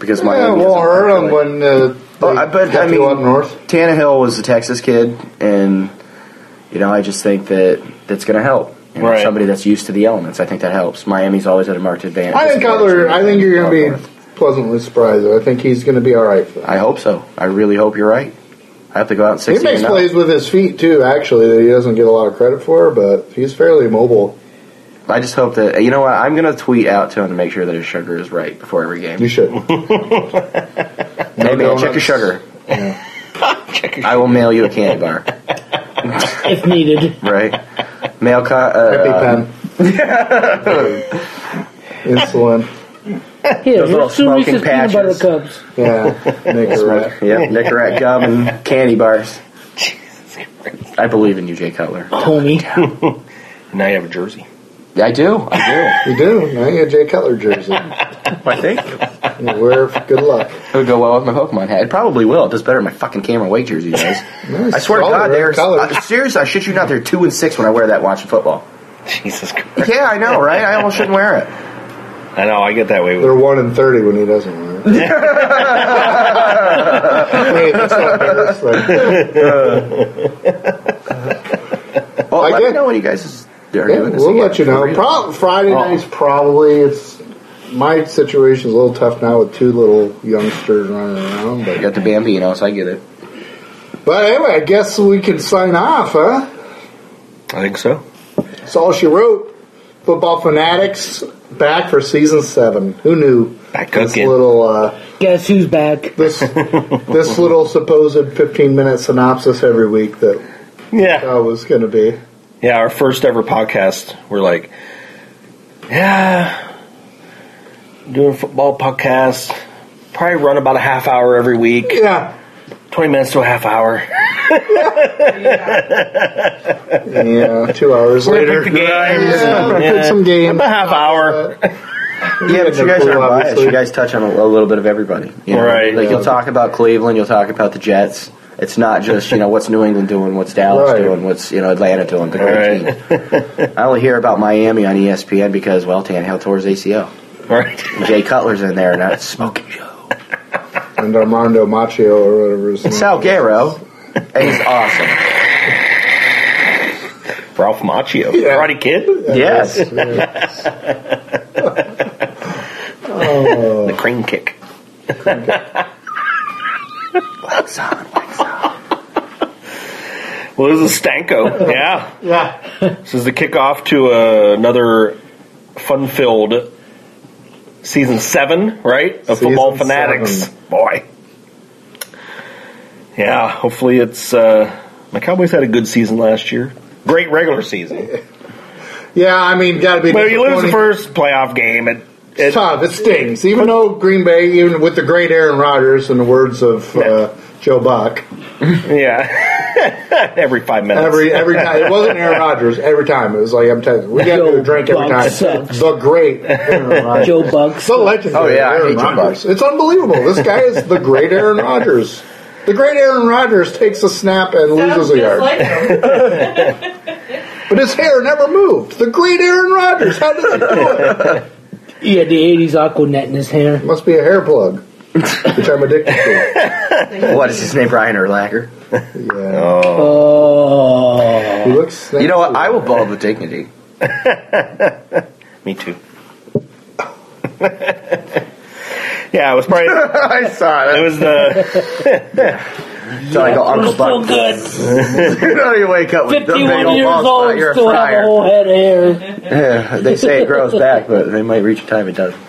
Speaker 5: because
Speaker 3: Yeah,
Speaker 5: Miami.
Speaker 3: well,
Speaker 5: doesn't
Speaker 3: hurt him
Speaker 5: really-
Speaker 3: when uh,
Speaker 5: Well,
Speaker 3: they
Speaker 5: Oh, I- but,
Speaker 3: got
Speaker 5: I
Speaker 3: you
Speaker 5: mean-
Speaker 3: up north.
Speaker 5: Tannehill was a Texas kid, and you know I just think that that's going to help. You know,
Speaker 2: Right.
Speaker 5: Somebody that's used to the elements, I think that helps. Miami's always at a marked advantage.
Speaker 3: I think Cutler. I think you're going to
Speaker 5: North.
Speaker 3: be pleasantly surprised. I think he's going to be all right for that.
Speaker 5: I hope so. I really hope you're right. I have to go out and
Speaker 3: He
Speaker 5: sixteen.
Speaker 3: makes
Speaker 5: and oh. up.
Speaker 3: plays with his feet too. Actually, that he doesn't get a lot of credit for, but he's fairly mobile.
Speaker 5: I just hope that you know what I'm going to tweet out to him to make sure that his sugar is right before every game.
Speaker 3: You should.
Speaker 5: hey man,
Speaker 3: donuts.
Speaker 5: check your sugar.
Speaker 3: Yeah.
Speaker 5: I will mail you a candy bar.
Speaker 1: if needed.
Speaker 5: right? Mail co- uh,
Speaker 3: Happy
Speaker 5: uh,
Speaker 3: pen. Insulin.
Speaker 1: Here,
Speaker 5: Those little
Speaker 1: here's two
Speaker 5: smoking
Speaker 1: Reese's peanut butter
Speaker 5: patches.
Speaker 1: cups.
Speaker 3: Yeah. Nicorette.
Speaker 5: Yep, Nicorette gum and candy bars. I believe in you, Jay Cutler.
Speaker 1: Homie.
Speaker 2: Now you have a jersey.
Speaker 5: I do. I
Speaker 3: You do. Now you got a Jay Cutler jersey.
Speaker 5: do. I think it
Speaker 3: You wear it. Good luck.
Speaker 5: would go well with my Pokemon hat. It probably will. It does better than my fucking Cameron Wake jersey does.
Speaker 3: Nice.
Speaker 5: I swear to
Speaker 3: Color,
Speaker 5: God, they're
Speaker 3: color.
Speaker 5: uh, seriously. I shit you not, they're two and six when I wear that watching football.
Speaker 2: Jesus Christ.
Speaker 5: Yeah, I know, right? I almost shouldn't wear it.
Speaker 2: I know, I get that way with
Speaker 3: They're one in thirty when he doesn't wear it. Wait, that's not embarrassing.
Speaker 5: Well,
Speaker 3: I
Speaker 5: let
Speaker 3: get-
Speaker 5: me know when you guys are
Speaker 3: Yeah,
Speaker 5: doing this.
Speaker 3: we'll
Speaker 5: again,
Speaker 3: let you
Speaker 5: for
Speaker 3: know.
Speaker 5: real.
Speaker 3: Prob Friday nights probably it's my situation's a little tough now with two little youngsters running around,
Speaker 5: I
Speaker 3: but
Speaker 5: got the Bambino, so I get it.
Speaker 3: but anyway, I guess we can sign off, huh?
Speaker 2: I think so.
Speaker 3: That's all she wrote. Football fanatics back for season seven. Who knew?
Speaker 2: Back
Speaker 3: This
Speaker 2: again.
Speaker 3: little uh,
Speaker 1: Guess who's back?
Speaker 3: this this little supposed fifteen minute synopsis every week that
Speaker 2: Yeah.
Speaker 3: I was going to be.
Speaker 2: Yeah, our first ever podcast, we're like, yeah, doing a football podcast. Probably run about a half hour every week,
Speaker 3: Yeah.
Speaker 2: 20 minutes to a half hour.
Speaker 3: Yeah, two hours later.
Speaker 2: Pick the games.
Speaker 3: Yeah,
Speaker 2: Yeah.
Speaker 3: pick some games.
Speaker 2: About a half hour.
Speaker 5: Yeah, but you guys
Speaker 3: Cool,
Speaker 5: are biased.
Speaker 3: obviously.
Speaker 5: You guys touch on a, a little bit of everybody. You know?
Speaker 2: Right.
Speaker 5: Like you'll talk about Cleveland, you'll talk about the Jets. It's not just you know what's New England doing, what's Dallas
Speaker 3: Right.
Speaker 5: doing, what's you know Atlanta doing. The great teams. I only hear about Miami on E ESPN because well, Tannehill tore his ACL.
Speaker 2: Right.
Speaker 5: And Jay Cutler's in there, and that's smoking Joe.
Speaker 3: And Armando Macho or whatever his
Speaker 5: And
Speaker 3: name
Speaker 5: Sal Garo, and he's awesome.
Speaker 2: Ralph Macchio.
Speaker 3: Yeah.
Speaker 2: Karate Kid?
Speaker 5: Yes.
Speaker 2: The crane kick.
Speaker 5: Wax on, wax on.
Speaker 2: Well, this is Stanko. yeah.
Speaker 3: Yeah.
Speaker 2: This is the kickoff to uh, another fun filled season seven, right? Of
Speaker 3: Season
Speaker 2: Football Fanatics.
Speaker 3: seven.
Speaker 2: Boy. Yeah, hopefully it's. Uh, my Cowboys had a good season last year. Great regular season.
Speaker 3: Yeah, I mean, got to be.
Speaker 2: But you lose the
Speaker 3: disappointing.
Speaker 2: first playoff game. It,
Speaker 3: It's
Speaker 2: it,
Speaker 3: tough. It stings. Even though Green Bay, even with the great Aaron Rodgers, in the words of uh, Joe Buck,
Speaker 2: yeah. every five minutes.
Speaker 3: every every time it wasn't Aaron Rodgers. Every time it was like I'm telling you, we got to do a drink every
Speaker 1: Buck
Speaker 3: time.
Speaker 1: sucks.
Speaker 3: The great Aaron Rodgers.
Speaker 1: Joe Bucks.
Speaker 3: The legendary
Speaker 5: Oh, yeah, I
Speaker 3: Aaron
Speaker 5: hate Joe
Speaker 3: Rodgers. It's unbelievable. This guy is the great Aaron Rodgers. The great Aaron Rodgers takes a snap and loses a
Speaker 4: Sounds
Speaker 3: yard,
Speaker 4: just like him.
Speaker 3: but his hair never moved. The great Aaron Rodgers. How does he do it?
Speaker 1: He had the 80s Aquanet in his hair.
Speaker 3: Must be a hair plug, which I'm addicted to.
Speaker 5: What is his name? Brian Urlacher.
Speaker 3: Yeah.
Speaker 1: Oh.
Speaker 3: He looks.
Speaker 5: You know what? I will bald with dignity.
Speaker 2: Me too. yeah, it was probably.
Speaker 5: I saw
Speaker 2: It was the.
Speaker 5: So I go Uncle
Speaker 1: Still
Speaker 5: Buck.
Speaker 1: good.
Speaker 5: you know, you wake up with the big
Speaker 1: 51
Speaker 5: old
Speaker 1: years
Speaker 5: bald spot,
Speaker 1: old,
Speaker 5: You're a
Speaker 1: still have a
Speaker 5: friar.
Speaker 1: whole head of hair.
Speaker 5: Yeah, they say it grows back, but they might reach a time it doesn't.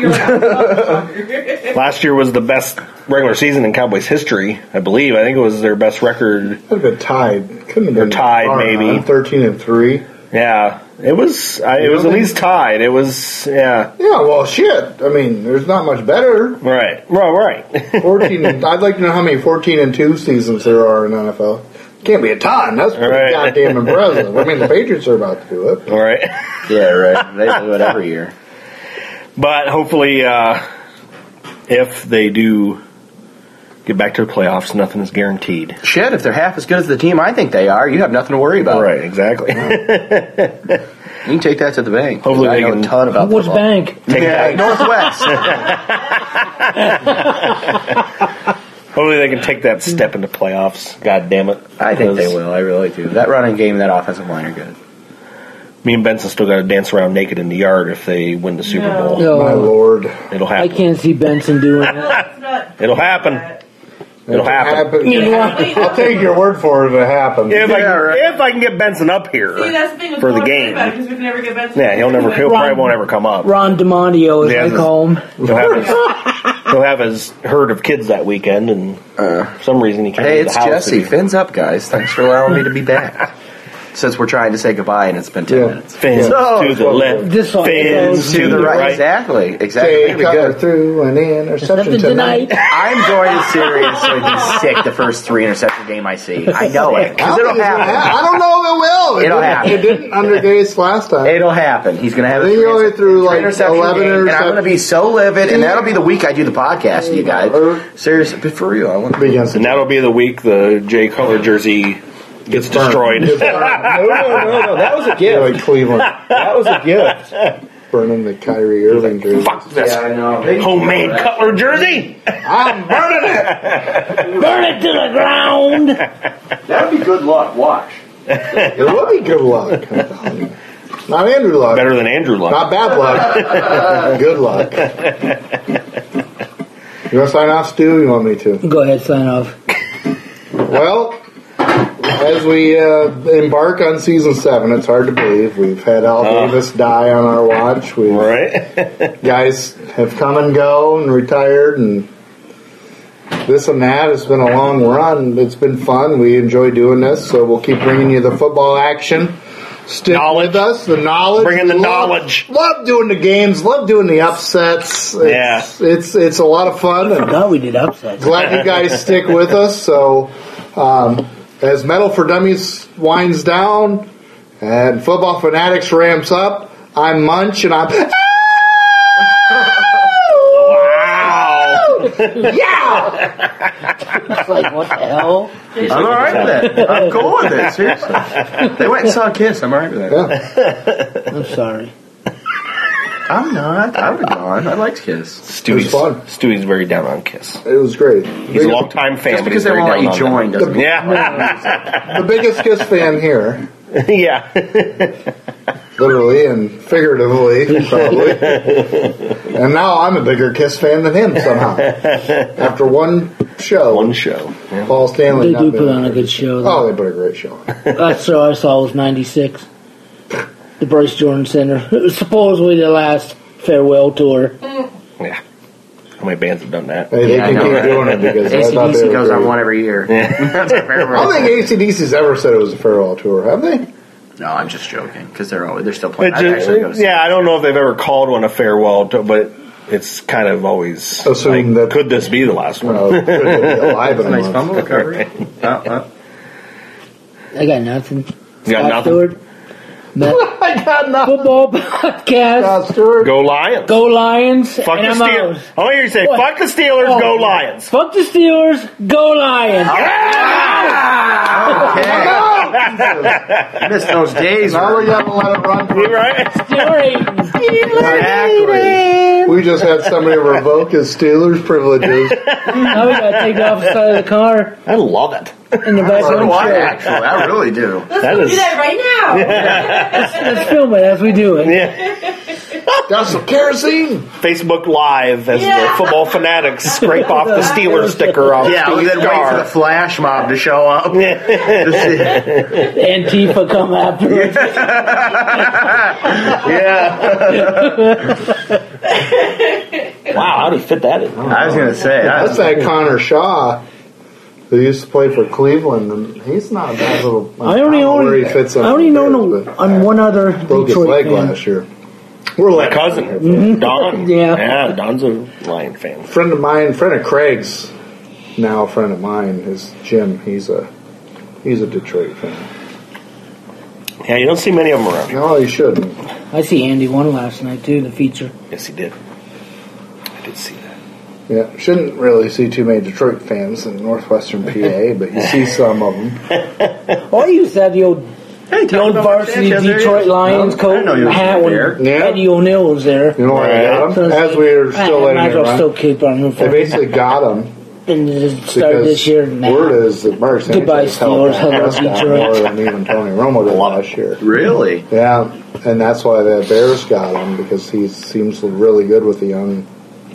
Speaker 4: You're like, motherfucker.
Speaker 2: Last year was the best regular season in Cowboys history, I believe. I think it was their best record.
Speaker 3: Could have been tied. Couldn't have been
Speaker 2: tied,
Speaker 3: far,
Speaker 2: maybe.
Speaker 3: huh? Thirteen and three.
Speaker 2: Yeah, it was. I, it was at least tied. It was. Yeah,
Speaker 3: Yeah, well, shit. I mean, there's not much better.
Speaker 2: right. Well, right.
Speaker 3: Fourteen. and, I'd like to know how many fourteen and two seasons there are in NFL. Can't be a ton. That's pretty
Speaker 2: Right.
Speaker 3: goddamn impressive. I mean, the Patriots are about to do it.
Speaker 2: All right.
Speaker 5: Yeah, right. They do it every year.
Speaker 2: But hopefully, uh, if they do get back to the playoffs, nothing is guaranteed.
Speaker 5: Shit, if they're half as good as the team I think they are, you have nothing to worry about.
Speaker 2: Right. Exactly.
Speaker 5: You can take that to the bank.
Speaker 2: Hopefully
Speaker 5: I
Speaker 2: they
Speaker 5: know
Speaker 2: can-
Speaker 5: a ton about
Speaker 1: What's
Speaker 5: football.
Speaker 1: bank?
Speaker 2: Take
Speaker 5: Yeah,
Speaker 2: that.
Speaker 5: Northwest.
Speaker 2: Hopefully, they can take that step into playoffs. God damn it!
Speaker 5: I think they will. I really do. That running game, and that offensive line are good.
Speaker 2: Me and Benson still got to dance around naked in the yard if they win the Super
Speaker 4: No.
Speaker 2: Bowl.
Speaker 5: Oh.
Speaker 3: My
Speaker 1: No,
Speaker 3: lord,
Speaker 2: It'll
Speaker 1: I
Speaker 2: happen.
Speaker 1: can't see Benson doing
Speaker 4: No,
Speaker 1: that.
Speaker 4: let's not
Speaker 2: It'll
Speaker 4: do
Speaker 2: happen.
Speaker 4: that.
Speaker 2: It'll happen.
Speaker 3: Happen-
Speaker 1: You know
Speaker 3: I'll take your word for it if it happens.
Speaker 2: If, I,
Speaker 5: Yeah, right.
Speaker 2: if I can get Benson up here
Speaker 4: See, that's the thing with
Speaker 2: for the
Speaker 4: Florida
Speaker 2: game,
Speaker 4: Freeman, 'cause we can never get back to
Speaker 2: yeah, he'll never, he'll
Speaker 1: Ron-
Speaker 2: probably won't ever come up.
Speaker 1: Ron DiMondio, as
Speaker 2: Yeah,
Speaker 1: I
Speaker 2: this-
Speaker 1: call him.
Speaker 2: He'll have his, he'll have his herd of kids that weekend, and for some reason he can't.
Speaker 5: Hey,
Speaker 2: leave
Speaker 5: it's
Speaker 2: the house
Speaker 5: Jesse.
Speaker 2: if he-
Speaker 5: Fins up, guys. Thanks for allowing me to be back. since we're trying to say goodbye and it's been ten
Speaker 3: Yeah.
Speaker 5: minutes.
Speaker 2: Fins
Speaker 5: So-
Speaker 2: to the left.
Speaker 1: This one
Speaker 2: Fins
Speaker 1: goes
Speaker 2: to the right.
Speaker 5: exactly, exactly.
Speaker 3: They
Speaker 5: That'd be
Speaker 3: cut her
Speaker 5: good.
Speaker 3: through an interception
Speaker 1: Nothing
Speaker 3: tonight.
Speaker 1: tonight.
Speaker 5: I'm going to seriously be sick the first three interception game I see. I know it
Speaker 3: I don't
Speaker 5: because it'll
Speaker 3: think it's gonna
Speaker 5: happen.
Speaker 3: happen. I don't know if it will. It
Speaker 5: It'll
Speaker 3: didn't-
Speaker 5: happen.
Speaker 3: It didn't under Gase last time.
Speaker 5: It'll happen. He's going to have.
Speaker 3: I think he
Speaker 5: three
Speaker 3: only
Speaker 5: intercep-
Speaker 3: threw,
Speaker 5: three
Speaker 3: like,
Speaker 5: interception
Speaker 3: 11
Speaker 5: game, and I'm going to be so livid. And that'll be the week I do the podcast, to you
Speaker 3: Uh-huh.
Speaker 5: guys. Seriously, but for real, I want to be.
Speaker 3: Against
Speaker 2: And that'll be the week the Jay Cutler jersey gets destroyed.
Speaker 3: Burn.
Speaker 7: No, no, no, no. That was a
Speaker 3: like
Speaker 7: gift.
Speaker 3: Cleveland
Speaker 7: That was a gift.
Speaker 3: burning the Kyrie Irving jersey.
Speaker 2: Fuck this
Speaker 5: I know.
Speaker 2: homemade Cutler jersey.
Speaker 3: I'm burning it.
Speaker 1: Burn it to the ground.
Speaker 5: That'd be good luck. Watch.
Speaker 3: It will be good luck. I'm telling you. Not Andrew luck.
Speaker 2: Better than Andrew Luck.
Speaker 3: Not bad luck. good luck. You want to sign off, Stu? You want me to?
Speaker 1: Go ahead, sign off.
Speaker 3: Well, as we uh, embark on season seven, it's hard to believe we've had Al Davis die on our watch. We
Speaker 2: Uh. Right?
Speaker 3: guys have come and go and retired and this and that. It's been a long run. It's been fun. We enjoy doing this, so we'll keep bringing you the football action. Stick
Speaker 2: Knowledge.
Speaker 3: with us, the knowledge.
Speaker 2: Bringing the
Speaker 3: We love-
Speaker 2: knowledge.
Speaker 3: Love doing the games. Love doing the upsets. It's, it's it's a lot of fun. And
Speaker 1: God, we did upsets.
Speaker 3: glad you guys stick with us. So, um, as Metal for Dummies winds down and Football Fanatics ramps up, I'm Munch and I'm.
Speaker 2: Wow.
Speaker 3: Yeah!
Speaker 1: It's like, what the hell?
Speaker 5: I'm all right with that. I'm cool with it. Seriously, they went and saw Kiss. I'm all right with that.
Speaker 1: I'm sorry.
Speaker 5: I'm not. I would not. I liked Kiss.
Speaker 2: Stewie's,
Speaker 3: fun.
Speaker 2: Stewie's very down on Kiss.
Speaker 3: It was great.
Speaker 2: He's a longtime fan,
Speaker 5: Just
Speaker 2: but he's
Speaker 5: because they
Speaker 2: very
Speaker 5: won't let
Speaker 2: down
Speaker 5: you
Speaker 2: on them.
Speaker 5: join doesn't mean
Speaker 2: Yeah.
Speaker 3: the biggest Kiss fan here,
Speaker 2: yeah.
Speaker 3: literally and figuratively, probably. and now I'm a bigger Kiss fan than him somehow. After one show,
Speaker 2: One show.
Speaker 3: Paul Stanley.
Speaker 1: They
Speaker 3: not
Speaker 1: do
Speaker 3: being
Speaker 1: put on a
Speaker 3: there.
Speaker 1: good show. Though.
Speaker 3: Oh, they put a great show. on.
Speaker 1: Last show I saw was '96, the Bryce Jordan Center. It was supposedly the last farewell tour.
Speaker 2: Yeah. How many bands have done that?
Speaker 3: Hey, they
Speaker 5: Yeah, I
Speaker 3: can
Speaker 5: know,
Speaker 3: keep
Speaker 5: right?
Speaker 3: doing it because I thought they
Speaker 5: ACDC
Speaker 3: were
Speaker 5: goes on
Speaker 3: great.
Speaker 5: one every year. That's a fair
Speaker 3: I don't
Speaker 5: way.
Speaker 3: think ACDC's ever said it was a farewell tour, have they?
Speaker 5: No, I'm just joking because they're always they're still
Speaker 2: It
Speaker 5: playing. I'd
Speaker 2: just-
Speaker 5: actually go see
Speaker 2: yeah, I don't know if they've ever called one a farewell, to, but it's kind of always
Speaker 3: Assuming
Speaker 2: like,
Speaker 3: that-
Speaker 2: could this be the last one?
Speaker 3: No, they'd be alive in a
Speaker 5: Nice
Speaker 3: month.
Speaker 5: fumble recovery. Uh, uh.
Speaker 1: I got nothing.
Speaker 2: You got
Speaker 1: Scott
Speaker 2: nothing?
Speaker 1: Stewart, Met
Speaker 3: I got nothing.
Speaker 1: football podcast.
Speaker 3: Scott Stewart.
Speaker 2: Go Lions.
Speaker 1: Go Lions!
Speaker 2: Fuck
Speaker 1: and
Speaker 2: the
Speaker 1: I'm
Speaker 2: Steelers.
Speaker 1: out.
Speaker 2: I want to hear you say,
Speaker 1: What?
Speaker 2: fuck the Steelers,
Speaker 1: Oh.
Speaker 2: go Lions.
Speaker 1: Fuck the Steelers! Go Lions!
Speaker 5: Okay. I miss those days.
Speaker 3: Now
Speaker 5: where-
Speaker 3: we're gonna let it run.
Speaker 2: You right?
Speaker 1: You're Aitons.
Speaker 5: Exactly.
Speaker 3: We just had somebody revoke his Steelers privileges.
Speaker 1: Now we gotta take it off the side of the car
Speaker 2: I love it.
Speaker 1: in the back
Speaker 5: So do I,
Speaker 1: windshield.
Speaker 5: actually. I really do.
Speaker 2: That
Speaker 4: Do
Speaker 2: is.
Speaker 4: that right now.
Speaker 1: Let's film it as we do it.
Speaker 2: Yeah.
Speaker 3: Got some kerosene.
Speaker 2: Facebook Live as the
Speaker 4: Yeah.
Speaker 2: football fanatics scrape off the Steelers sticker off
Speaker 5: Yeah, we
Speaker 2: Steve's
Speaker 5: then wait for the
Speaker 2: car.
Speaker 5: flash mob to show up. To see-
Speaker 1: Antifa come after us.
Speaker 2: yeah. wow, how do you fit that in?
Speaker 5: I was gonna say. I,
Speaker 3: That's that Connor Shaw who used to play for Cleveland, and he's not a bad little.
Speaker 1: I only
Speaker 3: know
Speaker 1: own.
Speaker 3: where he fits
Speaker 1: I
Speaker 3: in
Speaker 1: only
Speaker 3: the
Speaker 1: know
Speaker 3: Bears,
Speaker 1: no,
Speaker 3: but
Speaker 1: on one other
Speaker 3: broke his
Speaker 1: Detroit
Speaker 3: leg
Speaker 1: fan.
Speaker 3: last year. We're
Speaker 2: My
Speaker 3: like
Speaker 2: cousin, Don.
Speaker 1: Mm-hmm. Yeah.
Speaker 2: Yeah, Don's a Lion fan.
Speaker 3: friend of mine, friend of Craig's, now a friend of mine is Jim. He's a he's a Detroit fan.
Speaker 2: Yeah, you don't see many of them around here.
Speaker 3: No, he shouldn't.
Speaker 1: I see Andy won last night too. The feature.
Speaker 2: Yes, he did. I did see that.
Speaker 3: Yeah, shouldn't really see too many Detroit fans in northwestern PA, but you see some of them.
Speaker 1: Oh, I used to have the old,
Speaker 5: hey,
Speaker 1: the old varsity Detroit Lions coat
Speaker 5: know you
Speaker 1: and
Speaker 5: was
Speaker 1: hat when
Speaker 5: there.
Speaker 3: Yeah.
Speaker 1: Eddie O'Neill was there.
Speaker 3: You know why they got
Speaker 1: So
Speaker 3: them?
Speaker 1: it's
Speaker 3: As
Speaker 1: like,
Speaker 3: we were
Speaker 1: I-
Speaker 3: still
Speaker 1: I
Speaker 3: letting
Speaker 1: might as
Speaker 3: it
Speaker 1: well still
Speaker 3: run.
Speaker 1: keep on the
Speaker 3: They
Speaker 1: phone.
Speaker 3: basically got them
Speaker 1: And it started
Speaker 3: because
Speaker 1: this year. Nah.
Speaker 3: word is that Mark Sanchez
Speaker 1: Goodbye,
Speaker 3: held
Speaker 1: Steelers.
Speaker 3: that
Speaker 1: Hello,
Speaker 3: touchdown
Speaker 1: Detroit.
Speaker 3: more than even Tony Romo did last year.
Speaker 5: Really?
Speaker 3: Yeah, and that's why the Bears got him because he seems really good with the young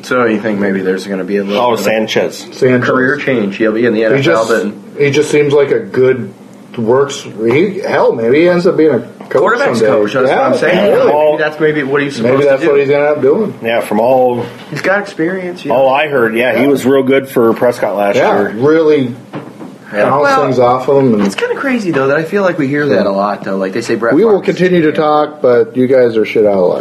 Speaker 5: So you think maybe there's gonna be a little
Speaker 2: Oh,
Speaker 5: bit of
Speaker 2: Sanchez.
Speaker 3: Sanchez.
Speaker 5: career change? He'll be in the NFL,
Speaker 3: He just
Speaker 5: but
Speaker 3: he just seems like a good works. He, hell, maybe he ends up being a coach
Speaker 5: quarterbacks
Speaker 3: someday.
Speaker 5: coach. That's what I'm
Speaker 3: Yeah,
Speaker 5: saying.
Speaker 3: really.
Speaker 5: Maybe that's maybe what he's supposed
Speaker 3: Maybe that's
Speaker 5: to do.
Speaker 3: what he's gonna end up doing.
Speaker 2: Yeah, from all
Speaker 5: he's
Speaker 2: Oh.
Speaker 5: got experience. Yeah.
Speaker 2: all I heard, yeah, he was real good for Prescott last
Speaker 3: Yeah,
Speaker 2: year.
Speaker 3: really bounce
Speaker 5: Well-
Speaker 3: things off of them.
Speaker 5: It's
Speaker 3: And
Speaker 5: kind of crazy though that I feel like we hear that a lot though. Like they say Brett.
Speaker 3: we will
Speaker 5: Favre's-
Speaker 3: continue to talk, but you guys are shit out of luck.